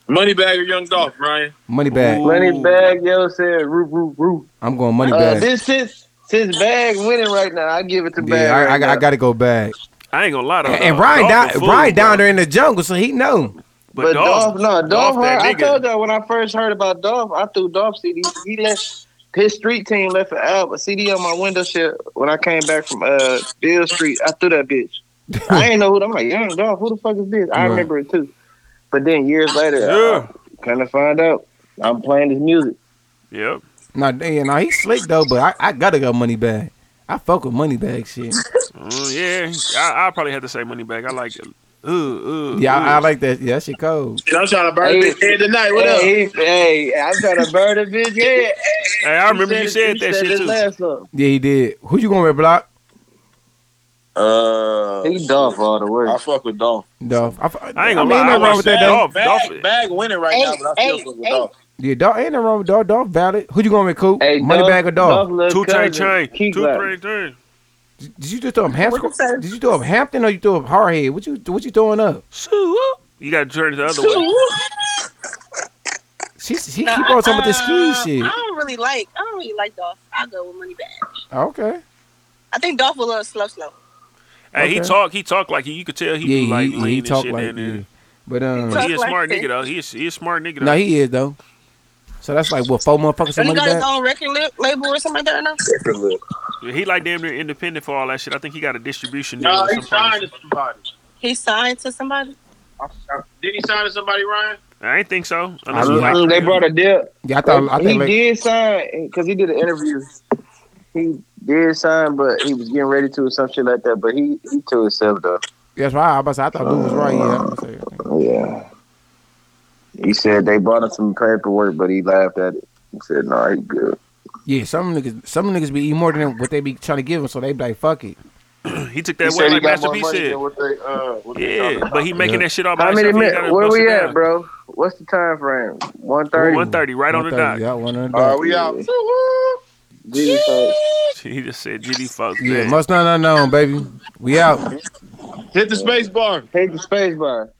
Money bag or Young Dolph, Ryan?
Money bag.
Money bag, yo said roof, roof, roof.
I'm going money
Uh,
bag.
this since since bag winning right now, I give it to bag.
yeah, I, I,
right
got- I
now.
gotta go bag.
I ain't gonna lie to
And, and Ryan down, Ryan down there in the jungle, so he know.
But, Dolph, no, Dolph. heard, I told y'all when I first heard about Dolph, I threw Dolph CD. He left his street team left an album a CD on my window shit when I came back from uh Bill Street. I threw that bitch. I ain't know who. I'm like, young Dolph. Who the fuck is this? I
Right.
remember it too. But then years later, yeah. I kind of find out I'm playing his music.
Yep.
Nah, yeah, nah, he's slick though, but I, I gotta go money bag. I fuck with money bag shit.
Mm, yeah, I, I probably had to say money back. I like it. Ooh, ooh,
Yeah,
ooh.
I, I like that. Yeah, that shit cold.
I'm trying to burn
Hey,
this head tonight. What up?
hey, Hey, I'm trying to burn a bitch head.
Hey, I remember you said that shit too.
Yeah, he did. Who you gonna wear block?
Uh,
he Dolph all the way.
I fuck with Dolph.
Dolph. I, I ain't
I ain't
I
gonna
mean, ain't
lie. I
nothing wrong with
watched
that though.
Dolph. Dolph.
Bag winning right now, but I still fuck with Dolph.
Yeah, Dolph ain't nothing wrong with Dolph. Dolph valid. Who you gonna with Coop? money bag or Dolph?
Two chain chain. Two chain chain.
Did you just throw him Hampton? Did you throw up Hampton or you throw up Hardhead? What you what you throwing up?
You got to turn it the other way.
She she keep on talking about this ski shit.
uh, I don't really like. I don't really like Dolph. I'll go with Money Bag.
Ah, Okay.
I think Dolph will love slow, slow.
Hey, he
Okay.
talk. He talk like he, you could tell he
yeah,
was like
he,
lean
he
and
talk
shit
like
in there.
yeah. But um,
He a smart nigga though. He a, he a smart nigga. Though.
no, he is though. So that's like what four
And
motherfuckers
he
of money
got his
back.
own record li- label or something like that. Now.
Yeah, he like damn near independent for all that shit. I think he got a distribution deal.
No,
or
he
some kind of
signed to somebody.
He signed to somebody.
Did he sign to somebody, Ryan?
shit. I ain't think so. Unless
Mm,
he like-
they brought a deal.
Yeah, I thought I
he
think like,
did sign because he did an interview. He did sign, but he was getting ready to or some shit like that. But he he to himself though.
that's right. I, was, I thought dude was right. Yeah, I'm gonna say it.
Yeah. He said they bought him some paperwork, but he laughed at it. He said, "No, he good."
yeah. Some niggas, some niggas be eating more than what they be trying to give them, so they be like, fuck it.
he took
He
that
said
way
he
like
got
Master
more
P
money
said.
than what they, uh, what they talking
Yeah,
about.
but he making that shit all by
How many
himself. He
minutes?
gotta
Where
bust
we
it
at,
down.
bro? What's the time frame? One thirty.
130, right on the
130,
dot.
Yeah, one on the
All
dot.
right, Uh, we out.
He
Jesus, folks.
just said GD fuck
Yeah,
that.
must not unknown, baby. We out.
Hit the space bar.
Hit the space bar.